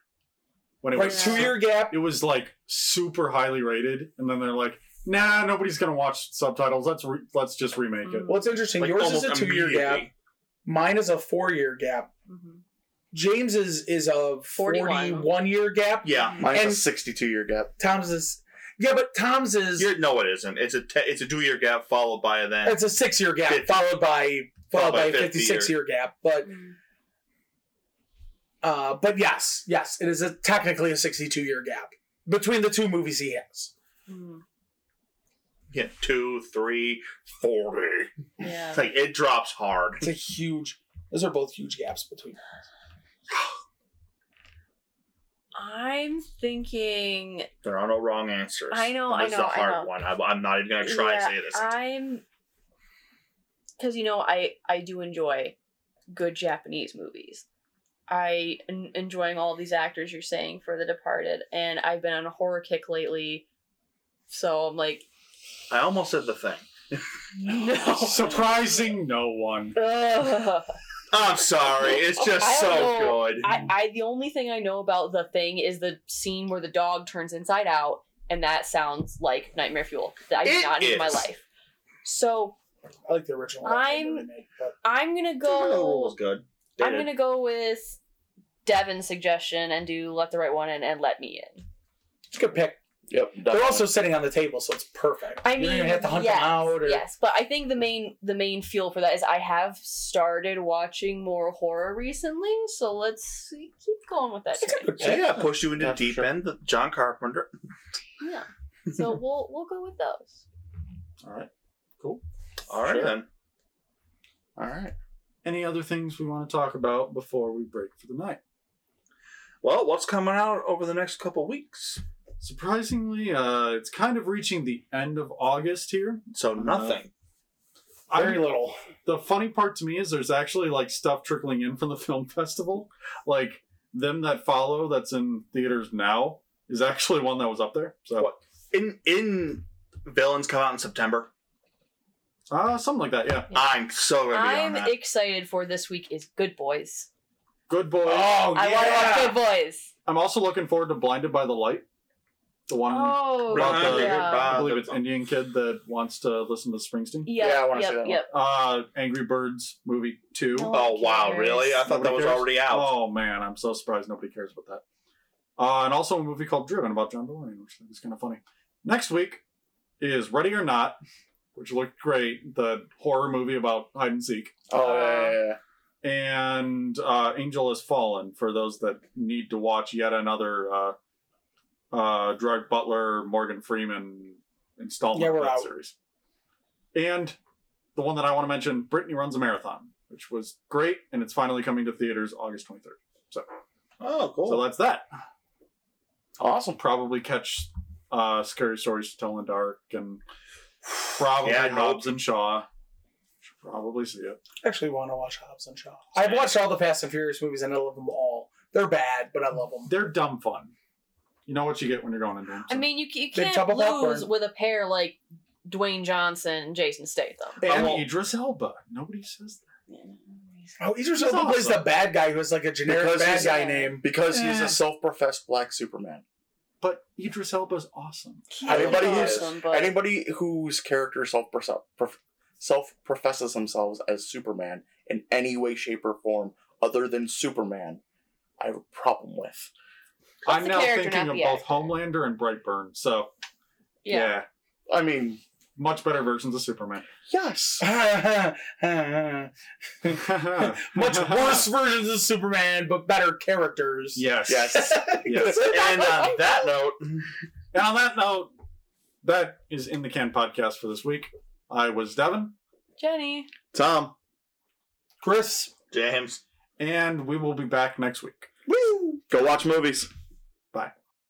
Speaker 1: When it
Speaker 5: Right,
Speaker 1: was
Speaker 4: Yeah.
Speaker 5: two year gap.
Speaker 1: it was like super highly rated, and then they're like, nah, nobody's gonna watch subtitles. Let's re- let's just remake it.
Speaker 4: Mm.
Speaker 5: Well, it's interesting.
Speaker 2: Like,
Speaker 5: Yours is a
Speaker 2: almost
Speaker 5: two year gap.
Speaker 2: immediately.
Speaker 5: Mine is a four year gap.
Speaker 4: Mhm.
Speaker 5: James's is a
Speaker 4: 41.
Speaker 5: forty one year gap.
Speaker 2: Yeah.
Speaker 3: Mine's a
Speaker 5: And-
Speaker 3: 62 year gap.
Speaker 5: Tom's is yeah, but Tom's is
Speaker 2: You're, no, it isn't. It's a te- it's a two year gap followed by a then.
Speaker 5: it's a six year gap
Speaker 2: Fifty.
Speaker 5: followed by followed by a fifty six year gap. But uh, but yes, yes, it is a, technically a sixty two year gap between the two movies he has.
Speaker 4: Mhm.
Speaker 2: Yeah, two, three, forty.
Speaker 4: Yeah.
Speaker 2: It's like it drops hard.
Speaker 5: It's a huge. Those are both huge gaps between. them.
Speaker 4: I'm thinking.
Speaker 2: There are no wrong answers.
Speaker 4: I know, I
Speaker 2: That is
Speaker 4: know,
Speaker 2: the
Speaker 4: I
Speaker 2: hard
Speaker 4: know.
Speaker 2: one. I, I'm not even gonna try and
Speaker 4: Yeah,
Speaker 2: say this.
Speaker 4: I'm because you know I I do enjoy good Japanese movies. I en- enjoying all these actors you're saying for The Departed, and I've been on a horror kick lately. So I'm like,
Speaker 2: I almost said the thing.
Speaker 4: no.
Speaker 1: Surprising no one.
Speaker 4: Ugh.
Speaker 2: I'm sorry. It's just
Speaker 4: I
Speaker 2: so
Speaker 4: don't know.
Speaker 2: good.
Speaker 4: I, I the only thing I know about the thing is the scene where the dog turns inside out, and that sounds like nightmare fuel that I did
Speaker 2: It
Speaker 4: not need in my
Speaker 2: is.
Speaker 4: life. So
Speaker 5: I like the original. one.
Speaker 4: I'm-
Speaker 5: But
Speaker 4: I'm gonna
Speaker 2: The Royal Rule
Speaker 4: go.
Speaker 2: was good.
Speaker 4: I'm gonna go with Devin's suggestion and do let the right one in and let me in.
Speaker 5: it's a good pick.
Speaker 3: Yep.
Speaker 5: They're also sitting on the table, so it's perfect.
Speaker 4: I
Speaker 5: you
Speaker 4: mean,
Speaker 5: don't even have to hunt
Speaker 4: yes,
Speaker 5: them out. Or,
Speaker 4: yes, but I think the main the main fuel for that is I have started watching more horror recently, so let's see- keep going with that.
Speaker 5: It's a
Speaker 4: train.
Speaker 5: good
Speaker 2: So
Speaker 5: pick.
Speaker 2: yeah, push you into
Speaker 3: Yeah,
Speaker 2: deep
Speaker 3: sure.
Speaker 2: end. the John Carpenter.
Speaker 4: Yeah, so we'll we'll go with those.
Speaker 1: All right.
Speaker 2: All right
Speaker 3: Sure.
Speaker 2: then.
Speaker 3: All right.
Speaker 1: Any other things we want to talk about before we break for the night?
Speaker 2: Well, what's coming out over the next couple weeks?
Speaker 1: Surprisingly, uh, it's kind of reaching the end of August here.
Speaker 2: So nothing.
Speaker 5: Very
Speaker 1: I'm-
Speaker 5: little.
Speaker 1: the funny part to me is there's actually like stuff trickling in from the film festival. Like them that follow that's in theaters now is actually one that was up there. So
Speaker 2: What? in in villains come out in September.
Speaker 1: uh, something like that, yeah.
Speaker 4: Yeah.
Speaker 2: I'm so gonna be on
Speaker 4: I'm
Speaker 2: that.
Speaker 4: excited for this week is Good Boys.
Speaker 1: Good boy.
Speaker 5: Oh
Speaker 4: I want to watch Good Boys.
Speaker 1: I'm also looking forward to Blinded by the Light. The one
Speaker 4: Oh,
Speaker 1: About the-
Speaker 4: yeah.
Speaker 1: I believe it's Indian kid that wants to listen to Springsteen.
Speaker 4: Yep,
Speaker 3: Yeah, I wanna see
Speaker 4: yep,
Speaker 3: that one.
Speaker 4: yep.
Speaker 1: Uh Angry Birds movie two.
Speaker 4: No
Speaker 2: Oh wow,
Speaker 4: cares.
Speaker 2: really? I thought that
Speaker 1: Nobody
Speaker 2: was
Speaker 1: cares?
Speaker 2: already out.
Speaker 1: Oh man, I'm so surprised nobody cares about that. Uh, and also a movie called Driven about John DeLorean, which I think is kind of funny. Next week is Ready or Not, which looked great, the horror movie about hide and seek,
Speaker 3: Oh, yeah, yeah, yeah.
Speaker 1: and uh, Angel Has Fallen for those that need to watch yet another uh, uh, Drug Butler Morgan Freeman installment
Speaker 5: Yeah,
Speaker 1: of
Speaker 5: we're
Speaker 1: that
Speaker 5: out.
Speaker 1: series. And the one that I want to mention, Brittany Runs a Marathon, which was great, and it's finally coming to theaters August 23rd.
Speaker 2: Oh, cool.
Speaker 1: So that's that.
Speaker 3: Awesome.
Speaker 1: Probably catch uh, Scary Stories to Tell in the Dark and probably
Speaker 2: Yeah, I hope.
Speaker 1: Hobbs and Shaw. Should probably see it.
Speaker 5: actually want to watch Hobbs and Shaw. I've watched all the Fast and Furious movies and I love them all. They're bad, but I love them.
Speaker 1: They're dumb fun. You know what you get when you're going into them.
Speaker 4: I mean, you, c- you
Speaker 5: Big
Speaker 4: can't
Speaker 5: tub of
Speaker 4: lose
Speaker 5: popcorn.
Speaker 4: with a pair like Dwayne Johnson and Jason Statham.
Speaker 1: and
Speaker 5: And-
Speaker 1: Idris Elba. Nobody says that.
Speaker 5: Oh, Idris
Speaker 1: He's
Speaker 5: Elba plays
Speaker 1: awesome.
Speaker 5: the bad guy who has like a generic
Speaker 3: Because
Speaker 5: bad
Speaker 3: he's-
Speaker 5: guy name.
Speaker 3: Because he's
Speaker 1: Eh.
Speaker 3: a self professed black Superman.
Speaker 1: But Idris Elba's awesome.
Speaker 3: Anybody
Speaker 4: He's
Speaker 3: who's-
Speaker 4: awesome, but-
Speaker 3: Anybody whose character self self professes themselves as Superman in any way, shape, or form other than Superman, I have a problem with.
Speaker 4: That's
Speaker 1: I'm
Speaker 4: the
Speaker 1: now
Speaker 4: character,
Speaker 1: thinking
Speaker 4: not
Speaker 1: of
Speaker 4: the
Speaker 1: both
Speaker 4: actor.
Speaker 1: Homelander and Brightburn. So yeah.
Speaker 4: yeah.
Speaker 3: I mean,
Speaker 1: Much better versions of Superman.
Speaker 3: Yes.
Speaker 5: Much worse versions of Superman, but better characters.
Speaker 1: Yes.
Speaker 3: Yes.
Speaker 1: Yes.
Speaker 2: And on that note,
Speaker 1: And on that note, that is in the can podcast for this week. I was Devin,
Speaker 4: Jenny.
Speaker 3: Tom.
Speaker 5: Chris.
Speaker 2: James.
Speaker 1: and we will be back next week.
Speaker 3: Woo! Go watch movies.